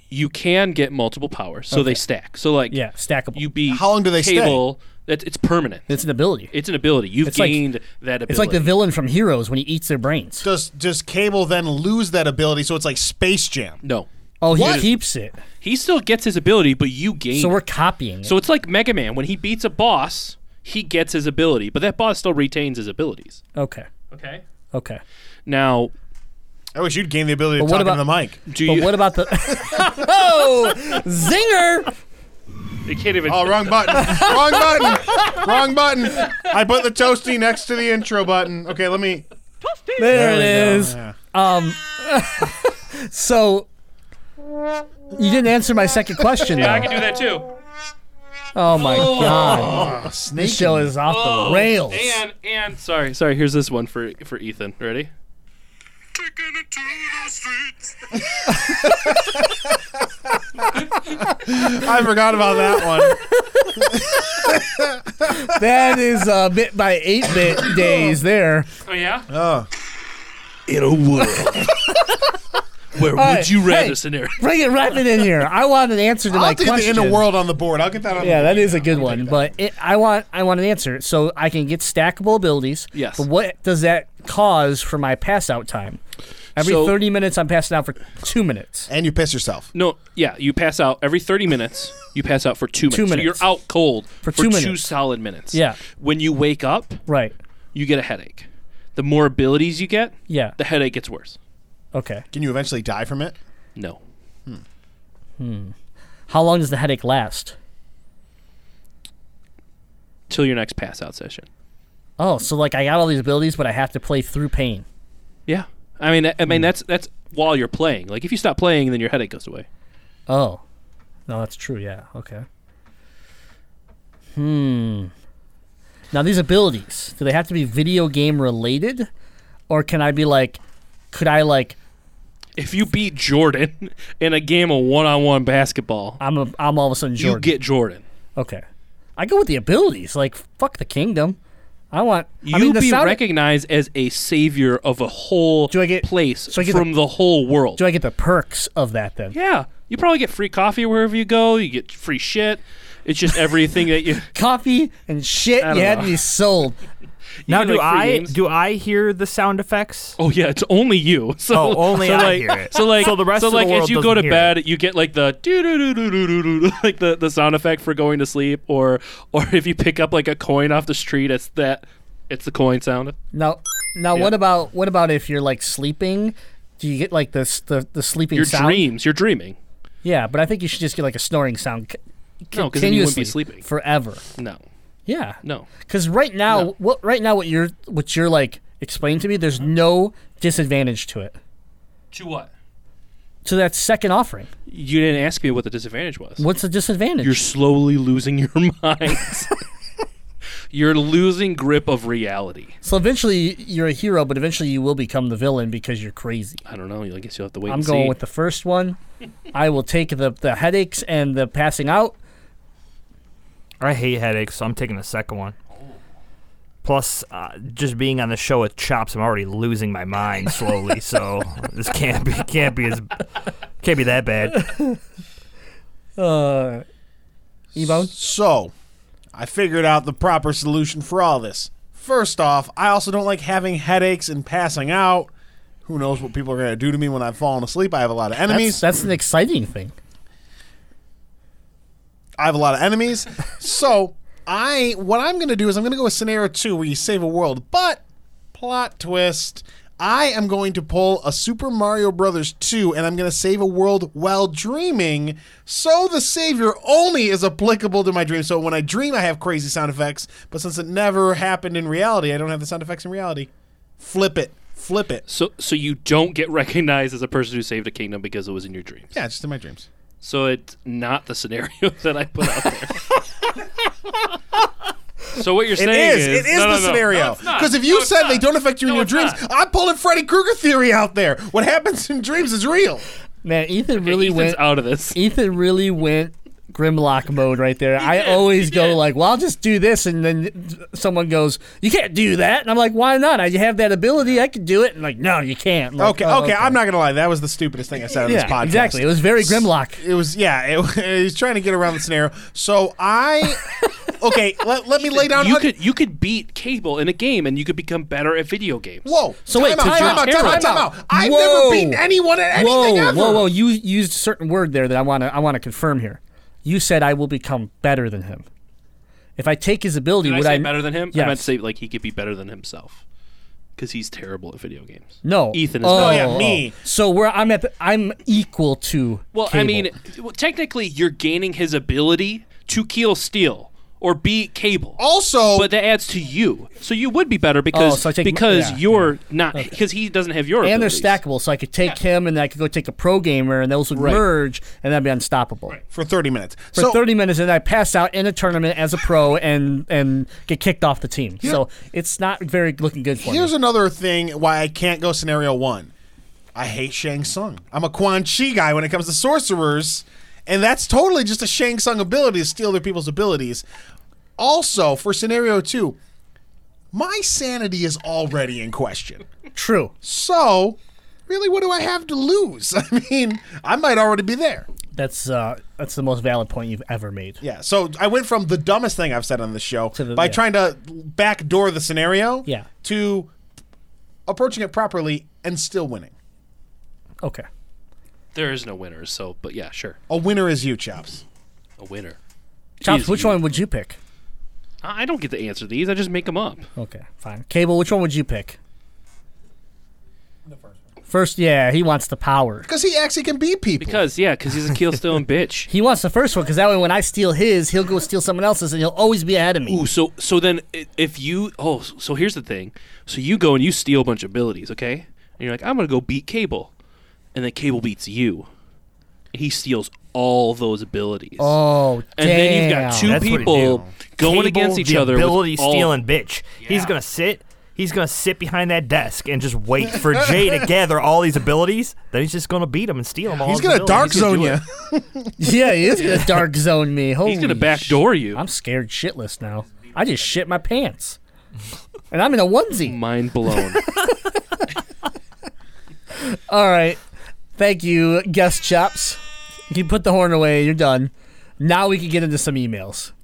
Speaker 3: You can get multiple powers, so they stack. So like
Speaker 2: Yeah, stackable.
Speaker 3: you beat
Speaker 4: How long do they stay?
Speaker 3: cable. That's it's permanent.
Speaker 2: it's an ability.
Speaker 3: It's an ability. You've
Speaker 2: It's like-
Speaker 3: gained that ability.
Speaker 2: It's like the villain from Heroes when he eats their brains.
Speaker 4: Does does Cable then lose that ability? So it's like Space Jam.
Speaker 3: No.
Speaker 2: Oh, he
Speaker 3: What?
Speaker 2: keeps it.
Speaker 3: He still gets his ability, but you gain.
Speaker 2: So
Speaker 3: it.
Speaker 2: we're copying. it.
Speaker 3: so it's like Mega Man. When he beats a boss, he gets his ability, but that boss still retains his abilities.
Speaker 2: okay,
Speaker 3: Okay.
Speaker 2: okay.
Speaker 3: Now,
Speaker 4: I wish you'd gain the ability to
Speaker 2: But what
Speaker 4: talk into the
Speaker 2: about-
Speaker 4: mic.
Speaker 3: do
Speaker 2: But
Speaker 3: you?
Speaker 2: what about the? oh, zinger!
Speaker 3: I can't even.
Speaker 4: Oh, wrong button. wrong button. Wrong button. I put the toasty next to the intro button. Okay, let me.
Speaker 2: There, it
Speaker 4: we go,
Speaker 2: is.
Speaker 4: yeah.
Speaker 2: Um, so you didn't answer my second question.
Speaker 3: Yeah, I
Speaker 2: though.
Speaker 3: can do that too.
Speaker 2: Oh my god,
Speaker 4: Oh, snake.
Speaker 2: this show is off the rails.
Speaker 3: And and sorry, sorry. Here's this one for for Ethan. Ready?
Speaker 4: I forgot about that one.
Speaker 2: That is a bit by eight bit days there.
Speaker 3: Oh yeah.
Speaker 4: In a world.
Speaker 3: Where would
Speaker 2: right,
Speaker 3: you rather
Speaker 2: hey.
Speaker 3: scenario?
Speaker 2: Bring it rapid in here. I want an answer to
Speaker 4: I'll
Speaker 2: my
Speaker 4: get
Speaker 2: question.
Speaker 4: the in a world on the board. I'll get that on.
Speaker 2: Yeah,
Speaker 4: the
Speaker 2: that is a good one, but it, I want I want an answer. So I can get stackable abilities.
Speaker 3: Yes.
Speaker 2: But what does that cause for my pass out time? Every
Speaker 3: So-
Speaker 2: 30 minutes, I'm passing out for two minutes.
Speaker 4: And you piss yourself.
Speaker 3: No, yeah, you pass out every 30 minutes. You pass out for two minutes.
Speaker 2: Two
Speaker 3: So
Speaker 2: minutes.
Speaker 3: you're out cold for,
Speaker 2: two minutes.
Speaker 3: solid minutes.
Speaker 2: Yeah.
Speaker 3: When you wake up,
Speaker 2: Right.
Speaker 3: you get a headache. The more abilities you get,
Speaker 2: Yeah.
Speaker 3: the headache gets worse.
Speaker 2: Okay.
Speaker 4: Can you eventually die from it?
Speaker 3: No.
Speaker 2: How long does the headache last?
Speaker 3: Till your next pass out session.
Speaker 2: Oh, so like I got all these abilities, but I have to play through pain.
Speaker 3: Yeah. I mean, I- I mean that's that's while you're playing. Like if you stop playing, then your headache goes away.
Speaker 2: Oh. No, that's true. Yeah. Okay. Hmm. Now, these abilities, do they have to be video game related? Or can I be like, could I like,
Speaker 3: If you beat Jordan in a game of one-on-one basketball,
Speaker 2: I'm, a, I'm all of a sudden Jordan?
Speaker 3: you get Jordan.
Speaker 2: Okay. I go with the abilities. Like, fuck the kingdom. I want.
Speaker 3: You
Speaker 2: I mean, the
Speaker 3: be
Speaker 2: sound,
Speaker 3: recognized as a savior of a whole
Speaker 2: Do I get-
Speaker 3: place
Speaker 2: so I get
Speaker 3: from the, whole world.
Speaker 2: Do I get the perks of that then?
Speaker 3: Yeah, you probably get free coffee wherever you go. You get free shit. It's just everything that you. you
Speaker 2: Coffee and shit,
Speaker 3: I
Speaker 2: you
Speaker 3: don't
Speaker 2: had
Speaker 3: know.
Speaker 2: me sold.
Speaker 5: Now,
Speaker 3: get,
Speaker 5: do
Speaker 3: like, free
Speaker 5: I
Speaker 3: games.
Speaker 5: do I hear the sound effects?
Speaker 3: Oh yeah, it's only you. So
Speaker 5: Oh, only
Speaker 3: so
Speaker 5: I
Speaker 3: like,
Speaker 5: hear it.
Speaker 3: So like,
Speaker 5: So the rest
Speaker 3: so
Speaker 5: of the
Speaker 3: like, as
Speaker 5: world
Speaker 3: you go to
Speaker 5: doesn't hear
Speaker 3: bed, you get like the doo doo doo doo doo doo doo, like the, the sound effect for going to sleep, or or if you pick up like a coin off the street, it's that, it's the coin sound.
Speaker 2: Now, now
Speaker 3: Yeah.
Speaker 2: what about what about if you're like sleeping? Do you get like this the the sleeping
Speaker 3: Your
Speaker 2: sound?
Speaker 3: dreams, you're dreaming.
Speaker 2: Yeah, but I think you should just get like a snoring sound c-
Speaker 3: No, because then you wouldn't
Speaker 2: continuously
Speaker 3: be sleeping.
Speaker 2: forever.
Speaker 3: No,
Speaker 2: Yeah,
Speaker 3: no.
Speaker 2: Because right now,
Speaker 3: No.
Speaker 2: what right now what you're what you're like explaining to me, there's no disadvantage to it
Speaker 3: To what?
Speaker 2: to that second offering.
Speaker 3: You didn't ask me what the disadvantage was.
Speaker 2: What's the disadvantage?
Speaker 3: You're slowly losing your mind. you're losing grip of reality.
Speaker 2: So eventually you're a hero, but eventually you will become the villain because you're crazy.
Speaker 3: I don't know. I guess you'll have to wait.
Speaker 2: I'm
Speaker 3: and
Speaker 2: going
Speaker 3: see.
Speaker 2: with the first one. I will take the, the headaches and the passing out.
Speaker 5: I hate headaches, so I'm taking the second one. Plus, uh, just being on the show with chops, I'm already losing my mind slowly. so this can't be can't be as can't be that bad.
Speaker 2: Uh, E-Bone?
Speaker 4: So, I figured out the proper solution for all this. First off, I also don't like having headaches and passing out. Who knows what people are going to do to me when I've fallen asleep? I have a lot of
Speaker 2: That's,
Speaker 4: enemies.
Speaker 2: that's an exciting thing.
Speaker 4: I have a lot of enemies. so, I what I'm going to do is I'm going to go with scenario 2 where you save a world, but plot twist, I am going to pull a Super Mario Brothers 2 and I'm going to save a world while dreaming. So the savior only is applicable to my dream. So when I dream, I have crazy sound effects. But since it never happened in reality, I don't have the sound effects in reality. Flip it. Flip it.
Speaker 3: So, so you don't get recognized as a person who saved a kingdom because it was in your dreams.
Speaker 4: Yeah, it's just in my dreams.
Speaker 3: So it's not the scenario that I put out there. so what you're
Speaker 4: It
Speaker 3: saying
Speaker 4: is. It is
Speaker 3: no, no,
Speaker 4: the
Speaker 3: no.
Speaker 4: scenario.
Speaker 3: No, it's not.
Speaker 4: Because if you
Speaker 3: No, it's
Speaker 4: said they
Speaker 3: not.
Speaker 4: don't affect you in
Speaker 3: No,
Speaker 4: your
Speaker 3: it's
Speaker 4: dreams,
Speaker 3: not.
Speaker 4: I'm pulling Freddy Krueger theory out there. What happens in dreams is real.
Speaker 2: Man, Ethan
Speaker 3: Okay,
Speaker 2: really
Speaker 3: Ethan's
Speaker 2: went
Speaker 3: out of this.
Speaker 2: Ethan really went Grimlock mode right there. I always go like, "Well, I'll just do this," and then someone goes, "You can't do that," and I'm like, "Why not? I have that ability. I can do it." And like, "No, you can't." I'm like,
Speaker 4: Okay,
Speaker 2: "Oh,
Speaker 4: okay, I'm not gonna lie. That was the stupidest thing I said on this
Speaker 2: Yeah,
Speaker 4: podcast.
Speaker 2: exactly. It was very Grimlock.
Speaker 4: It was yeah. It, it was trying to get around the scenario. So I, okay, let, let me lay down.
Speaker 3: You
Speaker 4: un-
Speaker 3: could you could beat cable in a game, and you could become better at video games.
Speaker 4: whoa.
Speaker 2: So
Speaker 4: time
Speaker 2: wait,
Speaker 4: out,
Speaker 2: time
Speaker 4: time
Speaker 2: out,
Speaker 4: out, time out, time out. I've
Speaker 2: Whoa.
Speaker 4: never beaten anyone at anything
Speaker 2: whoa,
Speaker 4: ever.
Speaker 2: whoa, whoa! You used a certain word there that I want to I want to confirm here. You said I will become better than him. If I take his ability,
Speaker 3: Did I
Speaker 2: would
Speaker 3: say
Speaker 2: I
Speaker 3: better than him?
Speaker 2: Yes.
Speaker 3: I meant to say like he could be better than himself because he's terrible at video games.
Speaker 2: No,
Speaker 3: Ethan is
Speaker 4: Oh,
Speaker 3: better.
Speaker 4: yeah, me.
Speaker 2: So where I'm at, the, I'm equal to.
Speaker 3: Well, I
Speaker 2: Cable.
Speaker 3: mean, well, technically, you're gaining his ability to kill steel or beat cable.
Speaker 4: Also,
Speaker 3: but that adds to you, so you would be better because
Speaker 2: Oh, so I take-
Speaker 3: because
Speaker 2: yeah,
Speaker 3: you're not because he doesn't have your
Speaker 2: and they're
Speaker 3: abilities.
Speaker 2: stackable, so I could take him, and I could go take a pro gamer, and those would merge, and that'd be unstoppable.
Speaker 4: for 30 minutes.
Speaker 2: For
Speaker 4: so
Speaker 2: 30 minutes, and I pass out in a tournament as a pro, and and get kicked off the team. so it's not very looking good for
Speaker 4: Here's
Speaker 2: me.
Speaker 4: another thing why I can't go scenario one. I hate Shang Tsung. I'm a Quan Chi guy when it comes to sorcerers, and that's totally just a Shang Tsung ability to steal other people's abilities. Also, for scenario two, my sanity is already in question.
Speaker 2: True.
Speaker 4: So, really, what do I have to lose? I mean, I might already be there.
Speaker 2: That's uh, that's the most valid point you've ever made.
Speaker 4: Yeah. So I went from the dumbest thing I've said on this show
Speaker 2: the-
Speaker 4: by
Speaker 2: yeah.
Speaker 4: trying to backdoor the scenario
Speaker 2: Yeah.
Speaker 4: to approaching it properly and still winning.
Speaker 2: Okay.
Speaker 3: There is no winner, so but yeah, sure,
Speaker 4: A winner is you, Chops.
Speaker 3: a winner.
Speaker 2: Chops,
Speaker 3: Jeez,
Speaker 2: which
Speaker 3: you-
Speaker 2: one would you pick?
Speaker 3: I I don't get to answer these. I just make them up.
Speaker 2: Okay, fine. Cable, which one would you pick? The first one. First, yeah, he wants the power.
Speaker 4: Because he actually can beat people.
Speaker 3: Because yeah, because he's a Keelstone bitch.
Speaker 2: He wants the first one because that way, when I steal his, he'll go steal someone else's, and he'll always be ahead of me.
Speaker 3: Ooh, so so then i- if you oh s- so here's the thing, so you go and you steal a bunch of abilities, okay? And you're like, I'm gonna go beat Cable, and then Cable beats you. He steals all those abilities.
Speaker 2: Oh,
Speaker 3: and
Speaker 2: damn.
Speaker 3: then you've got two
Speaker 5: That's what he
Speaker 3: people going
Speaker 5: Cable,
Speaker 3: against each
Speaker 5: the
Speaker 3: other. with
Speaker 5: Ability
Speaker 3: all-
Speaker 5: stealing bitch. He's gonna sit. He's gonna sit behind that desk and just wait for Jay to gather all these abilities. Then he's just gonna beat him and steal them all.
Speaker 4: he's
Speaker 5: his
Speaker 4: going to
Speaker 5: abilities.
Speaker 4: dark
Speaker 3: He's gonna
Speaker 4: zone
Speaker 3: do
Speaker 4: you.
Speaker 3: it.
Speaker 2: Yeah, he is gonna dark zone me. Holy
Speaker 3: He's gonna backdoor you.
Speaker 2: I'm scared shitless now. I just shit my pants, and I'm in a onesie.
Speaker 3: Mind blown.
Speaker 2: All right, thank you, guest chops. You put the horn away. You're done. Now we can get into some emails.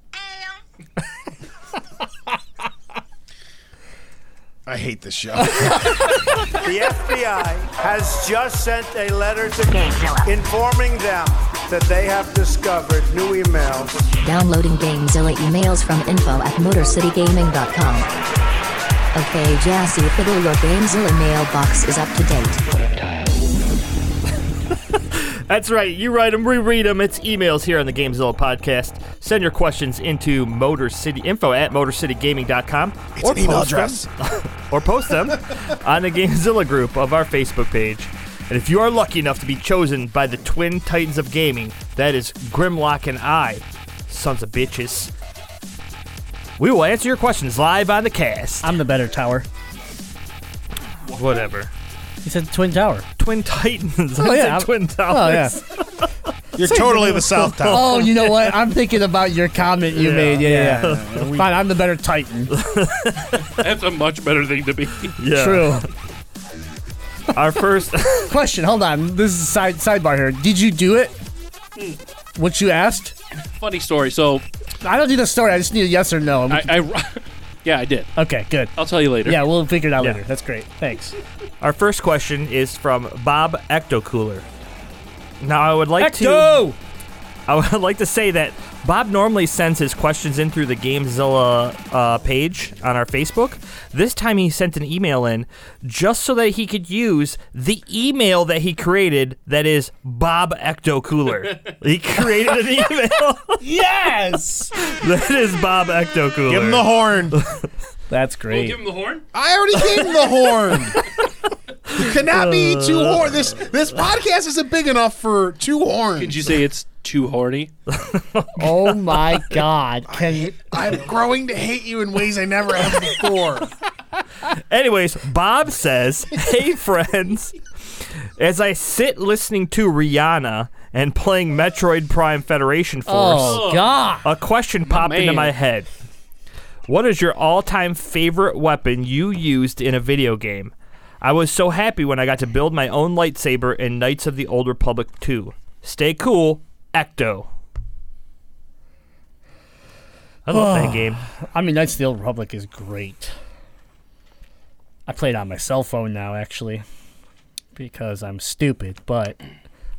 Speaker 4: I hate this show.
Speaker 8: The FBI has just sent a letter to
Speaker 9: Gamezilla.
Speaker 8: informing them that they have discovered new emails.
Speaker 6: Downloading GameZilla emails from info at MotorCityGaming.com. Okay, Jazzy Fiddle, your GameZilla mailbox is up to date.
Speaker 5: That's right. You write them, we read them. It's emails here on the Gamezilla podcast. Send your questions into Motor City info at motorcitygaming.com
Speaker 4: It's an email address.
Speaker 5: or post them on the Gamezilla group of our Facebook page. And if you are lucky enough to be chosen by the twin titans of gaming, that is Grimlock and I, sons of bitches, we will answer your questions live on the cast.
Speaker 2: I'm the better tower.
Speaker 5: Whatever.
Speaker 2: He said twin tower.
Speaker 5: Twin Titans.
Speaker 2: Oh,
Speaker 5: I
Speaker 2: yeah,
Speaker 5: said
Speaker 2: I'm-
Speaker 5: Twin Towers.
Speaker 2: Oh yeah.
Speaker 4: You're totally the South Tower.
Speaker 2: Oh, you know what? I'm thinking about your comment you made. Yeah, yeah. yeah. Fine, I'm the better Titan.
Speaker 3: That's a much better thing to be.
Speaker 5: Yeah.
Speaker 2: True.
Speaker 5: Our first.
Speaker 2: Question. Hold on. This is a side sidebar here. Did you do it?
Speaker 4: Hmm.
Speaker 2: What you asked?
Speaker 3: Funny story. So
Speaker 2: I don't need the story. I just need a yes or no.
Speaker 3: I, I yeah, I did.
Speaker 2: okay, good.
Speaker 3: I'll tell you later.
Speaker 2: Yeah, we'll figure it out
Speaker 5: Yeah.
Speaker 2: later. That's great. Thanks.
Speaker 5: Our first question is from Bob Ecto Cooler. Now I would like to I would like to say that Bob normally sends his questions in through the Gamezilla uh, page on our Facebook. This time he sent an email in just so that he could use the email that he created that is Bob Ecto Cooler. he created an email
Speaker 2: Yes,
Speaker 5: that is Bob Ecto Cooler.
Speaker 4: Give him the horn.
Speaker 2: that's
Speaker 3: We'll
Speaker 2: great.
Speaker 3: give him the horn.
Speaker 4: I already gave him the horn. There cannot be two horns. This this podcast isn't big enough for two horns.
Speaker 3: Did you say it's too horny?
Speaker 2: Oh my God! Can
Speaker 4: I'm growing to hate you in ways I never have before.
Speaker 5: Anyways, Bob says, Hey, friends. As I sit listening to Rihanna and playing Metroid Prime Federation Force,
Speaker 2: oh God!
Speaker 5: a question popped into
Speaker 3: man.
Speaker 5: my head. What is your all time favorite weapon you used in a video game? I was so happy when I got to build my own lightsaber in Knights of the Old Republic 2. Stay cool, Ecto. I love that game.
Speaker 2: I mean, Knights of the Old Republic is great. I play it on my cell phone now, actually, because I'm stupid. But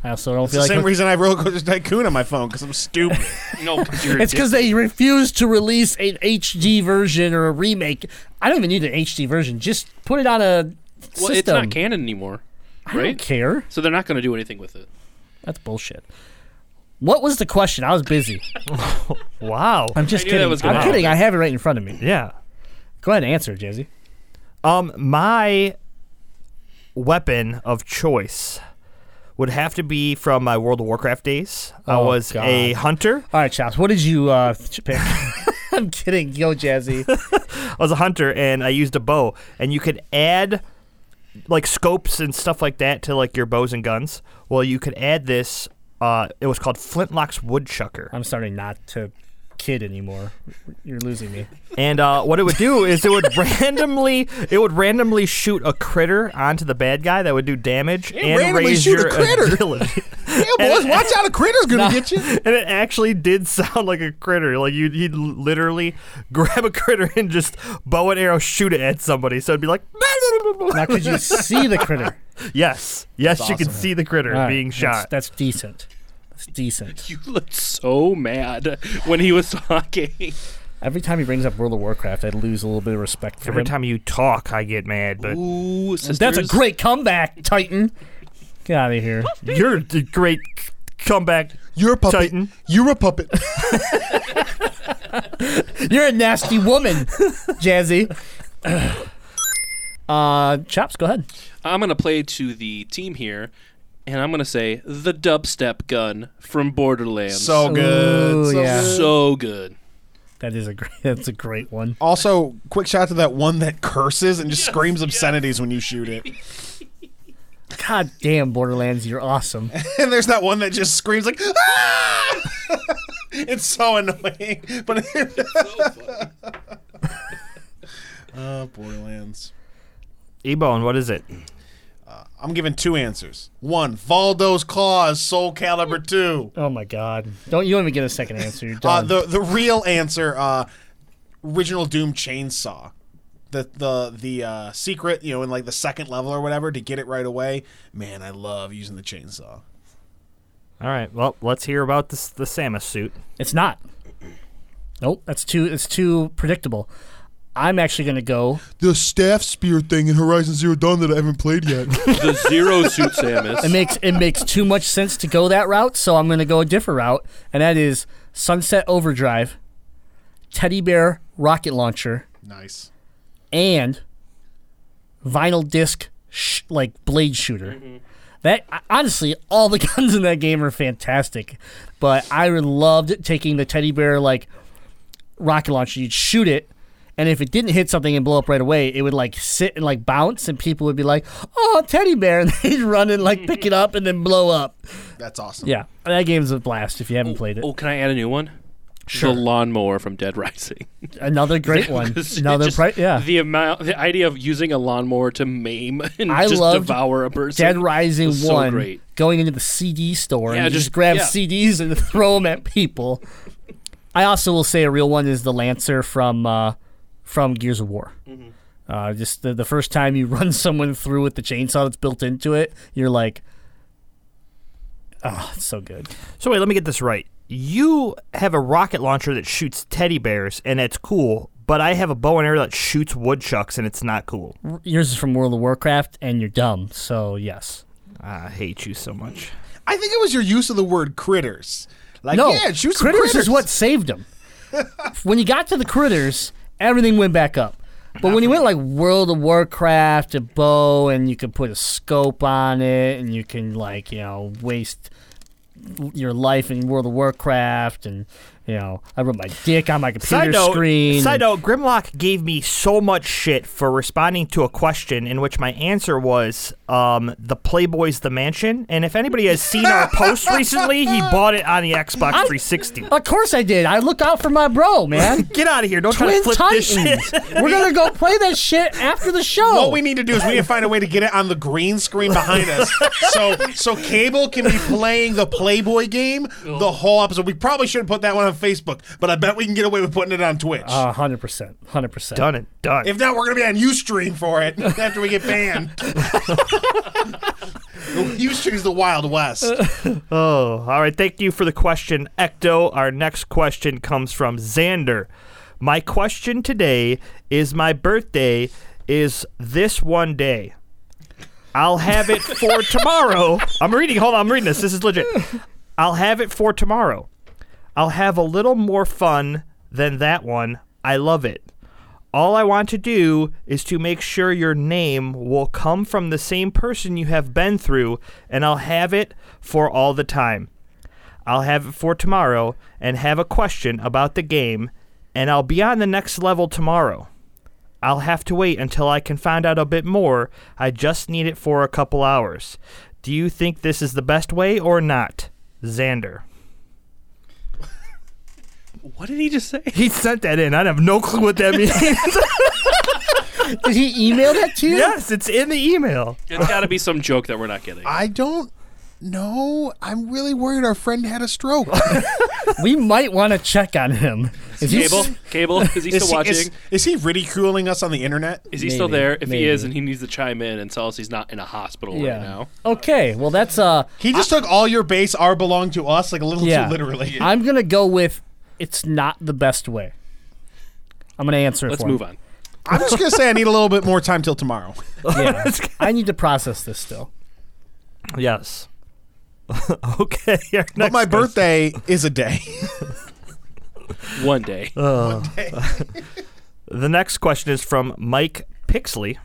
Speaker 2: I also don't
Speaker 4: the
Speaker 2: feel
Speaker 4: same
Speaker 2: like
Speaker 4: reason I have Roller Coaster Tycoon on my phone because I'm stupid.
Speaker 3: No, you're
Speaker 2: it's because they refused to release an HD version or a remake. I don't even need an HD version. Just put it on a
Speaker 3: well,
Speaker 2: system.
Speaker 3: it's not canon anymore,
Speaker 2: I
Speaker 3: right?
Speaker 2: don't care.
Speaker 3: so they're not going to do anything with it.
Speaker 2: That's bullshit. What was the question? I was busy.
Speaker 5: Wow.
Speaker 2: I'm just
Speaker 3: I knew that
Speaker 2: kidding.
Speaker 3: was gonna
Speaker 2: I'm
Speaker 3: happen.
Speaker 2: kidding. I have it right in front of me.
Speaker 5: Yeah.
Speaker 2: Go ahead and answer, Jazzy.
Speaker 5: Um, my weapon of choice would have to be from my World of Warcraft days. I
Speaker 2: Oh,
Speaker 5: was a
Speaker 2: God.
Speaker 5: hunter.
Speaker 2: All right, Chops. What did you uh, ch- pick? I'm kidding. Yo, Jazzy.
Speaker 5: I was a hunter, and I used a bow, and you could add like scopes and stuff like that to like your bows and guns. Well, you could add this. Uh, it was called Flintlock's Woodchucker.
Speaker 2: I'm starting not to kid anymore. You're losing me.
Speaker 5: And uh, what it would do is it would randomly it would randomly shoot a critter onto the bad guy that would do damage and
Speaker 4: randomly
Speaker 5: raise
Speaker 4: shoot a
Speaker 5: your
Speaker 4: critter?
Speaker 5: agility.
Speaker 4: yeah, boys, watch out! A critter's gonna get you.
Speaker 5: and it actually did sound like a critter. Like you'd, you'd literally grab a critter and just bow and arrow shoot it at somebody. So it'd be like,
Speaker 2: Now, could you see the critter
Speaker 5: yes, yes, you can see the critter
Speaker 2: All right,
Speaker 5: being
Speaker 2: that's-
Speaker 5: shot.
Speaker 2: That's, decent. That's decent.
Speaker 3: You looked so mad when he was talking.
Speaker 2: Every time he brings up World of Warcraft, I lose a little bit of respect for
Speaker 5: Every
Speaker 2: him.
Speaker 5: time you talk, I get mad. But
Speaker 3: Ooh, sisters.
Speaker 2: That's a great comeback, Titan. Get out of here.
Speaker 5: you're the great c- comeback.
Speaker 4: You're a puppet.
Speaker 5: Titan.
Speaker 4: You're a puppet.
Speaker 2: You're a nasty woman, Jazzy. Uh, Chops, go ahead.
Speaker 3: I'm going to play to the team here, and I'm going to say the dubstep gun from Borderlands.
Speaker 4: so good.
Speaker 2: Ooh,
Speaker 4: so
Speaker 2: yeah.
Speaker 4: good.
Speaker 3: so good.
Speaker 2: That is a great. That's a great one.
Speaker 4: Also, quick shout out to that one that curses and just screams obscenities when you shoot it.
Speaker 2: God damn, Borderlands, you're awesome.
Speaker 4: And there's that one that just screams like, ah! it's so annoying. But uh, Borderlands.
Speaker 5: Ebone, what is it?
Speaker 4: I'm giving two answers. One, Valdo's Claws, Soul Calibur 2.
Speaker 2: Oh my god! Don't you don't even get a second answer? You're
Speaker 4: Uh,
Speaker 2: done.
Speaker 4: the the real answer, uh, original Doom chainsaw, the the the uh, secret, you know, in like the second level or whatever to get it right away. Man, I love using the chainsaw.
Speaker 5: All right, well, let's hear about this the Samus suit.
Speaker 2: It's not. Nope, that's too. It's too predictable. I'm actually gonna go.
Speaker 4: The staff spear thing in Horizon Zero Dawn that I haven't played yet.
Speaker 3: The zero suit
Speaker 2: It
Speaker 3: Samus.
Speaker 2: makes it makes too much sense to go that route, so I'm gonna go a different route, and that is Sunset Overdrive, Teddy Bear Rocket Launcher,
Speaker 4: nice.
Speaker 2: and vinyl disc sh- like blade shooter.
Speaker 3: Mm-hmm.
Speaker 2: That I- honestly, all the guns in that game are fantastic, but I loved taking the teddy bear like rocket launcher. You'd shoot it, and if it didn't hit something and blow up right away, it would like sit and like bounce, and people would be like, "Oh, teddy bear!" and they'd run and like pick it up and then blow up.
Speaker 4: That's awesome.
Speaker 2: Yeah, that game's a blast if you haven't played it.
Speaker 3: Oh, can I add a new one?
Speaker 2: Sure.
Speaker 3: The lawnmower from Dead Rising.
Speaker 2: Another great one.
Speaker 3: 'Cause it
Speaker 2: Another
Speaker 3: just-
Speaker 2: pri- yeah.
Speaker 3: The amount, the idea of using a lawnmower to maim and
Speaker 2: I
Speaker 3: just
Speaker 2: loved
Speaker 3: devour a person.
Speaker 2: Dead Rising
Speaker 3: was so
Speaker 2: One,
Speaker 3: great.
Speaker 2: going into the CD store
Speaker 3: Yeah,
Speaker 2: and you just,
Speaker 3: just-
Speaker 2: grab
Speaker 3: yeah.
Speaker 2: CDs and throw them at people. I also will say a real one is the Lancer from uh, from Gears of War.
Speaker 3: Mm-hmm.
Speaker 2: Uh, just the, the first time you run someone through with the chainsaw that's built into it, you're like, oh, it's so good.
Speaker 5: So wait, let me get this right. you have a rocket launcher that shoots teddy bears, and that's cool. But I have a bow and arrow that shoots woodchucks, and it's not cool.
Speaker 2: Yours is from World of Warcraft, and you're dumb. So yes.
Speaker 5: I hate you so much.
Speaker 4: I think it was your use of the word critters. Like,
Speaker 2: no,
Speaker 4: yeah, shoot some
Speaker 2: critters,
Speaker 4: critters
Speaker 2: is what saved him. when you got to the critters, everything went back up. But when you went like World of Warcraft, a bow, and you could put a scope on it, and you can like you know waste your life in World of Warcraft, and you know I rub my dick on my computer
Speaker 5: Side note,
Speaker 2: screen.
Speaker 5: side note, Grimlock gave me so much shit for responding to a question in which my answer was um, the Playboy's The Mansion. And if anybody has seen our post recently, he bought it on the Xbox 360.
Speaker 2: Of course I did. I look out for my bro, man.
Speaker 5: Get out of here. Don't
Speaker 2: Twin
Speaker 5: try to flip this
Speaker 2: Titans.
Speaker 5: shit.
Speaker 2: We're gonna go play that shit after the show.
Speaker 4: What we need to do is we need to find a way to get it on the green screen behind us, so so cable can be playing the Playboy game the whole episode. We probably shouldn't put that one on Facebook, but I bet we can get away with putting it on Twitch.
Speaker 2: A hundred percent, hundred percent.
Speaker 5: Done it. Done.
Speaker 4: if not, we're gonna be on UStream for it after we get banned. UStream's the Wild West.
Speaker 2: Uh,
Speaker 5: Oh, all right. Thank you for the question, Ecto. Our next question comes from Xander. My question today is my birthday is this one day. I'll have it for tomorrow. I'm reading. Hold on. I'm reading this. This is legit. I'll have it for tomorrow. I'll have a little more fun than that one. I love it. All I want to do is to make sure your name will come from the same person you have been through, and I'll have it for all the time. I'll have it for tomorrow and have a question about the game, and I'll be on the next level tomorrow. I'll have to wait until I can find out a bit more. I just need it for a couple hours. Do you think this is the best way or not? Xander.
Speaker 3: What did he just say?
Speaker 5: He sent that in. I have no clue what that means.
Speaker 2: Did he email that to you?
Speaker 5: yes, it's in the email.
Speaker 3: It's got to be some joke that we're not getting.
Speaker 4: I don't know. I'm really worried our friend had a stroke.
Speaker 2: We might want to check on him. Is he
Speaker 3: Cable,
Speaker 2: s-
Speaker 3: cable, is he still
Speaker 4: is, he,
Speaker 3: watching?
Speaker 4: is,
Speaker 3: Is,
Speaker 4: is he ridiculing us on the internet?
Speaker 3: he still
Speaker 2: Maybe,
Speaker 3: there? If he is,
Speaker 2: maybe.
Speaker 3: and he needs to chime in and tell us he's not in a hospital
Speaker 2: yeah.
Speaker 3: right now.
Speaker 2: Okay. Well, that's uh.
Speaker 4: He just took all your base are belong to us like a little
Speaker 2: Yeah.
Speaker 4: too literally.
Speaker 2: I'm gonna go with it's not the best way. I'm gonna answer it.
Speaker 3: Let's
Speaker 2: for
Speaker 3: move
Speaker 2: him.
Speaker 3: on.
Speaker 4: I'm just gonna say I need a little bit more time till tomorrow.
Speaker 2: Yeah. I need to process this still.
Speaker 5: Yes. okay. our next
Speaker 4: But my
Speaker 5: question.
Speaker 4: birthday is a day.
Speaker 3: One day.
Speaker 5: The next question is from Mike Pixley.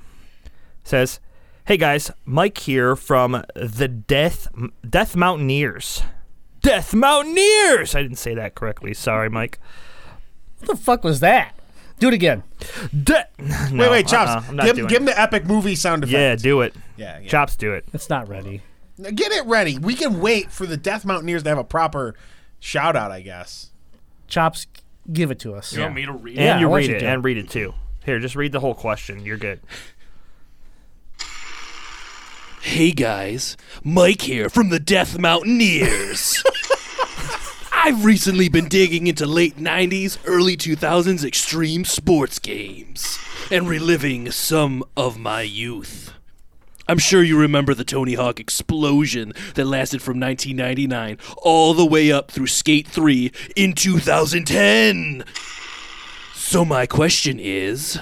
Speaker 5: Says, "Hey guys, Mike here from the Death Death Mountaineers. Death Mountaineers. I didn't say that correctly. Sorry, Mike.
Speaker 2: What the fuck was that? Do it again.
Speaker 5: De-
Speaker 4: wait,
Speaker 5: No,
Speaker 4: wait,
Speaker 5: uh-uh,
Speaker 4: Chops.
Speaker 5: I'm not
Speaker 4: give,
Speaker 5: doing
Speaker 4: give him
Speaker 5: it.
Speaker 4: the epic movie sound
Speaker 5: Yeah,
Speaker 4: effect.
Speaker 5: do it.
Speaker 4: Yeah, yeah.
Speaker 5: Chops, do it.
Speaker 2: It's not ready.
Speaker 4: Yeah. Get it ready. We can wait for the Death Mountaineers to have a proper shout out, I guess.
Speaker 2: Chops, give it to us.
Speaker 3: You want me to read
Speaker 5: And
Speaker 3: it?
Speaker 2: Yeah, I
Speaker 5: you
Speaker 2: want
Speaker 5: read
Speaker 2: you
Speaker 5: it,
Speaker 2: to.
Speaker 5: and read it too. Here, just read the whole question. You're good.
Speaker 3: Hey guys, Mike here from the Death Mountaineers. I've recently been digging into late 90s, early 2000s extreme sports games and reliving some of my youth. I'm sure you remember the Tony Hawk explosion that lasted from 1999 all the way up through Skate 3 in 2010. So, my question is.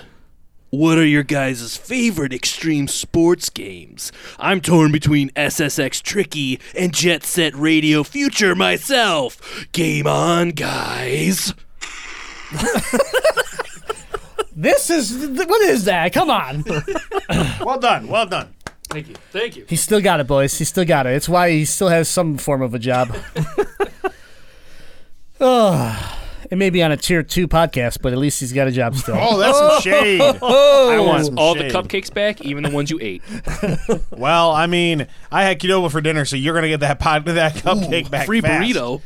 Speaker 3: What are your guys' favorite extreme sports games? I'm torn between SSX Tricky and Jet Set Radio Future myself. Game on, guys.
Speaker 2: This is th- what is that? Come on.
Speaker 4: Well done. Well done.
Speaker 3: Thank you. Thank you.
Speaker 2: He still got it, boys. He still got it. It's why he still has some form of a job. Ugh. it may be on a tier two podcast, but at least he's got a job still.
Speaker 4: Oh, that's some shade.
Speaker 5: Oh.
Speaker 3: I want
Speaker 4: Some
Speaker 3: all
Speaker 4: shade.
Speaker 3: the cupcakes back, even the ones you ate.
Speaker 4: Well, I mean, I had Qdoba for dinner, so you're gonna get that pot, that cupcake back.
Speaker 3: Free
Speaker 4: fast.
Speaker 3: burrito.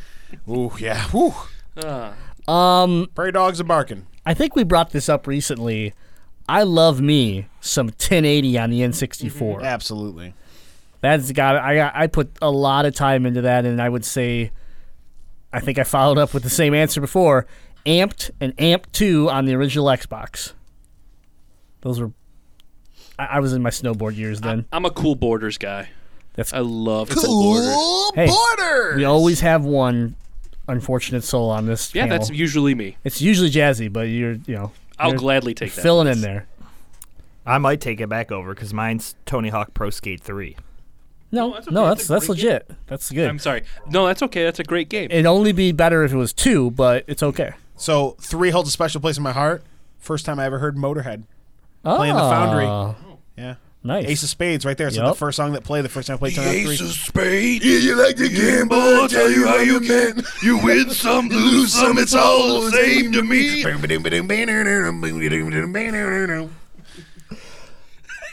Speaker 4: Ooh, yeah. Whew.
Speaker 5: Uh.
Speaker 4: Um, prairie dogs are barking.
Speaker 2: I think we brought this up recently. I love me some 1080 on the N64.
Speaker 4: Mm-hmm. Absolutely.
Speaker 2: That's got I I put a lot of time into that, and I would say, I think I followed up with the same answer before. Amped and Amp Two on the original Xbox. Those were. I, I was in my snowboard years then.
Speaker 3: I'm a cool borders guy.
Speaker 2: That's-
Speaker 3: I love cool borders.
Speaker 2: Hey, we always have one unfortunate soul on this.
Speaker 3: Yeah,
Speaker 2: panel.
Speaker 3: that's usually me.
Speaker 2: it's usually Jazzy, but you're you know
Speaker 3: I'll
Speaker 2: you're
Speaker 3: gladly take that.
Speaker 2: filling in there.
Speaker 5: I might take it back over because mine's Tony Hawk Pro Skate 3.
Speaker 2: No,
Speaker 3: that's okay.
Speaker 2: no,
Speaker 3: That's
Speaker 2: that's
Speaker 3: a
Speaker 2: that's
Speaker 3: great
Speaker 2: legit. That's good.
Speaker 3: I'm sorry. No, that's okay. That's a great game.
Speaker 2: It'd only be better if it was two, but it's okay.
Speaker 4: So three holds a special place in my heart. First time I ever heard Motorhead
Speaker 2: Oh,
Speaker 4: playing the Foundry. Yeah.
Speaker 2: Nice.
Speaker 4: Ace of Spades right there. So the
Speaker 2: Yup.
Speaker 4: first song that played the first time I played Tony Hawk 3.
Speaker 10: spade. Yeah, you like to gamble. I'll tell you how you can. You win some, lose some. It's all the same to me.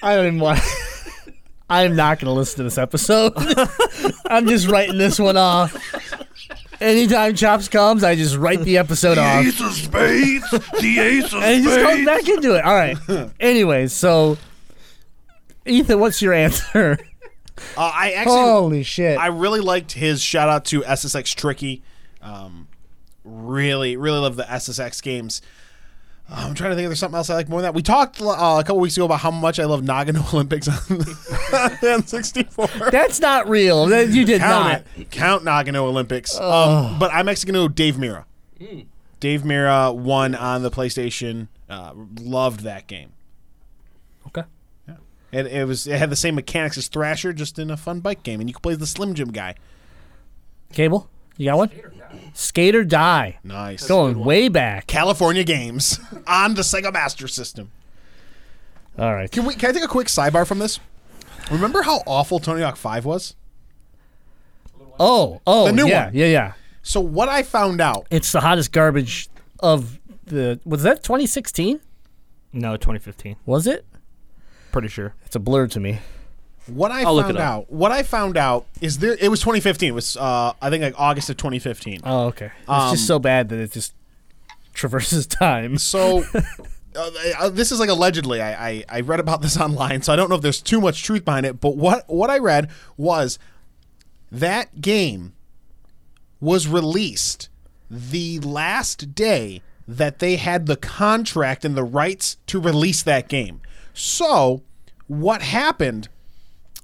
Speaker 2: I don't even want. I'm not going to listen to this episode. I'm just writing this one off. Anytime Chops comes, I just write the episode off.
Speaker 10: Ace of spades. The ace of
Speaker 2: And he just comes
Speaker 10: spades.
Speaker 2: back into it. All right. Anyways, so Ethan, what's your answer?
Speaker 4: Uh, I actually
Speaker 2: Holy shit!
Speaker 4: I really liked his shout out to SSX Tricky. Um, really, really love the SSX games. Uh, I'm trying to think if there's something else I like more than that. We talked uh, a couple weeks ago about how much I love Nagano Olympics on on 64.
Speaker 2: That's not real. That- You did not.
Speaker 4: Count it. Count Nagano Olympics. Um, but I'm actually going to go Dave Mira.
Speaker 3: Hmm.
Speaker 4: Dave Mira won on the PlayStation. Uh, loved that game.
Speaker 2: Okay.
Speaker 4: It, it was it had the same mechanics as Thrasher, just in a fun bike game, and you could play the Slim Jim guy.
Speaker 2: Cable, you got one? Skater die.
Speaker 4: Nice.
Speaker 2: Going way back.
Speaker 4: California games on the Sega Master System.
Speaker 2: All right.
Speaker 4: Can we? Can I take a quick sidebar from this? Remember how awful Tony Hawk Five was?
Speaker 2: Oh, oh,
Speaker 4: The new
Speaker 2: yeah,
Speaker 4: one.
Speaker 2: yeah, yeah.
Speaker 4: So what I found out,
Speaker 2: It's the hottest garbage of the. Was that 2016?
Speaker 5: No, 2015.
Speaker 2: Was it?
Speaker 5: Pretty sure.
Speaker 2: It's a blur to me.
Speaker 4: what I
Speaker 3: I'll look
Speaker 4: found
Speaker 3: it up.
Speaker 4: out, what I found out is there. It was 2015. It was uh, I think like August of 2015.
Speaker 2: Oh, okay. It's
Speaker 4: Um,
Speaker 2: just so bad that it just traverses time.
Speaker 4: So uh, uh, this is like allegedly. I, I I read about this online, so I don't know if there's too much truth behind it. But what what I read was that game was released the last day that they had the contract and the rights to release that game. So what happened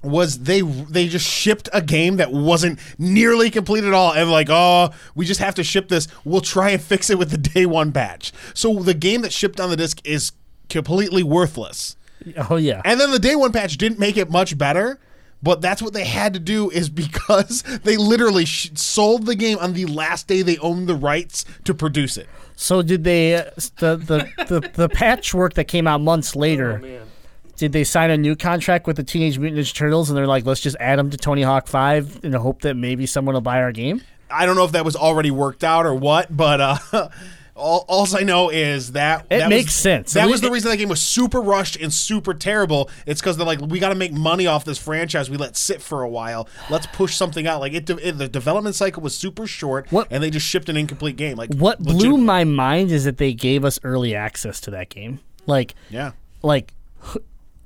Speaker 4: was they they just shipped a game that wasn't nearly complete at all and like oh we just have to ship this we'll try and fix it with the day one batch so the game that shipped on the disc is completely worthless
Speaker 2: Oh yeah.
Speaker 4: and then the day one patch didn't make it much better but that's what they had to do is because they literally sh- sold the game on the last day they owned the rights to produce it
Speaker 2: So did they uh, s- the, the the the patchwork that came out months later? Did they sign a new contract with the Teenage Mutant Ninja Turtles and they're like, let's just add them to Tony Hawk Five in the hope that maybe someone will buy our game?
Speaker 4: i don't know if that was already worked out or what but uh All, all I know is that
Speaker 2: It
Speaker 4: that
Speaker 2: makes
Speaker 4: was,
Speaker 2: sense.
Speaker 4: That
Speaker 2: It-
Speaker 4: was the reason that game was super rushed and super terrible. It's because they're like, we got to make money off this franchise we let sit for a while. Let's push something out. Like it, de- it- the development cycle was super short,
Speaker 2: What-
Speaker 4: and they just shipped an incomplete game. Like
Speaker 2: What blew
Speaker 4: legitimately.
Speaker 2: my mind is that they gave us early access to that game. Like,
Speaker 4: yeah.
Speaker 2: like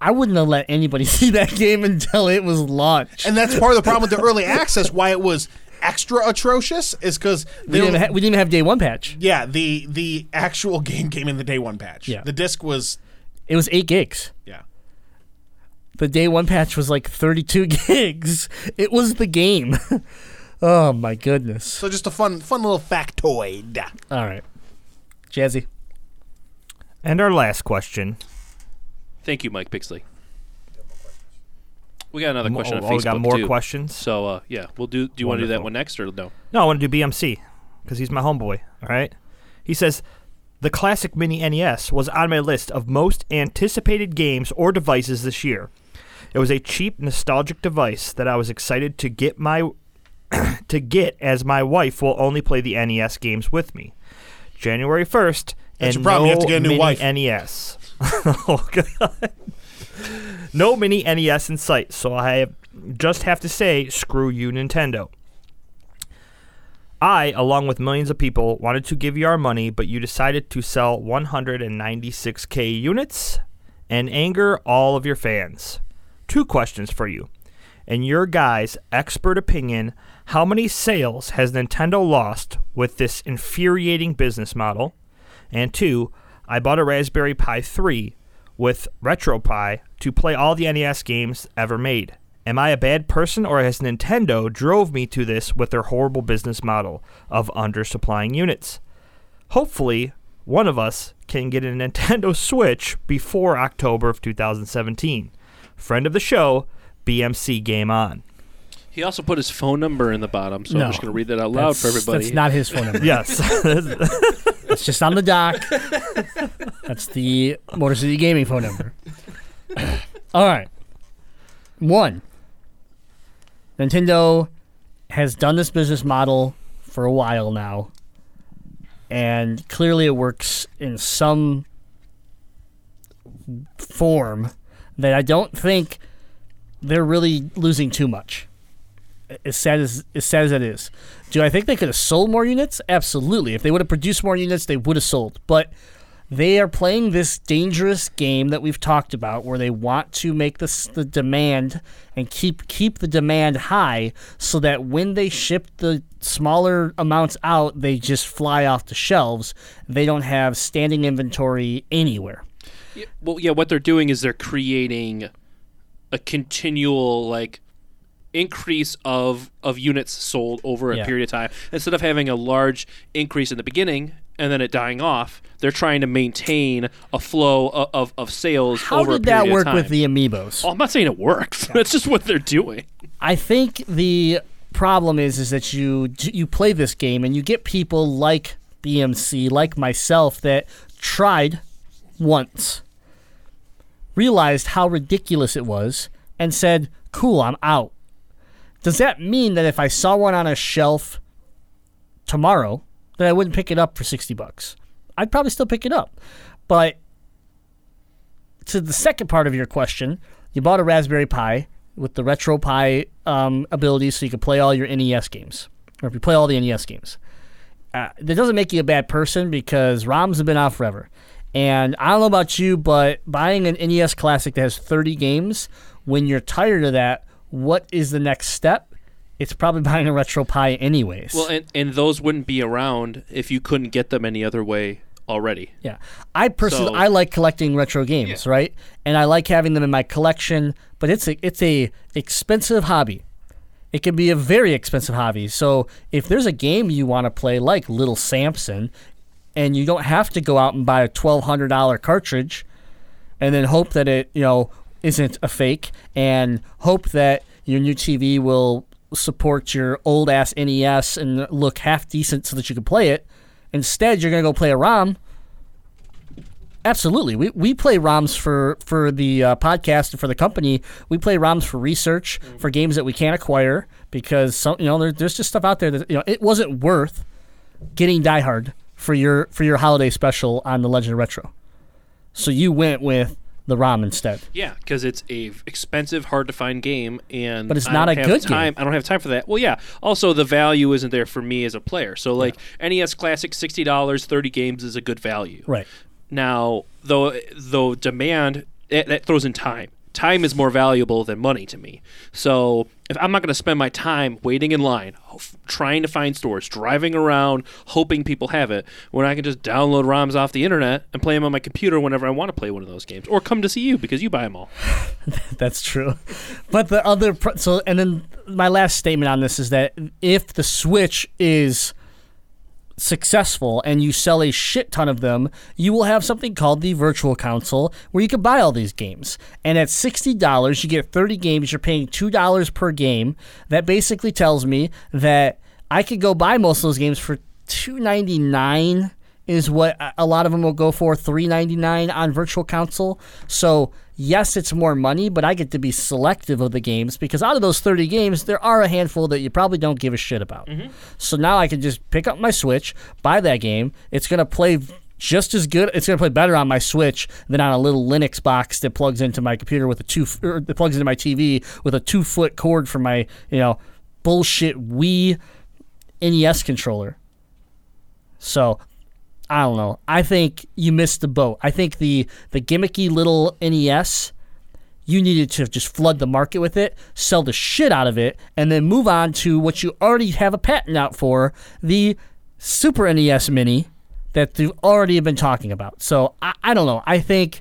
Speaker 2: I wouldn't have let anybody see that game until it was launched.
Speaker 4: And that's part of the problem with the early access. Why it was extra atrocious is because
Speaker 2: we,
Speaker 4: they
Speaker 2: didn't
Speaker 4: were,
Speaker 2: have, we didn't have day one patch.
Speaker 4: yeah the the actual game came in the day one patch.
Speaker 2: Yeah.
Speaker 4: the disc was
Speaker 2: It was eight gigs.
Speaker 4: yeah.
Speaker 2: The day one patch was like 32 gigs. It was the game. oh my goodness.
Speaker 4: So just a fun fun little factoid.
Speaker 2: All right. Jazzy.
Speaker 5: And our last question.
Speaker 3: Thank you, Mike Pixley. We got another
Speaker 5: Mo-
Speaker 3: question on
Speaker 5: oh,
Speaker 3: Facebook
Speaker 5: we got more
Speaker 3: too.
Speaker 5: questions.
Speaker 3: So uh, yeah, we'll do. Do you want to do that
Speaker 5: Wonderful.
Speaker 3: one next or no?
Speaker 5: No, I want to do BMC because he's my homeboy. All right. He says the classic mini NES was on my list of most anticipated games or devices this year. It was a cheap, nostalgic device that I was excited to get my to get as my wife will only play the NES games with me. January first,
Speaker 4: That's
Speaker 5: and
Speaker 4: your problem,
Speaker 5: no
Speaker 4: you have to get a new
Speaker 5: mini
Speaker 4: wife.
Speaker 5: NES. oh god. no mini NES in sight, so I just have to say, screw you, Nintendo. I, along with millions of people, wanted to give you our money, but you decided to sell 196k units and anger all of your fans. Two questions for you. In your guys' expert opinion, how many sales has Nintendo lost with this infuriating business model? And two, I bought a Raspberry Pi 3 with RetroPie to play all the NES E games ever made. Am I a bad person or has Nintendo drove me to this with their horrible business model of undersupplying units? Hopefully, one of us can get a Nintendo Switch before October of 2017. Friend of the show, BMC Game On.
Speaker 3: He also put his phone number in the bottom, so
Speaker 2: No.
Speaker 3: I'm just going to read that out loud for
Speaker 2: That's-
Speaker 3: everybody.
Speaker 2: That's not his phone number.
Speaker 5: Yes.
Speaker 2: It's just on the dock. That's the Motor City Gaming phone number. All right. One. Nintendo has done this business model for a while now. And clearly it works in some form that I don't think they're really losing too much. As sad as as sad as that is, do I think they could have sold more units? Absolutely. If they would have produced more units, they would have sold. But they are playing this dangerous game that we've talked about, where they want to make this the demand and keep keep the demand high, so that when they ship the smaller amounts out, they just fly off the shelves. They don't have standing inventory anywhere.
Speaker 3: well, yeah, what they're doing is they're creating a continual like increase of of units sold over a
Speaker 2: Yeah.
Speaker 3: period of time instead of having a large increase in the beginning and then it dying off. They're trying to maintain a flow of, of, of sales.
Speaker 2: How
Speaker 3: over a
Speaker 2: did that
Speaker 3: period
Speaker 2: work
Speaker 3: of
Speaker 2: with
Speaker 3: time.
Speaker 2: the amiibos?
Speaker 3: Oh, I'm not saying it works. That's just what they're doing.
Speaker 2: I think the problem is is that you you play this game and you get people like BMC, like myself, that tried once, realized how ridiculous it was, and said, "Cool, I'm out." Does that mean that if I saw one on a shelf tomorrow, that I wouldn't pick it up for sixty bucks? I'd probably still pick it up, but to the second part of your question, you bought a Raspberry Pi with the Retro Pi um, ability, so you could play all your NES games, or if you play all the NES games. Uh, that doesn't make you a bad person because ROMs have been out forever. And I don't know about you, but buying an NES Classic that has 30 games, when you're tired of that, what is the next step? It's probably buying a Retro Pi anyways.
Speaker 3: Well, and, and those wouldn't be around if you couldn't get them any other way already.
Speaker 2: Yeah, I personally
Speaker 3: So-
Speaker 2: I like collecting retro games, right? And I like having them in my collection, but it's a it's a expensive hobby. It can be a very expensive hobby. So if there's a game you want to play, like Little Samson, and you don't have to go out and buy a twelve hundred dollar cartridge, and then hope that it you know isn't a fake, and hope that your new TV will support your old ass NES and look half decent so that you can play it. Instead, you're gonna go play a ROM. Absolutely. We, we play ROMs for, for the uh, podcast and for the company. We play ROMs for research, for games that we can't acquire because some, you know there, there's just stuff out there that you know it wasn't worth getting Die Hard for your for your holiday special on the Legend of Retro. So you went with the ROM instead.
Speaker 3: Yeah, because it's a v- expensive, hard to find game, and
Speaker 2: But it's
Speaker 3: I
Speaker 2: not
Speaker 3: don't
Speaker 2: a
Speaker 3: have
Speaker 2: good
Speaker 3: time. I don't have time for that. Well, yeah. Also, the value isn't there for me as a player. So, like NES Classic, sixty dollars, thirty games is a good value.
Speaker 2: Right.
Speaker 3: Now, though, though demand that, that throws in time. Time is more valuable than money to me. So if I'm not going to spend my time waiting in line, ho- f- trying to find stores, driving around, hoping people have it, when I can just download ROMs off the internet and play them on my computer whenever I want to play one of those games, or come to see you because you buy them all.
Speaker 2: That's true. But the other pr- so and then my last statement on this is that if the Switch is successful and you sell a shit ton of them, you will have something called the virtual console where you can buy all these games. And at $60, you get 30 games, you're paying $2 per game. That basically tells me that I could go buy most of those games for 2.99 is what a- a lot of them will go for 3.99 on virtual console. So, yes, it's more money, but I get to be selective of the games because out of those 30 games, there are a handful that you probably don't give a shit about. So now I can just pick up my Switch, buy that game. It's going to play just as good. It's going to play better on my Switch than on a little Linux box that plugs into my computer with a two f- or that plugs into my TV with a 2-foot cord for my, you know, bullshit Wii NES controller. So, I don't know. I think you missed the boat. I think the the gimmicky little NES you needed to just flood the market with it, sell the shit out of it, and then move on to what you already have a patent out for, the Super E NES Mini that they've already been talking about. So I, I don't know. I think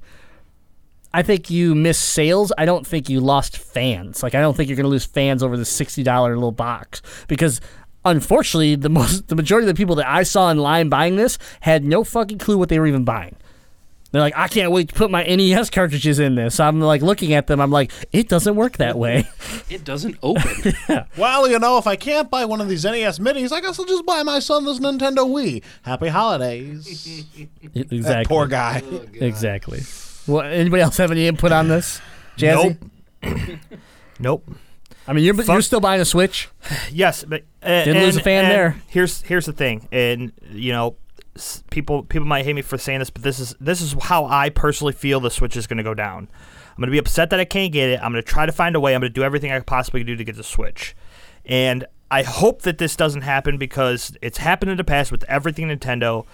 Speaker 2: I think you missed sales. I don't think you lost fans. Like I don't think you're going to lose fans over the sixty dollar little box because unfortunately the most the majority of the people that I saw in line buying this had no fucking clue what they were even buying. They're like, I can't wait to put my NES cartridges in this. I'm like looking at them. I'm like, it doesn't work that way.
Speaker 3: It doesn't open.
Speaker 4: Well, you know, if I can't buy one of these NES minis, I guess I'll just buy my son this Nintendo Wii. Happy holidays.
Speaker 2: exactly.
Speaker 4: That poor guy.
Speaker 2: Exactly. Well, anybody else have any input on this? Jazzy?
Speaker 5: Nope.
Speaker 2: I mean, you're, you're still buying a Switch.
Speaker 5: Yes, but uh,
Speaker 2: Didn't lose
Speaker 5: and-
Speaker 2: a fan
Speaker 5: and
Speaker 2: there.
Speaker 5: Here's here's the thing, and you know, s- people people might hate me for saying this, but this is this is how I personally feel the Switch is going to go down. I'm going to be upset that I can't get it. I'm going to try to find a way. I'm going to do everything I could possibly do to get the Switch, and I hope that this doesn't happen because it's happened in the past with everything Nintendo.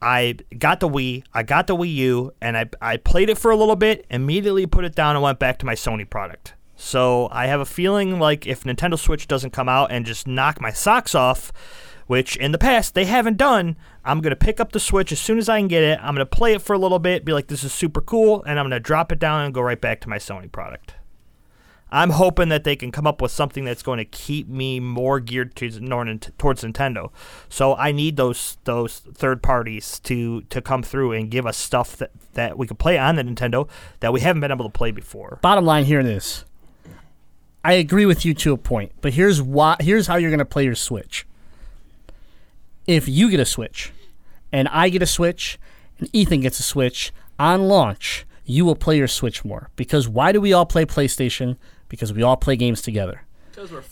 Speaker 5: I got the Wii, I got the Wii U, and I, I played it for a little bit, immediately put it down and went back to my Sony product. So I have a feeling like if Nintendo Switch doesn't come out and just knock my socks off, which in the past they haven't done, I'm going to pick up the Switch as soon as I can get it. I'm going to play it for a little bit, be like, this is super cool, and I'm going to drop it down and go right back to my Sony product. I'm hoping that they can come up with something that's going to keep me more geared to nor- towards Nintendo. So I need those those third parties to to come through and give us stuff that that we can play on the Nintendo that we haven't been able to play before.
Speaker 2: Bottom line here is, I agree with you to a point, but here's why. Here's how you're going to play your Switch. If you get a Switch, and I get a Switch, and Ethan gets a Switch on launch, you will play your Switch more because why do we all play PlayStation? Because we all play games together.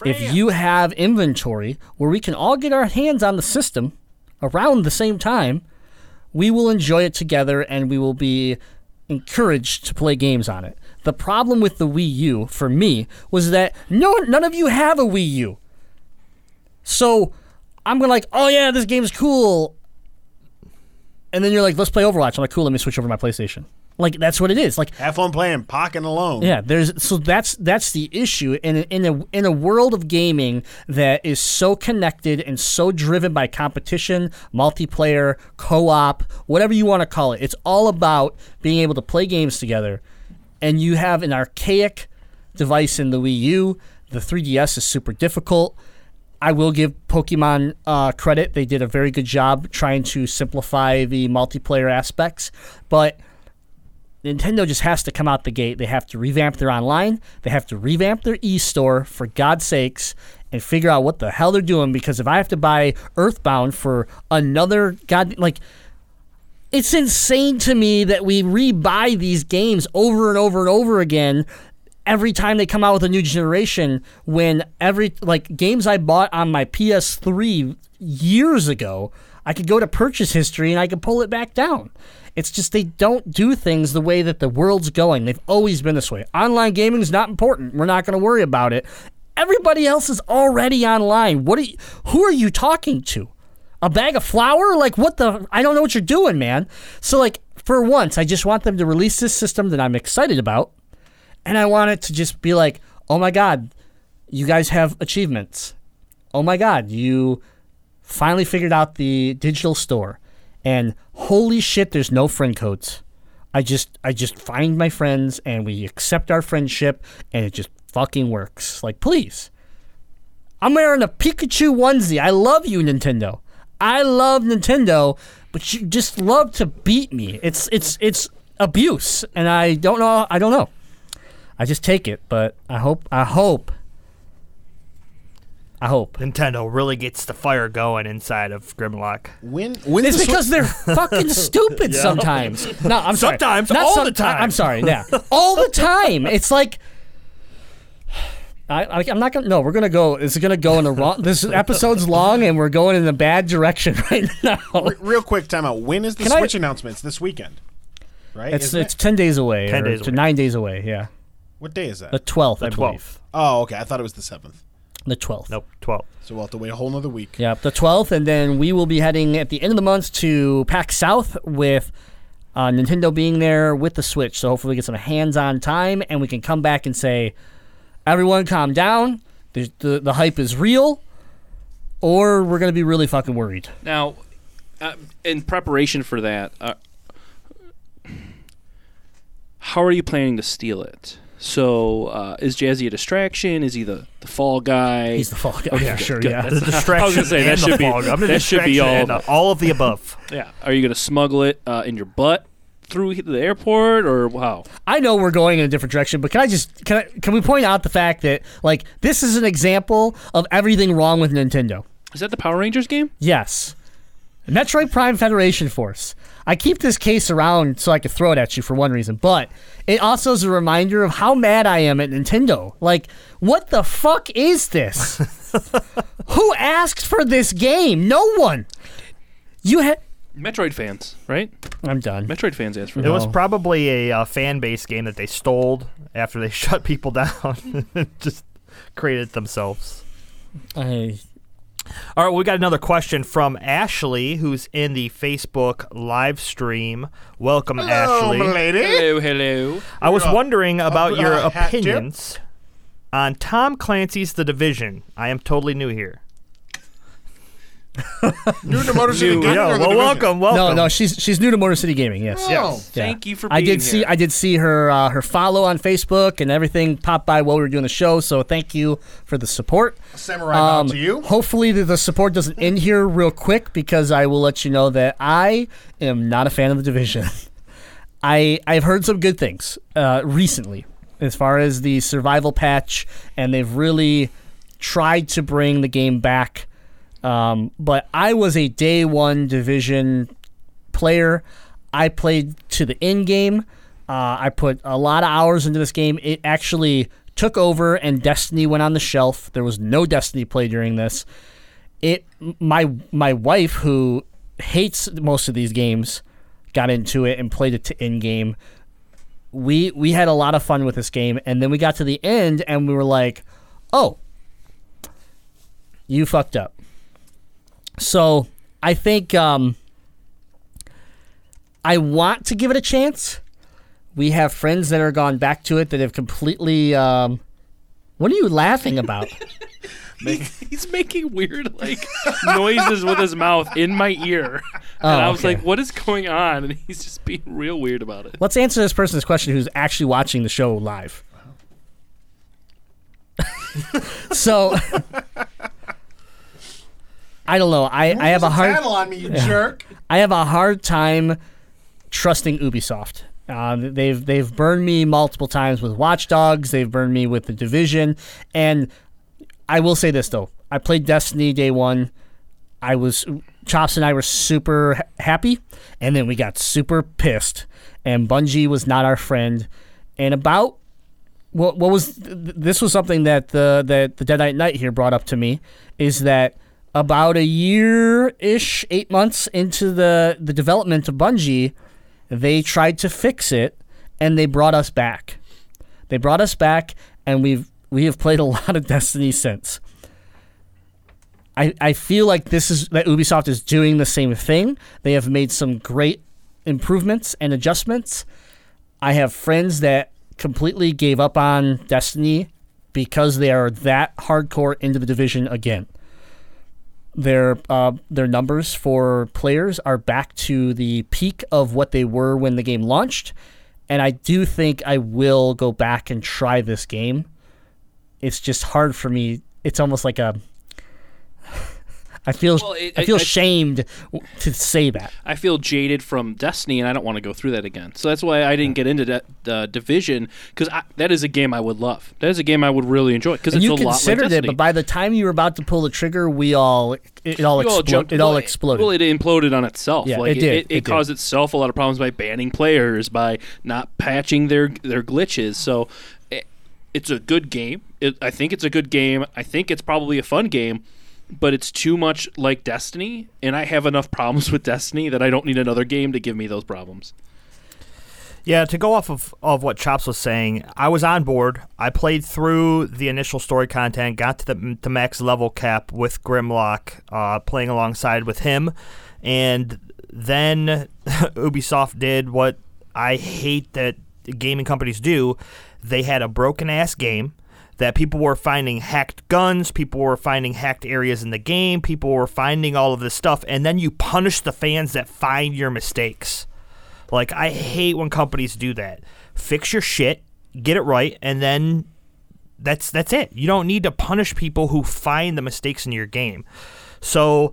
Speaker 2: If you have inventory where we can all get our hands on the system around the same time, we will enjoy it together and we will be encouraged to play games on it. The problem with the Wii U for me was that no none of you have a Wii U. So I'm gonna like, oh yeah, this game's cool. And then you're like, let's play Overwatch. I'm like, cool, let me switch over to my PlayStation. Like that's what it is. Like
Speaker 4: Have fun playing Pocket Alone.
Speaker 2: yeah, there's so that's that's the issue in a, in a in a world of gaming that is so connected and so driven by competition, multiplayer, co-op, whatever you want to call it. It's all about being able to play games together. And you have an archaic device in the Wii U. The 3DS is super difficult. I will give Pokemon uh, credit; they did a very good job trying to simplify the multiplayer aspects, but. Nintendo just has to come out the gate. They have to revamp their online. They have to revamp their e-store for God's sakes and figure out what the hell they're doing because if I have to buy Earthbound for another god like it's insane to me that we rebuy these games over and over and over again every time they come out with a new generation when every like games I bought on my PS3 years ago, I could go to purchase history and I could pull it back down. It's just they don't do things the way that the world's going. They've always been this way. Online gaming is not important. We're not going to worry about it. Everybody else is already online. What are you, who are you talking to? a bag of flour? Like what the? I don't know what you're doing, man. So like for once, I just want them to release this system that I'm excited about, and I want it to just be like, oh my god, you guys have achievements. Oh my god, you finally figured out the digital store, and holy shit, there's no friend codes. I just I just find my friends and we accept our friendship and it just fucking works. Like please. I'm wearing a Pikachu onesie. I love you, Nintendo. I love Nintendo, but you just love to beat me. It's it's it's abuse, and I don't know. I don't know. I just take it, but I hope. I hope. I hope.
Speaker 5: Nintendo really gets the fire going inside of Grimlock.
Speaker 4: When, when's
Speaker 2: It's
Speaker 4: the Swi-
Speaker 2: because they're fucking stupid sometimes. No, I'm sorry.
Speaker 5: Sometimes,
Speaker 2: Not
Speaker 5: all
Speaker 2: some-
Speaker 5: the time.
Speaker 2: I, am sorry. Yeah, all the time. It's like. I, I, I'm not gonna. No, we're gonna go. It's gonna go in the wrong. This episode's long, and we're going in a bad direction right now.
Speaker 4: Real quick, timeout. When is the
Speaker 2: Can I-
Speaker 4: Switch announcements this weekend? Right?
Speaker 2: It's
Speaker 4: Isn't
Speaker 2: it's
Speaker 4: it?
Speaker 2: ten days away.
Speaker 5: 10
Speaker 2: or
Speaker 5: days
Speaker 2: to
Speaker 5: away.
Speaker 2: Nine days away. Yeah,
Speaker 4: What day is that?
Speaker 2: the twelfth. I
Speaker 5: The
Speaker 2: believe.
Speaker 5: twelfth.
Speaker 4: oh, okay. I thought it was the seventh.
Speaker 2: The twelfth.
Speaker 5: Nope, twelfth.
Speaker 4: So we'll have to wait a whole nother week.
Speaker 2: Yep, the 12th, and then we will be heading at the end of the month to PAX South with uh, Nintendo being there with the Switch. So hopefully we get some hands-on time, and we can come back and say, "Everyone, calm down. The the, the hype is real," or we're gonna be really fucking worried.
Speaker 3: now, uh, in preparation for that, uh, how are you planning to steal it? So uh, is Jazzy a distraction? Is he the, the fall guy?
Speaker 2: He's the fall guy. yeah, sure.
Speaker 3: good.
Speaker 2: Yeah.
Speaker 5: The
Speaker 3: That's- I was gonna
Speaker 5: distraction
Speaker 3: say,
Speaker 5: and
Speaker 3: that
Speaker 5: the
Speaker 3: should be-
Speaker 5: fog. I'm the
Speaker 3: that should be
Speaker 5: distraction
Speaker 3: all
Speaker 5: and
Speaker 3: of
Speaker 5: the- all of the above.
Speaker 3: yeah. Are you gonna smuggle it uh, in your butt through the airport or wow?
Speaker 2: I know we're going in a different direction, but can I just can I, can we point out the fact that like this is an example of everything wrong with Nintendo?
Speaker 3: Is that the Power Rangers game?
Speaker 2: Yes. Metroid Prime Federation Force. I keep this case around so I can throw it at you for one reason, but it also is a reminder of how mad I am at Nintendo. Like, what the fuck is this? Who asked for this game? No one. You had.
Speaker 3: Metroid fans, right?
Speaker 2: I'm done.
Speaker 3: Metroid fans asked for
Speaker 5: It
Speaker 3: that.
Speaker 5: was probably a uh, fan base game that they stole after they shut people down, just created it themselves.
Speaker 2: I,
Speaker 5: All right, we got another question from Ashley, who's in the Facebook live stream. Welcome, Ashley.
Speaker 4: Oh, lady.
Speaker 3: Hello, hello.
Speaker 5: I was wondering about your
Speaker 4: uh, hat tip?
Speaker 5: opinions on Tom Clancy's The Division. I am totally new here.
Speaker 4: New to Motor City Gaming
Speaker 5: Yo,
Speaker 4: or
Speaker 5: well,
Speaker 4: the Division?
Speaker 5: welcome, welcome.
Speaker 2: no, no, she's she's new to Motor City Gaming. Yes.
Speaker 4: Oh.
Speaker 2: Yeah.
Speaker 3: Oh, Thank you for
Speaker 2: I did
Speaker 3: being
Speaker 2: see
Speaker 3: here.
Speaker 2: I did see her uh, her follow on Facebook and everything pop by while we were doing the show. So thank you for the support.
Speaker 4: Samurai
Speaker 2: Um,
Speaker 4: bow to you.
Speaker 2: Hopefully the, the support doesn't end here real quick because I will let you know that I am not a fan of the division. I I've heard some good things uh, recently as far as the survival patch, and they've really tried to bring the game back. Um, but I was a day one division player. I played to the end game. Uh, I put a lot of hours into this game. It actually took over, and Destiny went on the shelf. There was no Destiny play during this. It my my wife who hates most of these games got into it and played it to end game. We we had a lot of fun with this game, and then we got to the end, and we were like, "Oh, you fucked up." So I think. Um, I want to give it a chance. We have friends that are gone back to it that have completely. Um, what are you laughing about?
Speaker 3: He's making weird like noises with his mouth in my ear, and I was
Speaker 2: okay.
Speaker 3: like, "What is going on?" And he's just being real weird about it.
Speaker 2: Let's answer this person's question who's actually watching the show live. so, I don't know. I, I have a hard.
Speaker 4: Tattle on me, you jerk.
Speaker 2: I have a hard time trusting Ubisoft. Uh, they've they've burned me multiple times with Watch Dogs. They've burned me with the Division, and I will say this though: I played Destiny day one. I was Chops and I were super ha- happy, and then we got super pissed, and Bungie was not our friend. And about what what was th- th- this was something that the that the Dead Knight Knight here brought up to me is that about a year ish, eight months into the the development of Bungie, they tried to fix it and they brought us back. They brought us back, and we've we have played a lot of Destiny since. I, I feel like this is that Ubisoft is doing the same thing. They have made some great improvements and adjustments. I have friends that completely gave up on Destiny because they are that hardcore into the division again. Their uh, their numbers for players are back to the peak of what they were when the game launched, and I do think I will go back and try this game. It's just hard for me. It's almost like a I feel
Speaker 3: Well, it-
Speaker 2: I feel
Speaker 3: I- I-
Speaker 2: shamed w- to say that.
Speaker 3: I feel jaded from Destiny, and I don't want to go through that again. So that's why I didn't get into that uh, division because that is a game I would love. That is a game I would really enjoy because
Speaker 2: And
Speaker 3: it's
Speaker 2: you
Speaker 3: a lot like
Speaker 2: considered it,
Speaker 3: Destiny.
Speaker 2: but by the time you were about to pull the trigger, we all it, it all,
Speaker 3: You
Speaker 2: explo-
Speaker 3: jumped-
Speaker 2: it all
Speaker 3: well,
Speaker 2: exploded.
Speaker 3: Well, it imploded on itself.
Speaker 2: Yeah,
Speaker 3: like
Speaker 2: it did,
Speaker 3: It,
Speaker 2: it did.
Speaker 3: caused itself a lot of problems by banning players, by not patching their their glitches. So it, it's a good game. It, I think it's a good game. I think it's probably a fun game, but it's too much like Destiny, and I have enough problems with Destiny that I don't need another game to give me those problems.
Speaker 5: Yeah, to go off of, of what Chops was saying, I was on board. I played through the initial story content, got to the to max level cap with Grimlock, uh, playing alongside with him, and then Ubisoft did what I hate that gaming companies do. They had a broken ass game that people were finding hacked guns, people were finding hacked areas in the game, people were finding all of this stuff, and then you punish the fans that find your mistakes. Like I hate when companies do that. Fix your shit, get it right, and then that's that's it. You don't need to punish people who find the mistakes in your game. So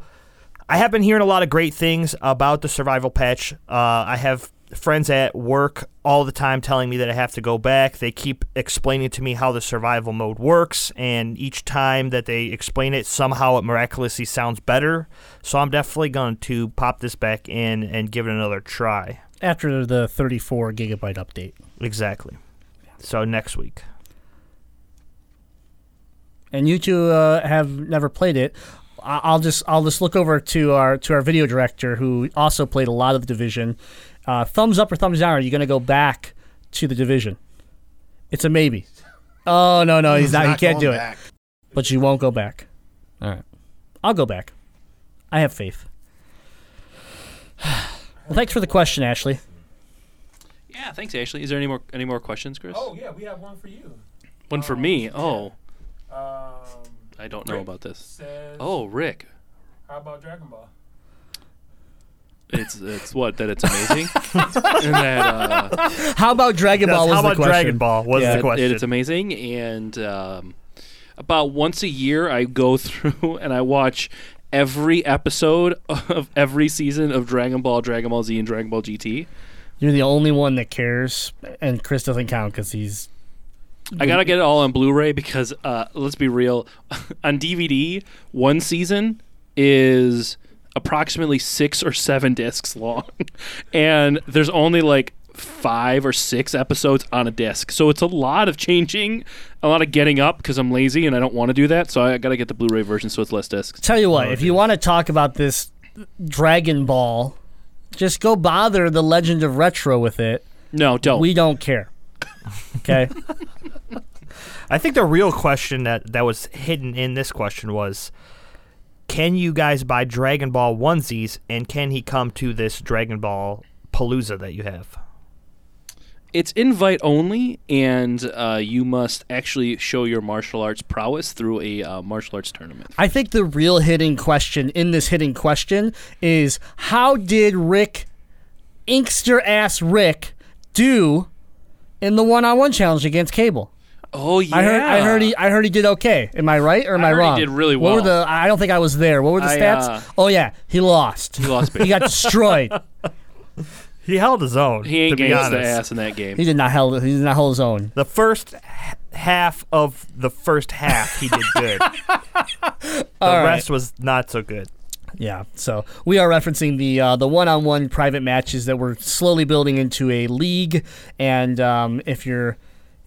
Speaker 5: I have been hearing a lot of great things about the survival patch. Uh, I have friends at work all the time telling me that I have to go back. They keep explaining to me how the survival mode works, and each time that they explain it, somehow it miraculously sounds better. So I'm definitely going to pop this back in and give it another try.
Speaker 2: after the 34 gigabyte update.
Speaker 5: Exactly. So next week.
Speaker 2: and you two uh, have never played it, I- I'll just I'll just look over to our to our video director who also played a lot of Division. Uh, thumbs up or thumbs down? Are you going to go back to the Division? It's a maybe. Oh no no he's, not, he can't do
Speaker 4: going
Speaker 2: it.
Speaker 4: back.
Speaker 2: But you won't go back. All right, I'll go back. I have faith. well, thanks for the question, Ashley.
Speaker 3: Yeah, thanks, Ashley. Is there any more any more questions, Chris?
Speaker 7: Oh yeah, we have one for you.
Speaker 3: One for me. Oh,
Speaker 7: Um,
Speaker 3: I don't know about this.
Speaker 7: says,
Speaker 3: Oh, Rick.
Speaker 7: how about Dragon Ball?
Speaker 3: It's it's what that it's amazing, and that uh,
Speaker 2: How about Dragon Ball?
Speaker 5: Yes,
Speaker 2: was
Speaker 5: how
Speaker 2: the
Speaker 5: about
Speaker 2: question.
Speaker 5: Dragon Ball? Was
Speaker 2: Yeah,
Speaker 5: the
Speaker 2: it-
Speaker 3: that
Speaker 5: question?
Speaker 3: it's amazing. And um, about once a year, I go through and I watch every episode of every season of Dragon Ball, Dragon Ball Z, and Dragon Ball GT.
Speaker 2: You're the only one that cares, and Chris doesn't count because he's
Speaker 3: I gotta get it all on Blu-ray because uh, let's be real, on DVD, one season is approximately six or seven discs long, and there's only like five or six episodes on a disc, so it's a lot of changing, a lot of getting up because I'm lazy and I don't want to do that. So I gotta get the Blu-ray version so it's less discs.
Speaker 2: Tell you
Speaker 5: Oh,
Speaker 2: what, if you want to talk about this Dragon Ball, just go bother the Legend of Retro with it.
Speaker 3: No, don't.
Speaker 2: We don't care. Okay.
Speaker 5: I think the real question that, that was hidden in this question was can you guys buy Dragon Ball onesies and can he come to this Dragon Ball palooza that you have?
Speaker 3: it's invite only, and uh, you must actually show your martial arts prowess through a uh, martial arts tournament.
Speaker 2: I think the real hidden question in this hidden question is how did Rick, Inkster ass Rick, do in the one on one challenge against Cable?
Speaker 3: Oh yeah,
Speaker 2: I heard. I heard he. I heard he did okay. Am I right or am I,
Speaker 3: I heard he
Speaker 2: wrong?
Speaker 3: did really
Speaker 2: What were
Speaker 3: well.
Speaker 2: the? I don't think I was there. What were the
Speaker 3: I,
Speaker 2: stats?
Speaker 3: uh,
Speaker 2: oh yeah, he lost. He
Speaker 3: lost big.
Speaker 2: he got destroyed.
Speaker 5: He held his own.
Speaker 3: He ain't
Speaker 5: to be
Speaker 3: getting his
Speaker 5: honest.
Speaker 3: ass in that game.
Speaker 2: He did not hold. He did not hold his own.
Speaker 5: The first h- half of the first half, he did good. the rest was not so good.
Speaker 2: Yeah. So we are referencing the uh, the one on one private matches that we're slowly building into a league, and um, if you're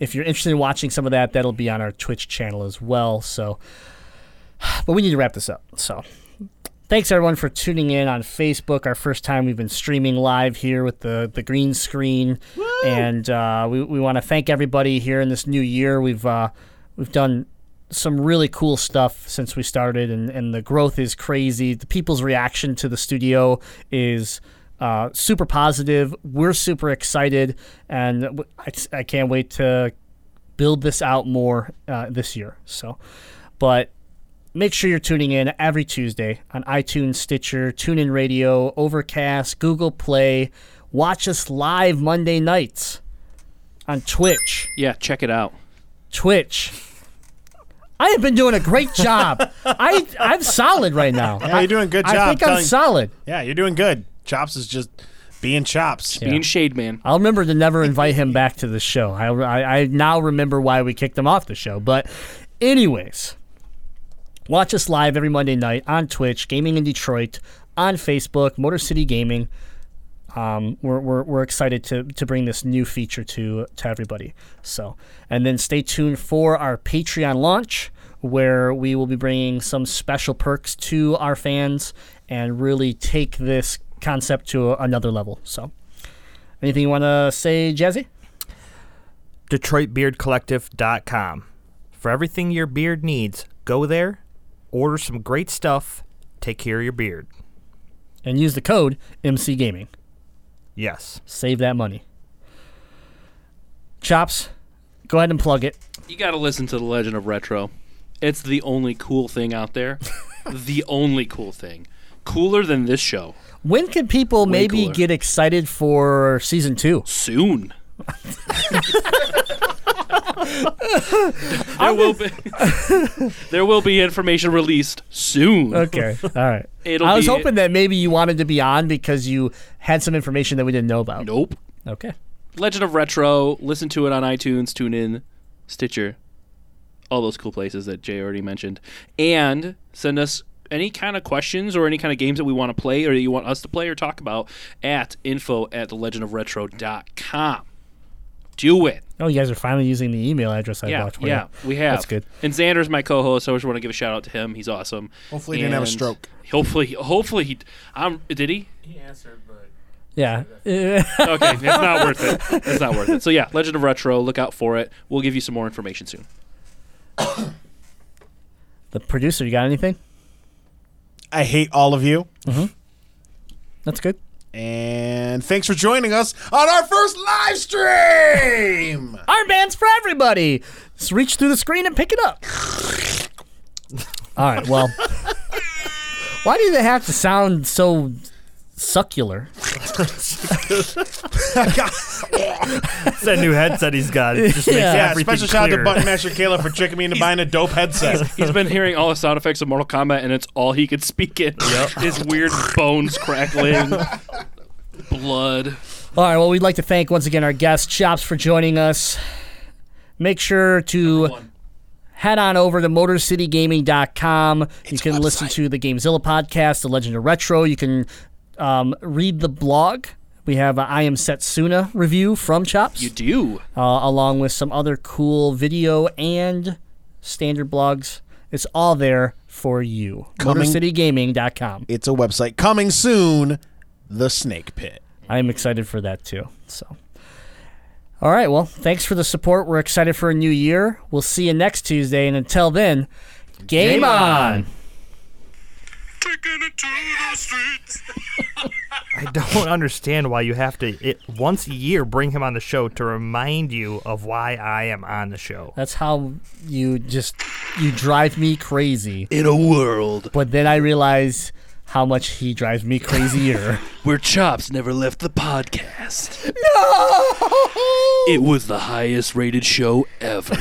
Speaker 2: if you're interested in watching some of that, that'll be on our Twitch channel as well. So, but we need to wrap this up. So. Thanks everyone for tuning in on Facebook. Our first time we've been streaming live here with the, the green screen, and uh, we, we want to thank everybody here in this new year. We've uh, we've done some really cool stuff since we started, and, and the growth is crazy. The people's reaction to the studio is uh, super positive. We're super excited, and w- I, I can't wait to build this out more uh, this year. So, but make sure you're tuning in every Tuesday on iTunes, Stitcher, TuneIn Radio, Overcast, Google Play. Watch us live Monday nights on Twitch.
Speaker 3: Yeah, check it out.
Speaker 2: Twitch. I have been doing a great job. I I'm solid right now.
Speaker 4: Yeah, you're doing a good
Speaker 2: I
Speaker 4: job,
Speaker 2: think I'm
Speaker 4: telling-
Speaker 2: solid.
Speaker 4: Yeah, you're doing good. Chops is just being chops.
Speaker 2: Yeah.
Speaker 3: Being Shade Man.
Speaker 2: I'll remember to never invite him back to the show. I, I, I now remember why we kicked him off the show. But, anyways, watch us live every Monday night on Twitch, Gaming in Detroit, on Facebook, Motor City Gaming. Um, we're, we're, we're excited to, to bring this new feature to to everybody. So, and then stay tuned for our Patreon launch, where we will be bringing some special perks to our fans and really take this concept to another level. So. Anything you want to say, Jazzy?
Speaker 5: DetroitBeardCollective.com. For everything your beard needs, go there, order some great stuff, take care of your beard.
Speaker 2: And use the code MC Gaming.
Speaker 5: Yes.
Speaker 2: Save that money. Chops, go ahead and plug it.
Speaker 3: You got to listen to The Legend of Retro. It's the only cool thing out there. the only cool thing. Cooler than this show.
Speaker 2: When can people maybe
Speaker 3: cooler.
Speaker 2: get excited for season two?
Speaker 3: Soon. there will be there will be information released soon.
Speaker 2: Okay, all right.
Speaker 3: It'll
Speaker 2: I was
Speaker 3: be-
Speaker 2: hoping that maybe you wanted to be on because you had some information that we didn't know about.
Speaker 3: Nope.
Speaker 2: Okay.
Speaker 3: Legend of Retro. Listen to it on iTunes, TuneIn, Stitcher, all those cool places that Jay already mentioned. And send us any kind of questions or any kind of games that we want to play or that you want us to play or talk about at info at thelegendofretro.com. Do it.
Speaker 2: Oh, you guys are finally using the email address I
Speaker 3: Yeah,
Speaker 2: blocked for you.
Speaker 3: yeah, we have.
Speaker 2: That's good.
Speaker 3: And Xander's my co-host, so I just want to give a shout out to him. He's awesome.
Speaker 4: Hopefully he didn't have a
Speaker 3: And
Speaker 4: stroke.
Speaker 3: Hopefully, hopefully he. I'm. Did he?
Speaker 7: He answered, but
Speaker 2: Yeah. Uh,
Speaker 3: Okay, it's not worth it. It's not worth it. So yeah, Legend of Retro. Look out for it. We'll give you some more information soon.
Speaker 2: the producer, you got anything?
Speaker 4: I hate all of you.
Speaker 2: That's good.
Speaker 4: And thanks for joining us on our first live stream.
Speaker 2: Armbands for everybody. Just reach through the screen and pick it up. All right. Well, why do they have to sound so succular?
Speaker 5: It's that new headset he's got. It just makes
Speaker 2: Yeah.
Speaker 4: Yeah,
Speaker 5: everything
Speaker 4: special shout out to
Speaker 5: clear.
Speaker 4: Button Master Kayla for tricking me into buying a dope headset.
Speaker 3: He's been hearing all the sound effects of Mortal Kombat, and it's all he could speak in. His weird bones crackling, blood.
Speaker 2: All right. Well, we'd like to thank once again our guest Chops for joining us. Make sure to head on over to MotorCityGaming.com. you can listen to the Gamezilla podcast, The Legend of Retro. You can um, read the blog. We have a I Am Setsuna review from Chops.
Speaker 3: You do.
Speaker 2: uh, along with some other cool video and standard blogs. It's all there for you.
Speaker 4: Coming-
Speaker 2: MotorCityGaming.com.
Speaker 4: It's a website coming soon. The Snake Pit.
Speaker 2: I'm excited for that too. So, all right. Well, thanks for the support. We're excited for a new year. We'll see you next Tuesday, and until then, game, on.
Speaker 5: I don't understand why you have to it, once a year bring him on the show to remind you of why I am on the show.
Speaker 2: That's how you just you drive me crazy.
Speaker 3: In a world
Speaker 2: But then I realize how much he drives me crazier.
Speaker 3: where Chops never left the podcast, no! it was the highest rated show ever.